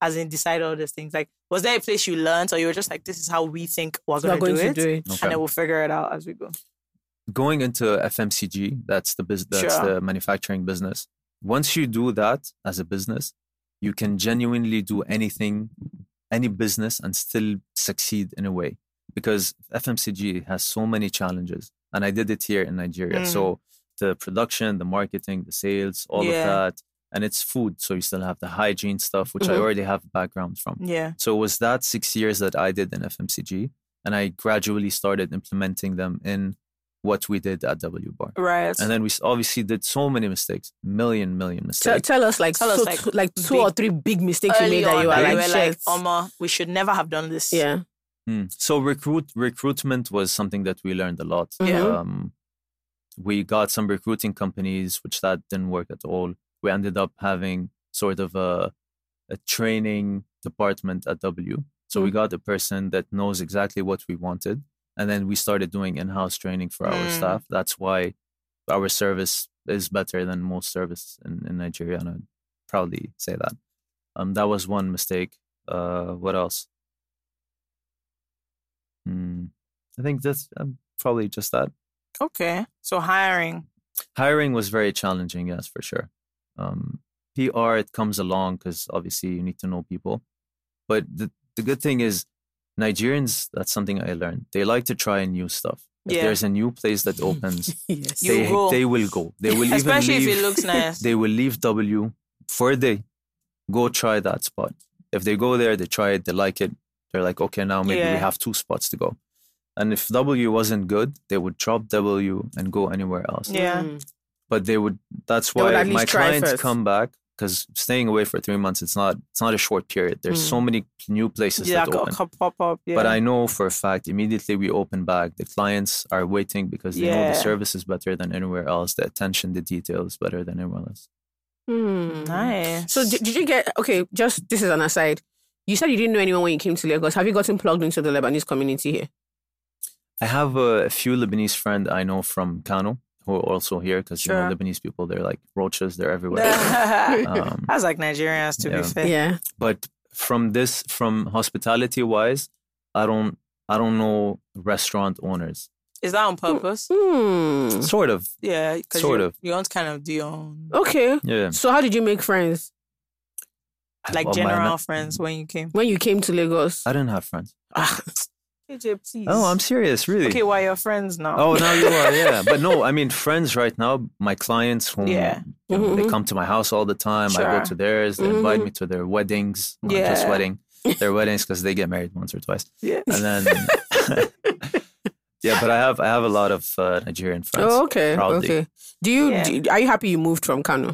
S5: as in, decide all these things? Like, was there a place you learned, or you were just like, this is how we think we're
S3: we're
S5: going
S3: going
S5: to do it?
S3: it.
S1: Okay.
S5: And then we'll figure it out as we go.
S1: going into FMCG, that's the bus- that's
S5: Sure.
S1: the manufacturing business. Once you do that as a business, you can genuinely do anything, any business, and still succeed in a way because FMCG has so many challenges. And I did it here in Nigeria.
S5: Mm.
S1: So the production, the marketing, the sales, all
S5: Yeah.
S1: of that, and it's food, so you still have the hygiene stuff, which I
S5: Mm-hmm.
S3: Mhm.
S1: already have background from.
S5: Yeah.
S1: So it was that six years that I did in FMCG, and I gradually started implementing them in what we did at W Bar.
S5: Right.
S1: And then we s- obviously did so many mistakes, million, million
S3: Tell,
S1: mistakes.
S3: tell us like
S5: Tell us,
S3: so
S5: like,
S3: two- like two or three big mistakes you
S5: Early
S3: made that
S5: on,
S3: you are
S5: we
S3: like,
S5: were like, "Oh
S3: shit.
S5: Oma, we should never have done this.
S3: yeah.
S1: Mm. So recruit recruitment was something that we learned a lot.
S3: Mhm.
S4: Mm-hmm.
S1: Um, we got some recruiting companies, which that didn't work at all. We ended up having sort of a a training department at W. So we got a person that knows exactly what we wanted, and then we started doing in-house training for our
S5: Mm.
S1: staff. That's why our service is better than most service in, in Nigeria, and I'd proudly say that. Um, that was one mistake. Uh, what else? Hmm. I think that's um, probably just that.
S5: Okay. So hiring.
S1: Hiring was very challenging, yes, for sure. Um, PR it comes along because obviously you need to know people. But the the good thing is Nigerians. That's something I learned. They like to try new stuff. If
S5: Yeah.
S1: there's a new place that opens,
S3: Yes.
S5: You
S1: they
S5: go.
S1: they will go. They will
S5: Especially
S1: even leave.
S5: if it looks nice.
S1: they will leave W for a day, go try that spot. If they go there, they try it, they like it, they're like, okay, now maybe we
S5: Yeah.
S1: have two spots to go. And if W wasn't good, they would drop W and go anywhere else.
S5: yeah.
S3: Mm-hmm.
S1: But they would. That's
S3: They would
S1: why
S3: at least
S1: my
S3: try
S1: clients
S3: first.
S1: come back because staying away for three months, it's not it's not a short period. There's so many new places
S5: Yeah,
S1: that
S5: co-
S1: open.
S5: co- pop up. Yeah.
S1: But I know for a fact, immediately we open back, the clients are waiting because they know
S5: Yeah.
S1: the service is better than anywhere else. The attention, the detail is better than anywhere else.
S4: Hmm.
S5: Mm.
S3: Mm-hmm.
S5: Nice.
S4: So did, did you get okay? Just this is an aside. You said you didn't know anyone when you came to Lagos. Have you gotten plugged into the Lebanese community here?
S1: I have a few Lebanese friend I know from Kano who are also here because you know
S5: Sure.
S1: Lebanese people they're like roaches they're everywhere.
S5: That's
S1: um,
S5: like Nigerians to
S1: Yeah.
S5: be fair.
S4: Yeah.
S1: but from this from hospitality wise, I don't I don't know restaurant owners.
S5: Is that on purpose?
S4: Hmm.
S1: Sort of,
S5: Yeah, 'cause
S1: Sort
S5: you,
S1: of.
S5: You want kind of do your own,
S4: Okay.
S1: yeah.
S4: So how did you make friends
S1: I-
S5: like
S1: well, my-
S5: general friends when you came.
S4: when you came to Lagos?
S1: I didn't have friends.
S4: Ah,
S5: KJ, please.
S1: Oh, I'm serious, really.
S5: okay. Why your friends now?
S1: Oh, now you are, yeah. But no, I mean friends right now. My clients, whom
S5: Yeah. Mm-hmm,
S1: you know, they
S4: Mhm.
S1: come to my house all the time. I
S5: Sure. Mm-hmm,
S1: go to theirs. They invite me to their weddings, not just
S5: Yeah.
S1: wedding, their weddings because they get married once or twice,
S5: yeah.
S1: and then yeah. But I have I have a lot of uh, Nigerian friends.
S4: Oh, okay.
S1: Proudly.
S4: Okay. Do you,
S5: Yeah.
S4: do- are you happy you moved from Kano?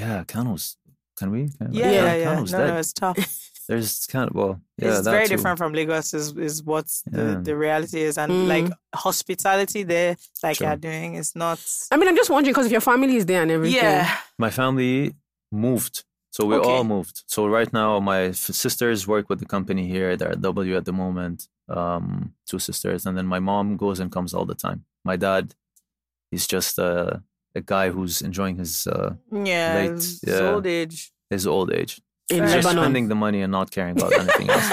S1: Yeah, Kano's. Can we? Can
S5: Yeah,
S1: Kano-
S5: yeah,
S1: Kano's
S5: No,
S1: dead.
S5: no, it's tough.
S1: There's kind of well, yeah,
S5: it's
S1: that
S5: very
S1: too.
S5: different from Lagos. Is is what
S1: Yeah.
S5: the, the reality is, and
S4: Mm.
S5: like hospitality there, like
S1: Sure.
S5: you're doing, is not.
S4: I mean, I'm just wondering because if your family is there and everything.
S5: Yeah,
S1: My family moved, so we
S5: Okay.
S1: all moved. So right now, my f- sisters work with the company here. They're at W at the moment. Um, two sisters, and then my mom goes and comes all the time. My dad, he's just uh, a guy who's enjoying his uh,
S5: yeah,
S1: Late,
S5: it's
S1: yeah.
S5: old age.
S1: his old age.
S4: In
S5: Fair.
S1: Just
S4: Lebanon.
S1: spending the money and not caring about anything else.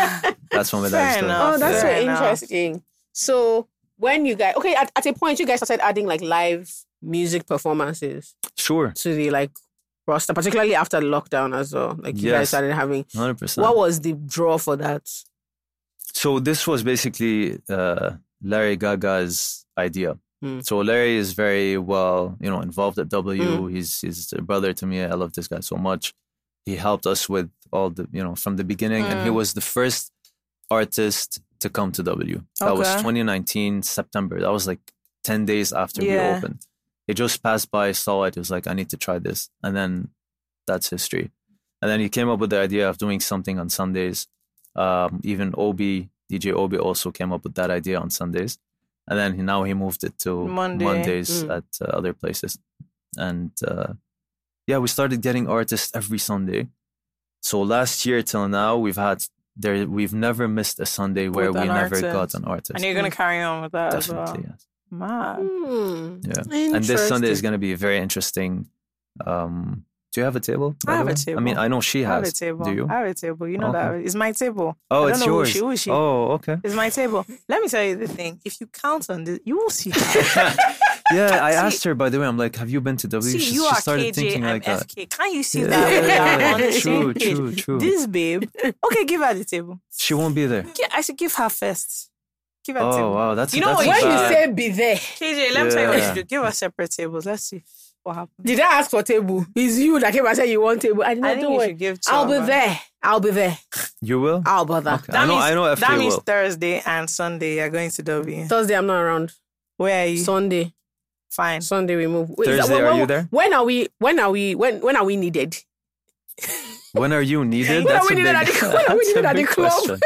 S1: That's what my
S5: Fair
S1: dad's doing.
S5: enough.
S4: Oh, that's
S5: Fair
S4: so
S5: enough.
S4: interesting. So when you guys okay, at, at a point you guys started adding like live music performances
S1: Sure,
S4: to the like roster, particularly after lockdown as well. Like you guys
S1: Yes.
S4: started having
S1: hundred percent.
S4: what was the draw for that?
S1: So this was basically uh, Larry Gaga's idea.
S5: Hmm.
S4: Mm.
S1: So Larry is very well, you know, involved at W.
S5: Hmm.
S1: He's he's a brother to me. I love this guy so much. He helped us with all the, you know, from the beginning, and
S5: Hmm.
S1: he was the first artist to come to W. That was
S5: Okay.
S1: 2019 September. That was like 10 days after we
S5: Yeah.
S1: opened. He just passed by, saw it. He was like, I need to try this, and then that's history. And then he came up with the idea of doing something on Sundays. Um, even Obi, DJ Obi also came up with that idea on Sundays. And then he, now he moved it to
S5: Monday.
S1: Mondays
S4: Mm.
S1: at uh, other places. And uh, yeah, we started getting artists every Sunday. So last year till now, we've had there we've never missed a Sunday where
S5: With
S1: we
S5: an
S1: never
S5: artist.
S1: got an artist.
S5: And you're gonna carry on with that as
S1: Definitely,
S5: well.
S1: yes.
S5: Mad.
S4: Hmm.
S1: Yeah. And this Sunday is going to be very interesting. Um, do you have a table? by the
S5: I have a
S1: way? I mean,
S5: table.
S1: I know she
S5: I
S1: has.
S5: have a table.
S1: Do you?
S5: I have a table. You know
S1: Okay.
S5: that it's my table.
S1: oh,
S5: I
S1: it's
S5: don't know who
S1: yours.
S5: she- who is she?
S1: Oh, okay.
S5: It's my table. Let me tell you the thing. If you count on this, you will see.
S1: Yeah, I
S5: See-
S1: asked her. By the way, I'm like, have you been to W?
S5: see,
S1: she,
S5: you
S1: she
S5: are
S1: started
S5: KJ.
S1: thinking
S5: I'm
S1: like that.
S5: FK. Can you see
S1: Yeah,
S5: that? We are on the
S1: yeah, true,
S5: same page.
S1: true, true.
S5: This babe. Okay, give her the table.
S1: she won't be there.
S5: Gi- I should give her first. Give her the
S1: Oh
S5: table.
S1: wow, that's
S5: You know
S1: that's
S5: what,
S1: a
S5: when you
S1: bad-
S4: say be there,
S5: KJ, let me tell you what
S1: Yeah.
S5: you do. Give her separate tables. Let's see what happens.
S4: did I ask for table? It's you that came and said you want table. I didn't
S5: I think
S4: do
S5: you
S4: it.
S5: should give. two
S4: I'll
S5: of
S4: be
S5: us.
S4: there. I'll be there.
S1: you will.
S4: I'll bother.
S1: Okay. I know. I know. FK
S5: that means
S1: will.
S5: Thursday and Sunday you're going to W.
S4: Thursday I'm not around.
S5: Where are you?
S4: Sunday.
S5: Fine.
S4: Sunday we move. Wait, is that-
S1: Thursday,
S4: when,
S1: are
S4: when-
S1: you there?
S4: When are we when are we when when are we needed?
S1: When are you needed?
S4: When are
S1: That's
S4: we
S1: a
S4: needed
S1: big-
S4: at the- when are we
S1: that's a
S4: needed at the
S1: big
S4: club?
S1: question.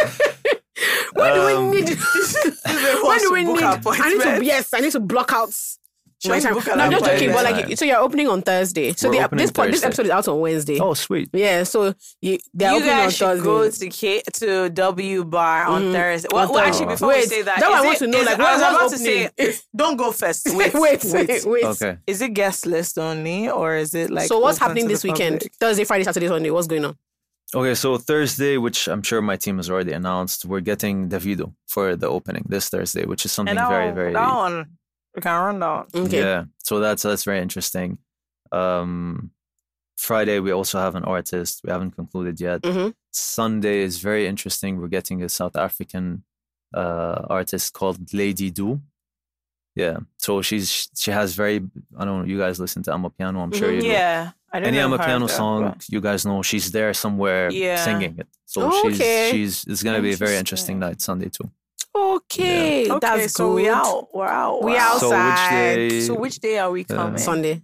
S4: When
S1: Um,
S4: do we need when
S5: wants
S4: do
S5: to
S4: we
S5: book
S4: need I need to
S5: appointment.
S4: yes, I need to block out
S5: She
S4: my
S5: wants to
S4: time.
S5: book
S4: No,
S5: an
S4: I'm just joking,
S5: appointment.
S4: but
S1: Time.
S4: like so you're opening on Thursday. So
S1: We're
S4: the,
S1: opening
S4: this pod, this
S1: Thursday.
S4: episode is out on Wednesday.
S1: Oh sweet.
S4: Yeah, so you, they're
S5: you
S4: opening on
S5: guys should
S4: Thursday. Mm-hmm.
S5: go to K- to W Bar on Thursday. Well, well, actually, before
S4: Wait,
S5: we say that,
S4: that one I
S5: is
S4: want
S5: it-
S4: to know,
S5: is-
S4: like,
S5: I was
S4: what's
S5: about to
S4: opening?
S5: say, don't go first. Wait,
S4: wait, wait, wait.
S1: Okay.
S5: Is it guest list only, or is it like?
S4: so what's
S5: open
S4: happening
S5: to the
S4: this weekend?
S5: public?
S4: Thursday, Friday, Saturday, Sunday. What's going on?
S1: Okay. So Thursday, which I'm sure my team has already announced, we're getting Davido for the opening this Thursday, which is something
S5: And that
S1: very
S5: one,
S1: very.
S5: that one, we can run down.
S4: Okay.
S1: Yeah. So that's that's very interesting. Um, Friday we also have an artist. We haven't concluded yet.
S4: Mhm.
S1: Sunday is very interesting. We're getting a South African uh, artist called Lady Do. Yeah. So she's she has very I don't know. You guys listen to Amo Piano. I'm sure you do.
S5: Mm-hmm. Yeah, I don't
S1: Any
S5: know
S1: Amo
S5: her,
S1: Piano
S5: though,
S1: song
S5: but-
S1: you guys know, she's there somewhere
S5: Yeah.
S1: singing it. So
S4: Oh,
S1: she's
S4: okay.
S1: she's it's gonna be a very interesting
S5: Interesting.
S1: night Sunday too.
S4: Okay.
S5: Okay,
S4: That's
S5: so we
S4: good.
S5: out. We're out.
S4: We
S5: we're
S4: outside.
S1: So which day?
S5: So which day are we coming?
S4: Sunday.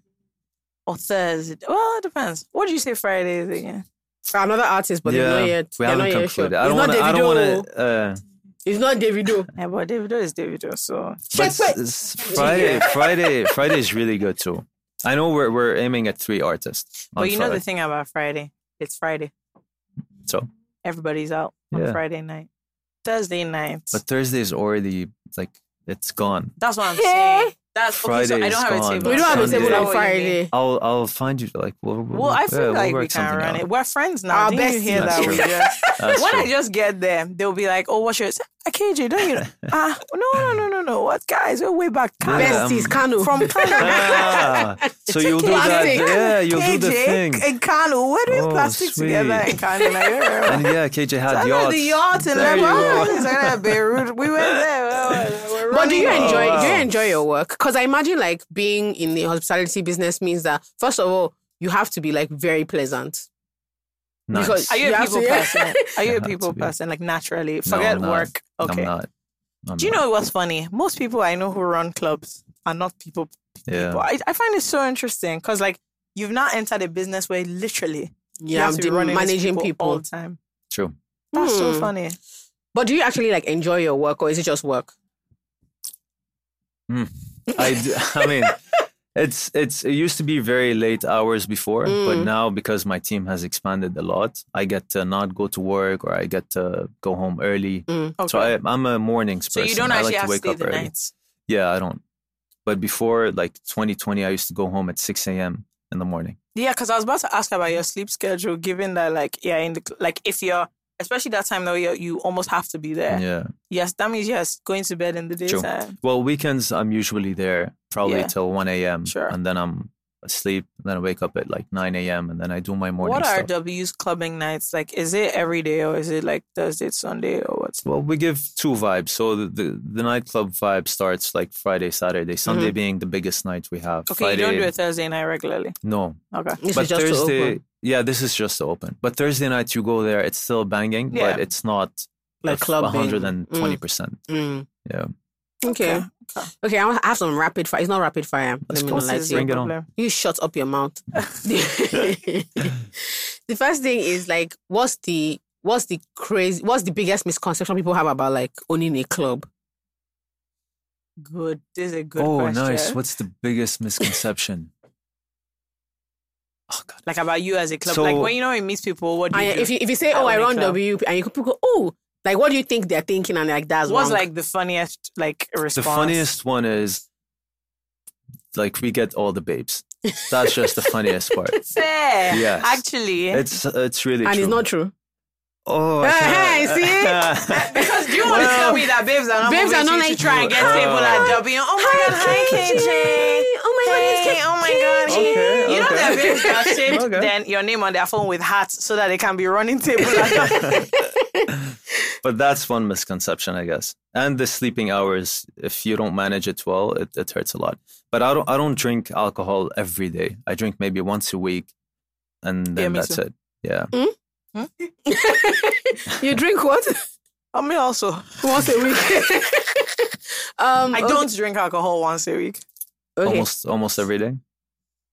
S5: or Thursday? Well, it depends. What do you say Fridays again?
S4: Another artist, but they're not yet.
S1: we
S4: they're
S1: haven't
S4: not yet sure.
S1: concluded. I don't
S4: it's
S1: want to.
S4: not
S1: I
S4: Davido.
S1: don't want to. Uh,
S4: It's not Davido.
S5: Yeah, but Davido is Davido, so
S1: But s- s- Friday, Friday, Friday is really good too. I know we're we're aiming at three artists. on
S5: But you know the
S1: Friday.
S5: thing about Friday? It's Friday.
S1: So?
S5: everybody's out on
S1: Yeah.
S5: Friday night. Thursday night.
S1: But Thursday is already like it's gone.
S5: That's what I'm
S4: Yeah.
S5: saying. That's okay, so
S1: Friday
S5: I
S1: is
S5: don't have
S1: gone.
S5: a table.
S4: We don't have a
S1: Sunday.
S4: table
S1: Is that
S4: on
S1: what
S4: Friday.
S1: I'll I'll find you like we'll, we'll,
S5: Well, I
S1: yeah,
S5: feel
S1: we'll
S5: like we
S1: work
S5: can
S1: something
S5: run
S1: out.
S5: it. We're friends now.
S4: Our
S5: Didn't you
S4: besties.
S5: hear
S1: That's
S5: that?
S1: true.
S5: We were-
S1: That's
S5: when
S1: true.
S5: I just get there, they'll be like, "Oh, what's your Ah, KJ? Don't you? know- Ah, no, no, no, no, no. What guys? We're way back. Kano.
S1: Yeah,
S4: Besties,
S1: um,
S4: Kano.
S5: from Kano.
S1: Ah, so you'll do that.
S4: classic.
S1: Yeah, you'll do the
S5: KJ
S1: thing.
S5: and Kano. We're doing
S1: Oh,
S5: plastic
S1: sweet.
S5: together in Kano. Like,
S1: And yeah, KJ had
S5: Under
S1: yachts.
S5: the yacht in
S1: There you
S5: Lebanon.
S1: go.
S5: It's like Beirut. We were there. we were- we were
S4: But do you
S5: running.
S4: enjoy
S1: wow.
S4: do you enjoy your work? Because I imagine like being in the hospitality business means that first of all, you have to be like very pleasant.
S1: Nice.
S4: Because-
S5: Are you,
S4: You
S5: a
S4: have
S5: people
S4: to-
S5: person? Are you
S1: I
S5: a
S1: have
S5: people
S1: to be.
S5: person? Like naturally,
S1: No, I'm
S5: forget
S1: not.
S5: work. Okay.
S1: I'm not. I'm
S5: Do you
S1: not.
S5: know what's funny? Most people I know who run clubs are not people.
S1: Yeah.
S5: people. I, I find it so interesting because like you've not entered a business where literally you
S4: Yeah,
S5: have to be
S4: the
S5: running these
S4: managing people.
S5: all the time.
S1: True.
S5: That's so
S4: Hmm.
S5: funny.
S4: But do you actually like enjoy your work or is it just work?
S1: I, d- I mean, it's it's it used to be very late hours before,
S5: Mm.
S1: but now because my team has expanded a lot, I get to not go to work or I get to go home early.
S5: Okay.
S1: So I, I'm a mornings
S5: So
S1: person.
S5: you don't
S1: I
S5: actually
S1: like to
S5: have to
S1: wake
S5: stay
S1: up
S5: the
S1: early.
S5: nights.
S1: Yeah, I don't. But before like 2020, I used to go home at 6 a.m. in the morning.
S5: Yeah, because I was about to ask about your sleep schedule, given that like yeah, in the cl- like if you're especially that time though you you almost have to be there.
S1: Yeah.
S5: Yes, that means yes, going to bed in the
S1: True.
S5: daytime.
S1: Well, weekends I'm usually there probably
S5: Yeah.
S1: till 1 a.m.
S5: Sure.
S1: And then I'm asleep. Then I wake up at like 9 a.m. And then I do my morning
S5: what
S1: stuff.
S5: are W's clubbing nights like? Is it every day or is it like Thursday, to Sunday, or what's
S1: Well, we give two vibes. So the, the, the nightclub vibe starts like Friday, Saturday, Sunday being the biggest night we have.
S5: Mm-hmm. Okay,
S1: Friday,
S5: you don't do a Thursday night regularly.
S1: No.
S5: Okay.
S4: This
S1: but
S4: is just to
S1: Thursday,
S4: open.
S1: yeah, this is just the open. But Thursday night, you go there, it's still banging,
S5: Yeah.
S1: but it's not
S4: Like
S1: a f-
S4: clubbing.
S1: 120%.
S4: Mm.
S1: Yeah.
S4: Okay.
S5: Okay.
S4: okay. I have some rapid fire. It's not rapid fire.
S1: Let's
S4: Let me
S1: go.
S4: not lie to you.
S1: Bring it on.
S4: You shut up your mouth. the first thing is like, what's the what's the crazy what's the biggest misconception people have about like owning a club?
S5: Good. This is a good
S1: oh,
S5: question.
S1: nice. What's the biggest misconception? oh, God.
S5: Like about you as a club.
S1: So-
S5: like when you know you meet people, what do
S4: And
S5: you do?
S4: if you if you say,
S5: I
S4: Oh, I
S5: own a
S4: run
S5: club.
S4: WP and you people go, Oh, like what do you think they're thinking? And like that's
S5: what's
S4: wrong.
S5: like the funniest like response?
S1: The funniest one is like we get all the babes. That's just the funniest part.
S5: Fair.
S1: Yes.
S5: Actually.
S1: It's it's really
S4: and
S1: true.
S4: it's not true.
S1: Oh, I
S4: Hey,
S1: can't-
S5: because do you want to tell me that babes are not
S4: Babes
S5: moving
S4: are not
S5: to, to
S4: like-
S5: try and get
S1: Oh.
S5: table at W? Oh my god, hi KJ.
S4: Oh my god,
S5: Hey, oh my god.
S1: Okay,
S5: you know
S1: okay.
S5: that babes are shaped
S1: Okay.
S5: then your name on their phone with hats so that they can be running table at W.
S1: but that's one misconception, I guess. And the sleeping hours, if you don't manage it well, it, it hurts a lot. But I don't I don't drink alcohol every day. I drink maybe once a week, and then
S5: me
S1: that's
S5: too.
S1: it. Yeah.
S4: You drink what?
S5: I mean also.
S4: Once a week. um
S5: I don't drink alcohol once a week.
S4: okay.
S1: Almost almost every day.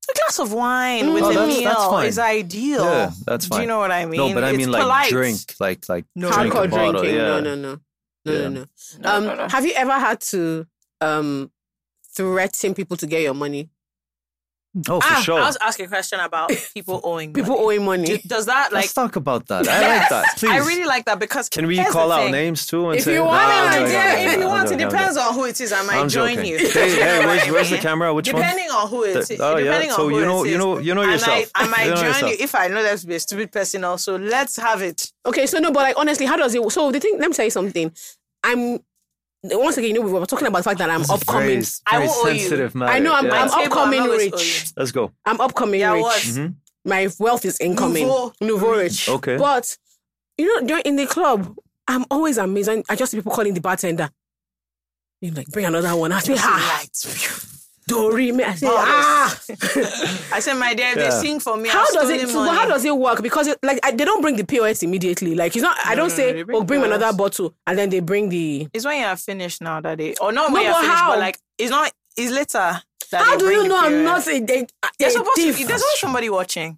S5: A glass of wine with
S1: Oh,
S5: a
S1: that's-
S5: meal
S1: that's fine.
S5: is ideal.
S1: Yeah, that's
S5: Do
S1: fine.
S5: you know what I mean?
S1: no, but I
S5: It's
S1: mean like
S5: polite.
S1: drink, like like
S5: No.
S1: drink a
S4: Alcohol
S1: bottle.
S4: drinking. No,
S1: Yeah.
S4: no, no. No,
S1: Yeah.
S4: no, no.
S5: No,
S4: Um,
S5: no, no.
S4: Have you ever had to um, threaten people to get your money?
S1: Oh, for
S5: Ah,
S1: sure.
S5: I was asking a question about people owing.
S4: People
S5: money.
S4: owing money.
S5: Do- Does that like?
S1: Let's talk about that. I like that. Please.
S5: I really like that because
S1: Can we
S5: here's the
S1: call out
S5: thing.
S1: names too? And
S4: If
S1: say,
S4: you want,
S1: Nah,
S4: I
S1: I'm
S5: Yeah,
S4: do.
S1: joking, I'm
S5: if
S1: joking,
S5: you
S1: I'm
S5: want, it
S1: joking, I'm
S5: depends
S1: joking.
S5: on who it is. I might
S1: I'm
S5: join
S1: joking.
S5: you.
S1: Hey,
S5: You know
S1: hey,
S5: what
S1: where's,
S5: I
S1: where's the
S5: mean?
S1: camera? Which one?
S5: Depending on who it is.
S1: Th- oh, yeah,
S5: Depending
S1: so
S5: on who
S1: you know-
S5: it is.
S1: you know- you know yourself.
S5: I might, I
S1: You
S5: might
S1: know
S5: join
S1: yourself.
S5: you if I know that's be a stupid person. Also, let's have it.
S4: Okay, so no, but like honestly, how does it? So the thing, let me tell you something. I'm once again, you know, we were talking about the fact that I'm
S1: Very,
S4: upcoming.
S5: I
S1: very
S5: will owe you.
S1: sensitive matter.
S4: I know I'm,
S1: yeah.
S4: I'm
S5: Table, I'm
S4: upcoming
S5: always
S4: rich.
S1: Let's go.
S4: I'm upcoming
S5: Yeah,
S4: rich.
S5: what?
S1: Mm-hmm.
S4: My wealth is incoming.
S5: Nouveau Mm.
S4: rich.
S1: Okay.
S4: But you know, during in the club, I'm always amazed. I I just see people calling the bartender. You like bring another one. I say, ha, Dory. me." I say, ah.
S5: I said, my dear, if
S1: Yeah.
S5: they sing for me.
S4: how
S5: I've
S4: does it
S5: stolen
S4: so
S5: Money.
S4: how does it work because it, like I, they don't bring the pos immediately like it's not i don't
S5: no,
S4: say
S5: they bring
S4: oh bring me
S5: POS.
S4: another bottle and then they bring the
S5: It's when you are finished now that they, or not when
S4: No,
S5: you are
S4: but
S5: finished,
S4: how?
S5: but like it's not. It's later. That
S4: how
S5: they
S4: do
S5: bring
S4: you
S5: the
S4: know i'm
S5: period.
S4: not a, they, a
S5: They're supposed to.
S4: thief
S5: There's always somebody watching.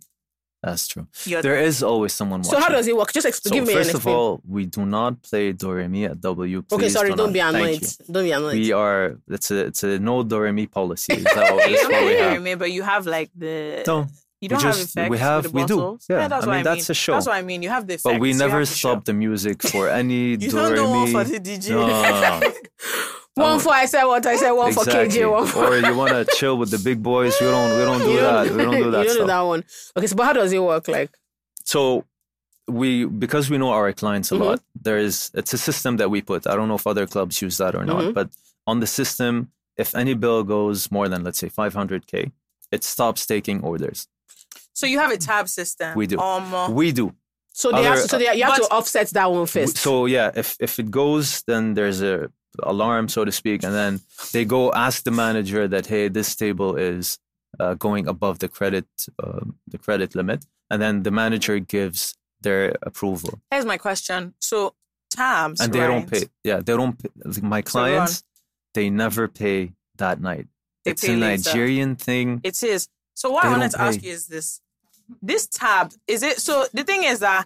S1: That's true.
S5: You're-
S1: There is always someone watching.
S3: So how does it work? Just ex-
S1: So
S3: give me
S1: first
S3: an
S1: of all, we do not play Doremi at W. Please
S3: Okay, sorry, don't, be
S1: thank
S3: annoyed.
S1: you.
S3: Don't be annoyed.
S1: We are. It's a it's a no Doremi policy. Is that what, is what we have?
S5: remember you have like the
S1: No,
S5: you
S1: we
S5: don't
S1: just-
S5: have
S1: we
S5: effects with
S1: have-
S5: the
S1: we do.
S5: bottles.
S1: Yeah,
S5: that's
S1: I
S5: what
S1: mean, that's a show.
S5: That's what I mean. You have the effects.
S1: but we
S5: you
S1: never
S5: have the show.
S1: stop the music for any
S5: You
S1: Doremi.
S5: don't do one for the DJ.
S1: no, no, no.
S4: One for I said what I said. One
S1: exactly.
S4: for KJ. One for
S1: or you want to chill with the big boys? We don't. We don't do that. We don't do that.
S3: you don't do
S1: stuff.
S3: that one. Okay, so but how does it work? Like,
S1: so we because we know our clients a
S3: Mhm.
S1: lot there is it's a system that we put i don't know if other clubs use that or not
S3: Mhm.
S1: but on the system if any bill goes more than let's say 500k it stops taking orders
S5: So you have a tab system.
S1: We do.
S5: Um, uh,
S1: we do
S3: so they have
S1: Other-
S3: to, so they, you have
S5: But-
S3: to offset that one first.
S1: so yeah if if it goes then there's a alarm so to speak and then they go ask the manager that hey this table is uh, going above the credit um the credit limit and then the manager gives their approval
S5: here's my question. So tabs,
S1: and they don't
S5: right?
S1: pay. Yeah, they don't. Pay. like, My
S5: So we're on.
S1: clients, they never pay that night.
S5: They
S1: it's
S5: pay
S1: a
S5: later.
S1: Nigerian thing.
S5: It is. So what
S1: They
S5: I wanted
S1: don't
S5: to ask
S1: pay.
S5: you is this: this tab is it? So the thing is that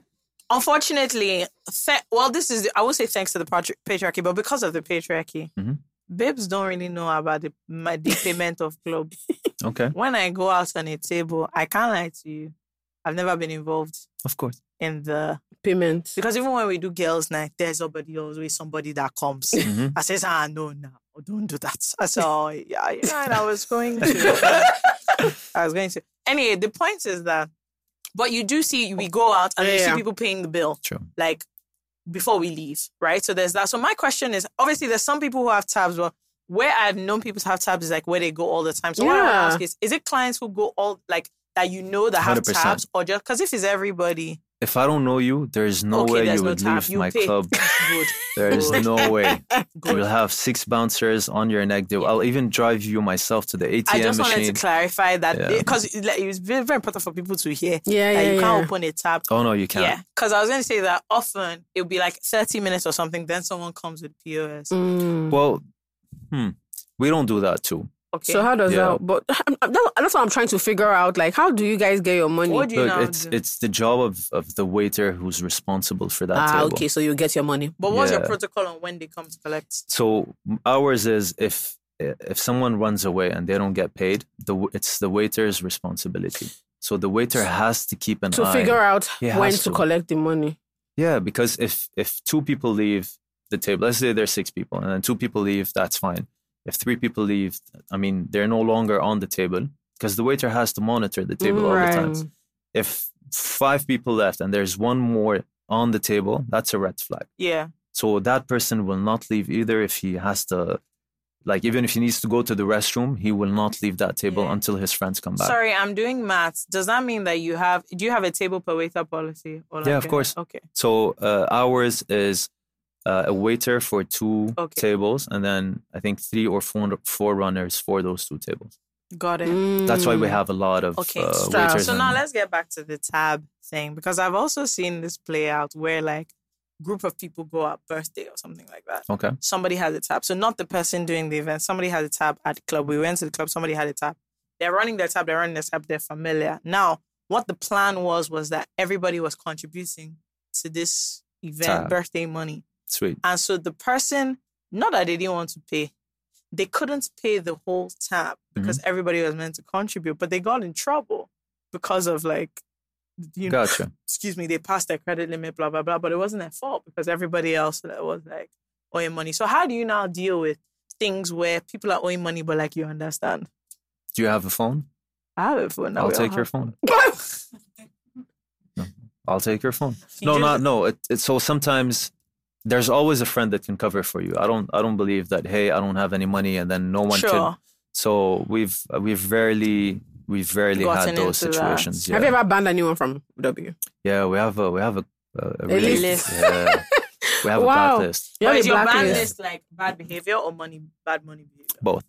S5: unfortunately, th- well, this is I won't say thanks to the patri- patriarchy, but because of the patriarchy,
S1: Mhm.
S5: babes don't really know about the my, the payment of club.
S1: Okay,
S5: When I go out on a table, I can't lie to you. I've never been involved
S1: of course.
S5: in the
S3: Payment.
S5: because even when we do girls' night, there's somebody always somebody that comes.
S1: Mm-hmm.
S5: I says, ah, no, no, don't do that. I said, oh, yeah, you know, and I was going to. I was going to. Anyway, the point is that, but you do see, we go out and you
S3: Yeah.
S5: see people paying the bill,
S1: True.
S5: like before we leave, right? So there's that. So my question is, obviously, there's some people who have tabs, but where I've known people to have tabs is like where they go all the time. So what I want to
S3: Yeah.
S5: ask is, is it clients who go all like that you know that have
S1: 100%.
S5: tabs, or just because if it's everybody,
S1: If I don't know you, there's no
S5: okay,
S1: way
S5: there's
S1: you
S5: no
S1: would
S5: tab,
S1: leave
S5: you
S1: my
S5: pay.
S1: club.
S5: Good.
S1: There is
S5: Good.
S1: no way.
S5: Good.
S1: You'll have six bouncers on your neck. They, I'll even drive you myself to the ATM
S5: I just wanted
S1: machine.
S5: to clarify that
S1: Yeah.
S5: because like, it's very, very important for people to hear
S3: Yeah, yeah,
S5: that you
S3: yeah.
S5: can't open a tab.
S1: oh no, you can't.
S5: Yeah, because I was going to say that often it'll be like 30 minutes or something, then someone comes with POS.
S3: Mm.
S1: Well, hmm, we don't do that too.
S5: Okay.
S3: So how does
S1: Yeah.
S3: that? But I'm- I'm- that's that's what I'm trying to figure out. Like, how do you guys get your money?
S5: what do you
S1: Look,
S5: now
S1: it's
S5: do?
S1: it's the job of, of the waiter who's responsible for that
S3: ah,
S1: table.
S3: okay, so you get your money.
S5: but what's your
S1: yeah.
S5: protocol on when they come to collect?
S1: so ours is if if someone runs away and they don't get paid the w- it's the waiter's responsibility so the waiter has to keep an
S3: To
S1: eye
S3: figure out
S1: He has
S3: when to
S1: to.
S3: collect the money.
S1: yeah because if if two people leave the table let's say there's six people and then two people leave that's fine if three people leave i mean they're no longer on the table because the waiter has to monitor the table all the
S3: Right.
S1: time if five people left and there's one more on the table that's a red flag
S5: Yeah.
S1: so that person will not leave either if he has to, like, even if he needs to go to the restroom, he will not leave that table
S5: Yeah.
S1: until his friends come back.
S5: Sorry, I'm doing maths. Does that mean that you have, do you have a table per waiter policy? Or
S1: Yeah, of
S5: a-
S1: course.
S5: Okay.
S1: So uh, ours is uh, a waiter for two
S5: Okay.
S1: tables, and then I think three or four four runners for those two tables.
S5: Got
S3: Mm.
S5: it.
S1: That's why we have a lot of
S5: Mm. Okay,
S1: uh,
S5: so-
S1: waiters.
S5: So
S1: and-
S5: now let's get back to the tab thing because I've also seen this play out where like group of people go at birthday or something like that.
S1: okay.
S5: Somebody has a tab. So not the person doing the event. Somebody has a tab at the club. We went to the club. Somebody had a tab. They're running their tab. They're running their tab. They're familiar. Now, what the plan was was that everybody was contributing to this event
S1: Tab.
S5: birthday money,
S1: Sweet.
S5: and so the person, not that they didn't want to pay, they couldn't pay the whole tab because
S1: Mm-hmm.
S5: everybody was meant to contribute, but they got in trouble because of like, you know,
S1: Gotcha.
S5: excuse me, they passed their credit limit, blah, blah, blah. But it wasn't their fault because everybody else that was like owing money. So how do you now deal with things where people are owing money, but like you understand?
S1: Do you have a phone?
S5: I have a phone now.
S1: I'll
S5: we all
S1: take your
S5: have-
S1: phone.
S3: Mm.
S1: no, I'll take your phone.
S5: You
S1: no,
S5: do
S1: not
S5: that.
S1: no. It, it, so sometimes there's always a friend that can cover for you. I don't. I don't believe that. Hey, I don't have any money, and then no one can.
S5: Sure.
S1: So we've we've rarely we've rarely
S5: Gotten
S1: had those
S5: into that.
S1: situations. Yeah,
S3: Have you ever banned anyone from W?
S1: yeah. We have a we have a, a, a
S3: list.
S1: list. Yeah. We have
S3: Wow.
S1: a blacklist.
S3: You
S5: But
S3: have
S5: is
S3: a
S5: your ban
S3: blacklist.
S5: list like bad behavior or money bad money behavior?
S1: Both.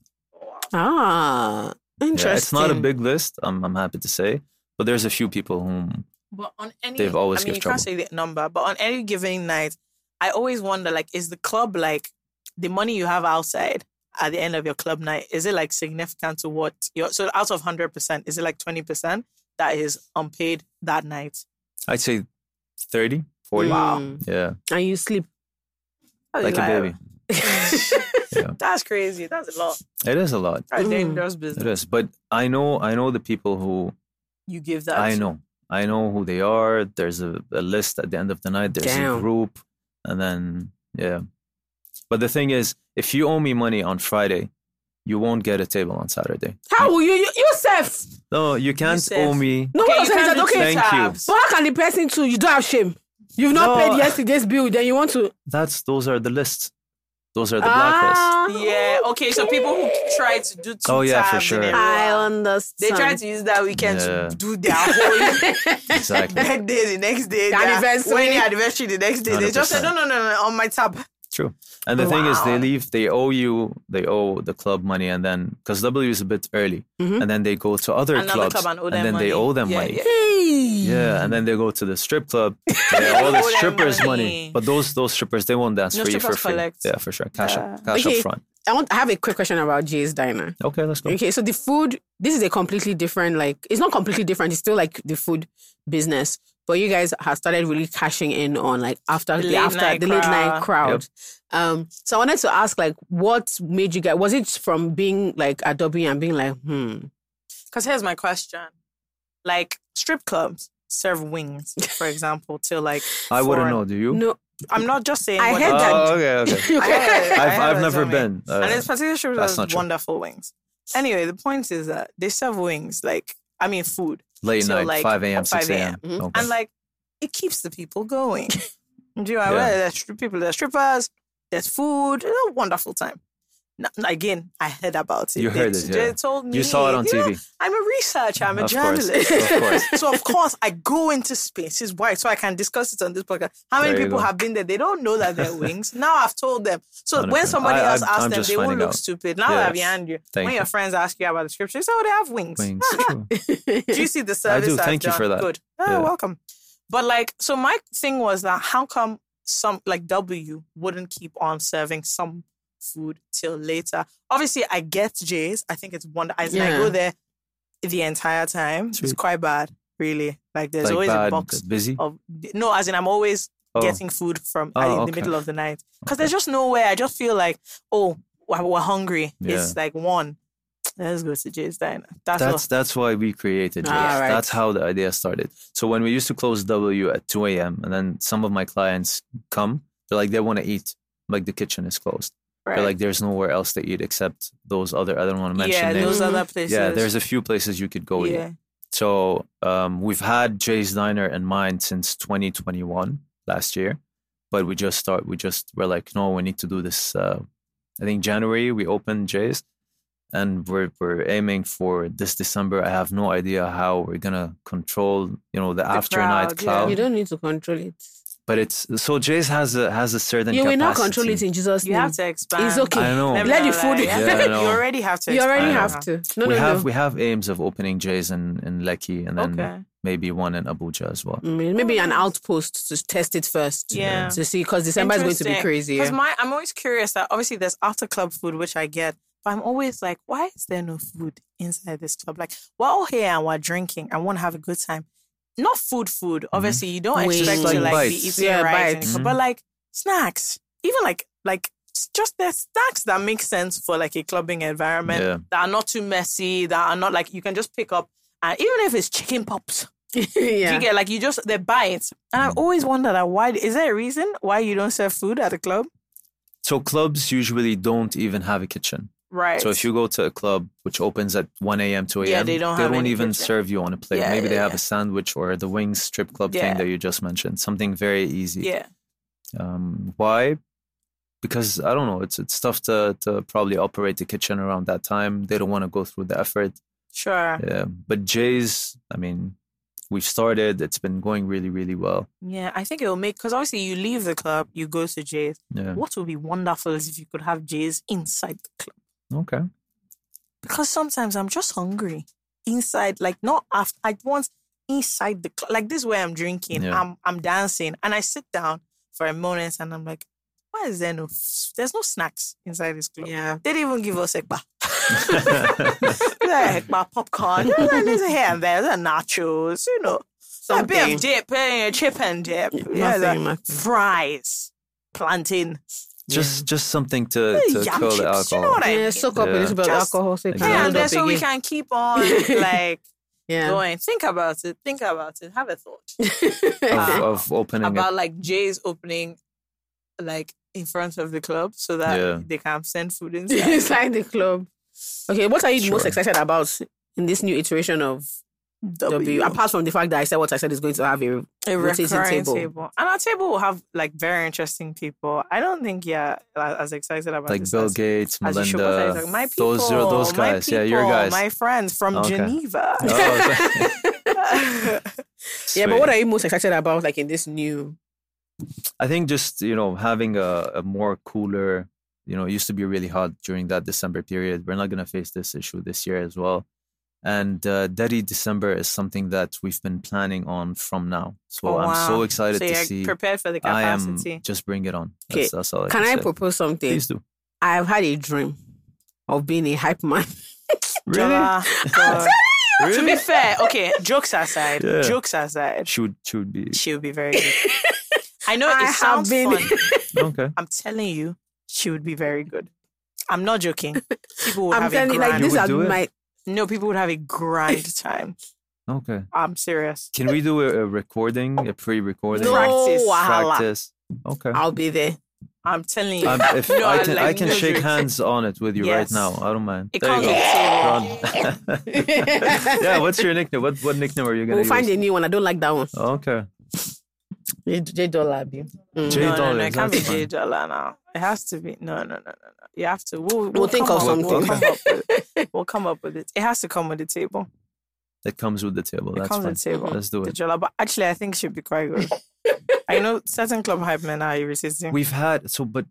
S3: Ah, interesting.
S1: Yeah, it's not a big list. I'm I'm happy to say, but there's a few people whom
S5: But on any,
S1: They've always
S5: I mean,
S1: give
S5: you can't say
S1: trouble.
S5: the number, but on any given night, I always wonder, like, is the club like the money you have outside at the end of your club night? Is it like significant to what you're? So out of hundred percent, is it like twenty percent? that is unpaid that night.
S1: I'd say 30, 40.
S4: Wow.
S5: Mm.
S1: Yeah,
S3: Mm. And you sleep.
S5: I was
S1: like a baby. Yeah.
S5: That's crazy. That's a lot.
S1: It is a lot.
S5: That's
S4: Mm.
S5: dangerous
S1: It
S5: business.
S1: is. But I know, I know the people who
S5: You give that.
S1: I know. I know who they are. There's a, a list at the end of the night. There's
S4: Damn.
S1: a group, and then yeah. But the thing is, if you owe me money on Friday, you won't get a table on Saturday.
S4: How will you, you yourself?
S1: No, you can't
S5: said-
S1: owe me.
S4: No
S5: Okay,
S4: one
S5: you
S4: said
S5: can't
S4: that.
S5: do
S4: Okay,
S1: Thank you.
S5: tabs.
S4: but how can the person too? You don't have shame. You've not
S1: No.
S4: paid yesterday's bill, then you want to.
S1: That's those are the lists. Those are the blacklists.
S4: Ah,
S5: Yeah. Okay. So people who try to do two
S1: Oh, yeah, for
S5: tabs in a
S1: sure.
S5: row,
S4: I understand.
S5: They try to use that weekend
S1: Yeah.
S5: to do their whole
S1: Exactly.
S5: that day, the next day,
S4: The
S5: their
S4: anniversary.
S5: wedding anniversary, the next day. They just said,
S1: 100%.
S5: no, no, no, no, on my tab.
S1: True. And the thing is, they
S5: Wow.
S1: leave. They owe you. They owe the club money, and then because W is a bit early, and then they go to other
S5: Mm-hmm. Another
S1: clubs,
S5: club and owe them
S1: then
S5: money.
S1: they owe them
S5: Yeah,
S1: money.
S5: yeah.
S1: Yeah, and then they go to the strip club. They owe the
S5: owe them
S1: strippers money.
S5: money.
S1: but those those strippers they won't dance
S5: No,
S1: for you for
S5: strippers
S1: free.
S5: collect. Uh,
S1: Yeah, for sure. Cash up, cash
S3: Okay.
S1: up front.
S3: I want. I have a quick question about Jay's Diner.
S1: Okay, let's go.
S3: Okay, so the food. This is a completely different. Like, it's not completely different. It's still like the food business, but you guys have started really cashing in on like after
S5: The
S3: the,
S5: late
S3: after
S5: night
S3: the late night crowd.
S1: crowd.
S3: Um, so I wanted to ask, like, what made you guys? Was it from being like Adobe and being like, hmm,
S5: Because here's my question. Like, strip clubs serve wings, for example, till like.
S1: I wouldn't
S5: foreign-
S1: know. Do you?
S3: no,
S5: I'm not just saying.
S4: I
S5: what
S4: heard
S5: they-
S4: that.
S1: Oh, okay, okay.
S5: I heard- I
S1: I've
S5: heard
S1: I've
S5: it's
S1: never
S5: on me.
S1: been. Uh,
S5: and this particular strip
S1: that's
S5: has
S1: not true.
S5: wonderful wings. Anyway, the point is that they serve wings, like, I mean, food.
S1: late
S5: till,
S1: night,
S5: like,
S1: five a.m.,
S5: 5
S1: six a.m.
S3: Mhm.
S1: Okay.
S5: And like, it keeps the people going. Do you know,
S1: Yeah.
S5: whether there's stri- people, there's strippers, there's food, it's a wonderful time. N- again, I heard about it.
S1: You
S5: They-
S1: heard it,
S5: They
S1: yeah.
S5: told me.
S1: you saw it on
S5: you know,
S1: TV.
S5: I'm a researcher. I'm a
S1: Of course,
S5: journalist.
S1: of course.
S5: so of course, I go into spaces why, so I can discuss it on this podcast. How many
S1: There you
S5: people
S1: go.
S5: have been there? They don't know that they're wings. Now I've told them. So when
S1: 100%.
S5: somebody
S1: I-
S5: else
S1: I'm-
S5: asks
S1: I'm
S5: them,
S1: just
S5: they won't
S1: finding
S5: look
S1: out.
S5: stupid. Now
S1: Yeah.
S5: that I've behind you,
S1: Thank
S5: when
S1: you.
S5: your friends ask you about the scripture, you say, "Oh, they have wings."
S1: Wings. True.
S5: Do you see the
S1: I
S5: service?
S1: do.
S5: I've
S1: Thank you
S5: done?
S1: for that.
S5: Good. Oh,
S1: Yeah.
S5: welcome. But like, so my thing was that how come some like W wouldn't keep on serving some food till later? Obviously, I get Jay's. I think it's one. I, I
S3: Yeah.
S5: go there the entire time. It's
S1: Sweet.
S5: quite bad, really. Like, there's
S1: Like
S5: always
S1: bad,
S5: a box
S1: busy.
S5: of no. As in, I'm always
S1: Oh,
S5: getting food from uh,
S1: Oh,
S5: in the
S1: okay.
S5: middle of the night because there's just nowhere. I just feel like oh, we're we're hungry. It's like one. Let's go to Jay's diner. That's, all.
S1: That's that's why we created this.
S3: Ah, right.
S1: That's how the idea started. So when we used to close W at 2 a.m. and then some of my clients come, they're like they want to eat. I'm Like the kitchen is closed.
S5: right.
S1: They're like there's nowhere else to eat except those other. I don't want to mention
S5: yeah,
S1: names.
S5: those other places.
S1: yeah, there's a few places you could go.
S5: yeah.
S1: Yeah. So um, we've had Jay's Diner in mind since 2021 last year, but we just start. We just we're like, no, we need to do this. Uh, I think January we opened Jay's, and we're we're aiming for this December. I have no idea how we're gonna control, you know, the, after night
S5: crowd, yeah.
S1: cloud.
S3: you don't need to control it.
S1: But it's so Jay's has a has a certain.
S3: You will not
S1: capacity.
S3: control it in Jesus'
S5: You
S3: name.
S5: have to expand.
S3: It's okay.
S1: I know.
S5: Let me
S3: Let
S5: know,
S3: the food-
S5: like,
S1: Yeah, I know.
S5: you already have to.
S3: You already
S1: I know.
S5: expand.
S3: have to. No,
S1: we
S3: no,
S1: have
S3: no.
S1: we have aims of opening Jay's in in Lekki and then
S5: Okay.
S1: maybe one in Abuja as well.
S3: Mm, Maybe an outpost to test it first.
S5: Yeah.
S3: To see, because December is going to be crazy.
S5: Because
S3: yeah.
S5: my, I'm always curious that obviously there's after club food which I get, but I'm always like, why is there no food inside this club? Like we're all here and we're drinking and want to have a good time. Not food, food. Obviously, you don't
S3: Wait.
S5: expect
S1: Just
S5: to
S1: like
S5: like
S1: bites.
S5: be eating
S3: Yeah,
S5: rice,
S3: Mm-hmm. bites. Mm-hmm.
S5: and- but like snacks, even like like s- just the snacks that make sense for like a clubbing environment
S1: Yeah.
S5: that are not too messy, that are not like you can just pick up. And even if it's chicken pops,
S3: yeah. Mm.
S5: you get like you just they bite. And I've always wondered like, why is there a reason why you don't serve food at a club?
S1: So clubs usually don't even have a kitchen.
S5: Right.
S1: So if you go to a club which opens at 1 a.m., 2 a.m.,
S5: Yeah, they don't have any
S1: even
S5: kitchen.
S1: serve you on a plate.
S5: Yeah,
S1: Maybe
S5: yeah,
S1: they have
S5: yeah.
S1: a sandwich or the wings strip club
S5: Yeah.
S1: thing that you just mentioned, something very easy.
S5: yeah,
S1: Um, why? Because I don't know. It's it's tough to to probably operate the kitchen around that time. They don't want to go through the effort.
S5: sure.
S1: Yeah. But Jay's, I mean, we've started. It's been going really, really well.
S5: Yeah, I think it'll make because obviously you leave the club, you go to Jay's.
S1: Yeah.
S5: What would be wonderful is if you could have Jay's inside the club
S1: Okay.
S5: because sometimes I'm just hungry inside, like not after. I want inside the club, like this is where I'm drinking,
S1: Yeah.
S5: I'm I'm dancing, and I sit down for a moment, and I'm like, why is there no? f- There's no snacks inside this club.
S4: Yeah.
S5: They didn't even give us a bar. yeah, my popcorn. There's a here and there. There's nachos. You know, a bit
S4: Something.
S5: of dip, eh, chip and dip. Yeah,
S4: Nothing,
S5: like
S4: nothing.
S5: fries, plantain.
S1: Just just something to, to
S5: Yam
S1: kill the
S5: chips, you know
S1: alcohol.
S5: what I
S4: Yeah,
S5: mean?
S4: soak up a
S1: Yeah.
S4: little bit of
S5: Just-
S4: alcohol so you can
S1: Yeah,
S5: yeah,
S4: round
S5: and
S4: up
S5: then so we
S4: again.
S5: can keep on like
S4: Yeah.
S5: going. Think about it. Think about it. Have a thought Ah.
S1: Of, of opening it.
S5: about like Jay's opening, like in front of the club, so that
S1: Yeah.
S5: they can send food inside.
S4: Inside the club.
S3: Okay, what are you most
S1: Sure.
S3: excited about in this new iteration of W? Apart from the fact that I said what I said is going to have a
S5: a
S3: rotating
S5: recurring
S3: table.
S5: table. and our table will have like very interesting people. I don't think yeah, as as excited about
S1: Like
S5: this
S1: Bill
S5: as,
S1: Gates,
S5: as you should be.
S1: Melinda.
S5: Like, my people,
S1: those are those
S5: my
S1: guys. yeah, your
S5: people,
S1: guys.
S5: my friends from
S1: Okay.
S5: Geneva.
S1: Oh, okay.
S3: yeah. But
S1: Sweet.
S3: what are you most excited about, like in this new?
S1: I think just you know having a, a more cooler, you know, it used to be really hot during that December period. We're not gonna face this issue this year as well. And uh, Dirty December is something that we've been planning on from now. So
S5: Oh,
S1: I'm so
S5: wow.
S1: excited
S5: so
S1: to
S5: you're
S1: see.
S5: prepared for the
S1: I am
S5: capacity.
S1: just bring it on.
S3: Okay.
S1: That's, that's all I
S3: Can
S1: can
S3: I
S1: say.
S3: propose something?
S1: Please do.
S3: I've had a dream of being a hype man.
S5: Java, God. to be
S1: Really?
S5: fair, okay, jokes aside,
S1: Yeah.
S5: jokes aside,
S1: She would. She would be
S5: she'll be very good. I know
S3: I
S5: it
S3: have
S5: sounds
S3: been-
S5: fun.
S1: okay.
S5: I'm telling you, she would be very good. I'm not joking. People would
S3: I'm
S5: have a
S3: telling you, like
S5: grand.
S1: You
S3: these
S1: would
S3: are
S1: do it?
S3: my.
S5: no, people would have a grand time.
S1: Okay.
S5: I'm serious.
S1: Can we do a, a recording, a pre-recording
S5: No Practice. wahala.
S1: practice? Okay.
S3: I'll be there.
S5: I'm telling you.
S1: Um, if
S5: No,
S1: I
S5: I
S1: can, I
S5: like
S1: can
S5: no
S1: shake
S5: drinks.
S1: hands on it with you
S5: Yes.
S1: right now. I don't mind.
S5: It
S1: there you
S5: can't
S1: go.
S5: be
S1: Done. yeah. What's your nickname? What what nickname are you gonna
S3: We'll
S1: use?
S3: find a new one. I don't like that one.
S1: Okay.
S3: J, J Dollar. Abi. Mm.
S1: J
S5: no, no,
S1: Dollar,
S5: no, it can't be
S1: that's
S5: J
S1: fine.
S5: Dollar now. It has to be. No, no, no, no, no. You have to. We'll, we'll,
S3: think
S5: come
S3: of
S5: up- We'll
S3: something.
S5: come, up with, it. we'll come up with it. It has to come with the table.
S1: That comes with the table.
S5: It
S1: That's
S5: comes
S1: fine.
S5: with the table.
S1: Let's do
S5: The
S1: it.
S5: Jolla, but actually, I think it should be quite good. I know certain club hype men are irritating.
S1: We've had so, but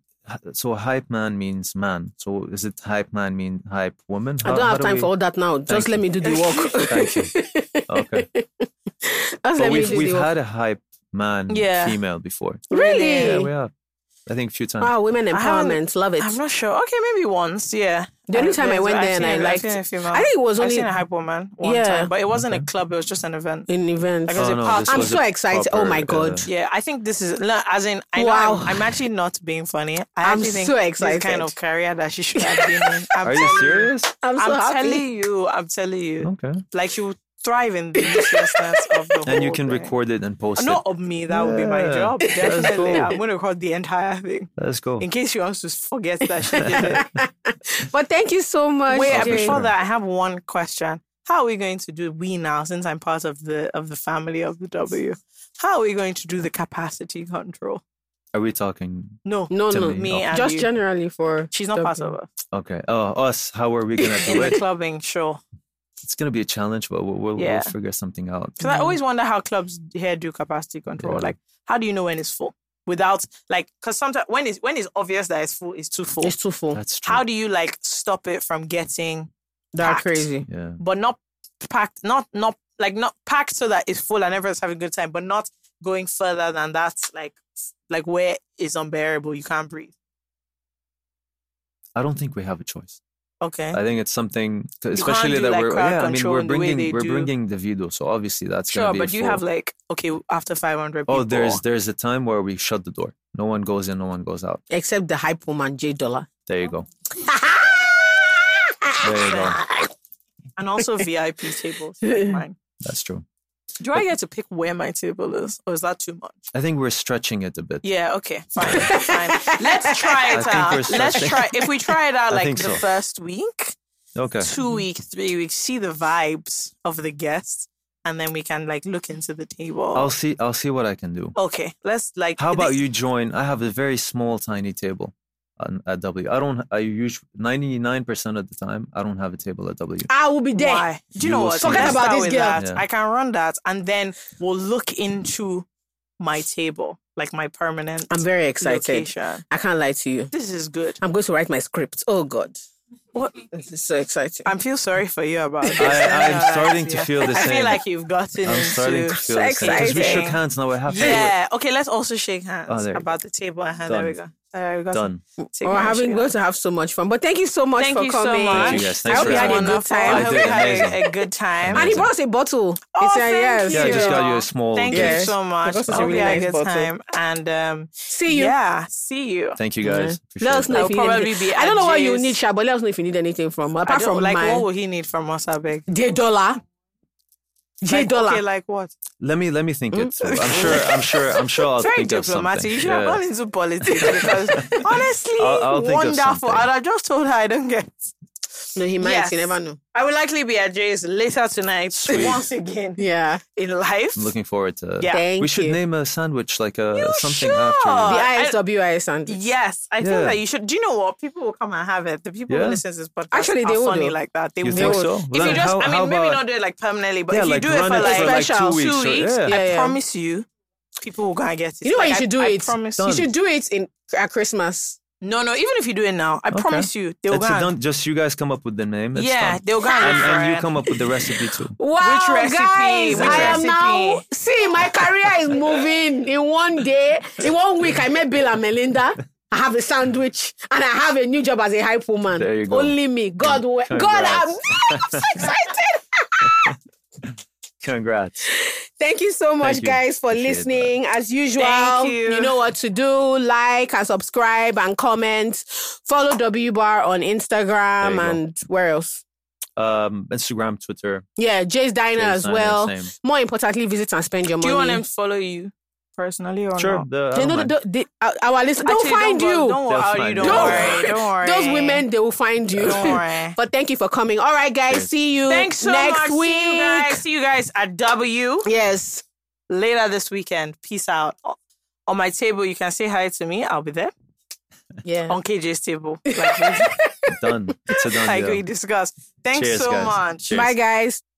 S1: so hype man means man. So is it hype man mean hype woman?
S3: I
S1: How-
S3: don't
S1: how
S3: have
S1: do
S3: time
S1: we-
S3: for all that now. Just let
S1: you.
S3: me do the work.
S1: Thank you. Okay.
S3: Just
S1: But
S3: let me
S1: we've
S3: do
S1: we've
S3: the work.
S1: had a hype man
S5: Yeah.
S1: female before.
S3: Really?
S1: Yeah, we have. I think a few times.
S3: Wow, women
S5: I haven't-
S3: empowerment. Love it.
S5: I'm not sure. Okay, maybe once. Yeah.
S3: The only time I
S5: there's-
S3: went
S5: I've
S3: there and
S5: seen
S3: I
S5: a- I've
S3: liked-
S5: seen a female.
S3: I think it was
S5: I've
S3: only
S5: seen a hype woman one
S3: Yeah.
S5: time, but it wasn't a club. It was just an event.
S3: in
S5: Like
S3: events.
S5: it was
S1: Oh,
S5: a
S1: no,
S5: party.
S1: this
S3: I'm
S1: was
S3: so
S1: a
S3: excited. Oh my
S1: proper,
S3: God.
S1: uh,
S5: Yeah, I think this is no, as in I
S3: Wow.
S5: know I'm, I'm actually not being funny. I
S3: I'm
S5: actually think
S3: so
S5: This
S3: excited.
S5: kind of career that she should have been in. I'm
S1: Are
S5: telling
S1: you serious? Oh.
S3: I'm so
S5: I'm
S3: happy.
S5: telling you. I'm telling you.
S1: Okay.
S5: Like she would thrive in the uselessness of the
S1: And you
S5: whole
S1: can
S5: thing.
S1: record it and post
S5: Not
S1: it.
S5: of me. That would be my
S1: Yeah.
S5: job.
S1: That's
S5: Definitely,
S1: cool.
S5: I'm going to record the entire thing
S1: Let's go.
S5: in case she wants to forget that she did it.
S3: But thank you so much.
S5: Wait,
S1: Okay.
S3: Jay.
S5: before that, I have one question. How are we going to do we now, since I'm part of the of the family of the W? How are we going to do the capacity control?
S1: Are we talking?
S5: No,
S3: No,
S1: to
S3: no,
S1: me.
S5: me
S1: okay.
S5: and
S3: just
S5: you.
S3: generally for
S5: She's not part of us.
S1: Okay. Oh, us. How are we gonna
S5: In
S1: do
S5: the
S1: it?
S5: clubbing, sure.
S1: It's gonna be a challenge, but we'll we'll,
S5: Yeah.
S1: we'll figure something out.
S5: Because I always wonder how clubs here do capacity control.
S1: Mm. Yeah.
S5: Like, how do you know when it's full without like? Because sometimes when it's when it's obvious that it's full, it's too full.
S3: it's too full.
S1: That's true.
S5: how do you like stop it from getting
S3: That's
S5: packed?
S3: crazy.
S1: yeah.
S5: but not packed, not not like not packed so that it's full and everyone's having a good time, but not going further than that. Like like where it's unbearable, you can't breathe.
S1: I don't think we have a choice.
S5: Okay.
S1: I think it's something,
S5: can't
S1: especially
S5: do,
S1: that
S5: like,
S1: we're
S5: crowd
S1: yeah. I mean,
S5: control
S1: we're
S5: in the way
S1: bringing
S5: they
S1: we're
S5: do.
S1: bringing the video, so obviously that's
S5: Sure,
S1: gonna be.
S5: but do you
S1: full-
S5: have like okay after five hundred?
S1: Oh, there's there's a time where we shut the door. No one goes in, no one goes out.
S3: Except the hype woman, J Dollar.
S1: There you go. there you go.
S5: and also VIP tables. like mine.
S1: That's true.
S5: Do I get to pick where my table is, or is that too much?
S1: I think we're stretching it a bit.
S5: Yeah, okay, fine, fine. Let's try it
S1: think
S5: out.
S1: we're
S5: Let's
S1: stretching.
S5: try. If we try it out
S1: I
S5: like
S1: think
S5: the
S1: so.
S5: first week,
S1: Okay.
S5: two week, three weeks, see the vibes of the guests, and then we can like look into the table.
S1: I'll see. I'll see what I can do.
S5: okay, let's like.
S1: How about
S5: this-
S1: you join? I have a very small, tiny table on- at W. I don't. I usually ninety nine percent of the time I don't have a table at W.
S3: I will be there.
S5: Why? Do you,
S1: You
S5: know
S1: will
S5: what?
S1: see Forget
S5: Let's
S3: about
S5: start
S3: this
S5: with
S3: girl.
S5: that.
S1: Yeah.
S5: I can run that, and then we'll look into my table, like my permanent
S3: I'm very excited.
S5: location.
S3: I can't lie to you.
S5: This is good.
S3: I'm going to write my script. Oh God,
S5: What?
S3: this is so exciting.
S5: I feel sorry for you about this.
S1: I, I'm
S5: Yeah,
S1: starting to
S5: yeah.
S1: feel the
S5: I
S1: same.
S5: feel like you've gotten
S1: I'm
S5: into
S1: starting to feel the same because we shook
S5: exciting.
S1: hands. Now I have to. do it.
S5: Yeah. Okay, let's also shake hands
S1: Oh, there you go.
S5: about the table. Uh-huh, there we go. I got
S1: Done.
S5: to
S3: Oh,
S4: Or
S5: take my
S4: having
S5: shit
S4: going
S5: out.
S4: to have so much fun. But thank you so much
S5: Thank
S4: for
S5: you so
S4: coming.
S5: much.
S1: Thank you, guys.
S4: I hope you
S1: Thanks
S4: had
S1: for
S4: a good
S5: Wonderful.
S4: time.
S5: I hope you had
S1: amazing.
S5: a- a good time.
S4: And he brought us a bottle.
S5: Oh,
S4: He said
S5: thank
S4: yes.
S5: you.
S1: Yeah, I just got you a small.
S5: Thank
S1: gift.
S5: you
S4: Yes.
S5: so much.
S4: got us a
S5: I hope
S4: really
S5: you had a
S4: nice
S5: good
S4: bottle.
S5: time. And um,
S4: See you.
S5: yeah, see you.
S1: Thank you guys. Appreciate
S4: Let us
S1: it.
S4: know
S5: I'll
S4: if you need
S5: probably
S4: anything.
S5: be
S4: I don't know
S5: at
S4: what you
S5: Jay's.
S4: need, Sha, but let us know if you need anything from
S5: I
S4: apart
S5: don't-
S4: from
S5: like,
S4: my
S5: what will he need from us, I beg?
S4: J dollar. J
S5: Like,
S4: dollar.
S5: Okay, like what?
S1: Let me let me think it through. I'm sure. I'm sure. I'm sure. I'll
S5: Mm. Very
S1: think of
S5: diplomatic.
S1: something.
S5: You should have gone into politics because honestly,
S1: I'll- I'll think of
S5: wonderful.
S1: something.
S5: And I just told her I don't get.
S4: No, he might.
S5: Yes.
S4: You never know.
S5: I will likely be at Jay's later tonight
S1: Sweet.
S5: once again
S4: Yeah.
S5: in life.
S1: I'm looking forward to.
S5: Yeah.
S4: Thank
S1: we should
S4: you.
S1: name a sandwich like a something
S5: should.
S4: the
S1: after.
S5: I-
S4: ISWIS and
S5: Yes, I
S1: Yeah.
S5: think that you should. Do you know what people will come and have it? The people
S1: Yeah.
S5: who listen to this podcast
S4: Actually, they
S5: are
S4: will
S5: funny
S4: do.
S5: like that. They
S1: You
S5: will.
S1: think
S4: would.
S1: so?
S5: If you
S1: Then
S5: just,
S1: how-
S5: I mean,
S1: how
S5: maybe
S1: about-
S5: not do it like permanently, but
S1: yeah,
S5: if you
S1: like
S5: do it for
S1: run it
S5: like,
S1: for like two
S4: special,
S5: two
S1: weeks.
S5: weeks,
S1: or- yeah.
S4: Yeah,
S5: I
S4: yeah.
S5: promise you, people will go and get it.
S4: You know what you
S5: I-
S4: should do
S5: I
S4: it?
S5: promise
S1: Done.
S4: You
S5: you.
S4: should do it in at Christmas.
S5: No, no. Even if you do it now, I
S1: Okay.
S5: promise you, they will
S1: That's
S5: go.
S1: it.
S5: And,
S1: Don't just you guys come up with the name. It's
S5: yeah,
S1: done.
S5: they will go and,
S1: And,
S5: look for
S1: and you
S5: it.
S1: come up with the recipe too.
S4: Wow,
S5: recipe?
S4: guys,
S5: Which
S4: I am
S5: recipe?
S4: now see my career is moving. In one day, in one week, I met Bill and Melinda. I have a sandwich and I have a new job as a hype woman.
S1: There you go.
S4: Only me. God, we- God,
S1: Congrats.
S4: I'm, I'm so excited.
S1: Congrats.
S4: Thank you so much,
S1: Thank you.
S4: guys, for
S1: Appreciate
S4: listening. As usual,
S5: Thank you.
S4: know what to do. Like and subscribe and comment. Follow W Bar on
S1: There
S4: Instagram
S1: you go.
S4: and where else?
S1: Um, Instagram, Twitter.
S4: Yeah, Jay's Diner
S1: Jay's
S4: as
S1: Diner,
S4: well.
S1: same.
S4: More importantly, visit and spend your
S5: Do you
S4: money.
S5: want them to follow you personally or
S1: Sure.
S5: not?
S1: the- I
S4: They
S1: don't
S4: know
S1: mind.
S4: the, the, our- our listeners. Don't
S5: Actually,
S4: find
S5: wor-
S4: you.
S5: Don't
S1: They'll
S5: worry.
S1: find
S5: Don't
S1: you.
S5: worry. Don't worry.
S4: Those women, they will find you.
S5: Don't worry.
S4: but thank you for coming. All right, guys.
S1: Cheers.
S4: See you
S5: Thanks so
S4: next
S5: much.
S4: week.
S5: See you guys. See you guys at W
S4: Yes.
S5: later this weekend. Peace out. On my table, you can say hi to me. I'll be there.
S4: Yeah.
S5: On KJ's table, like, we-
S1: done. It's a done
S5: like
S1: deal.
S5: we discussed. Thanks
S1: Cheers,
S5: so
S1: guys.
S5: much.
S1: Cheers.
S4: Bye, guys.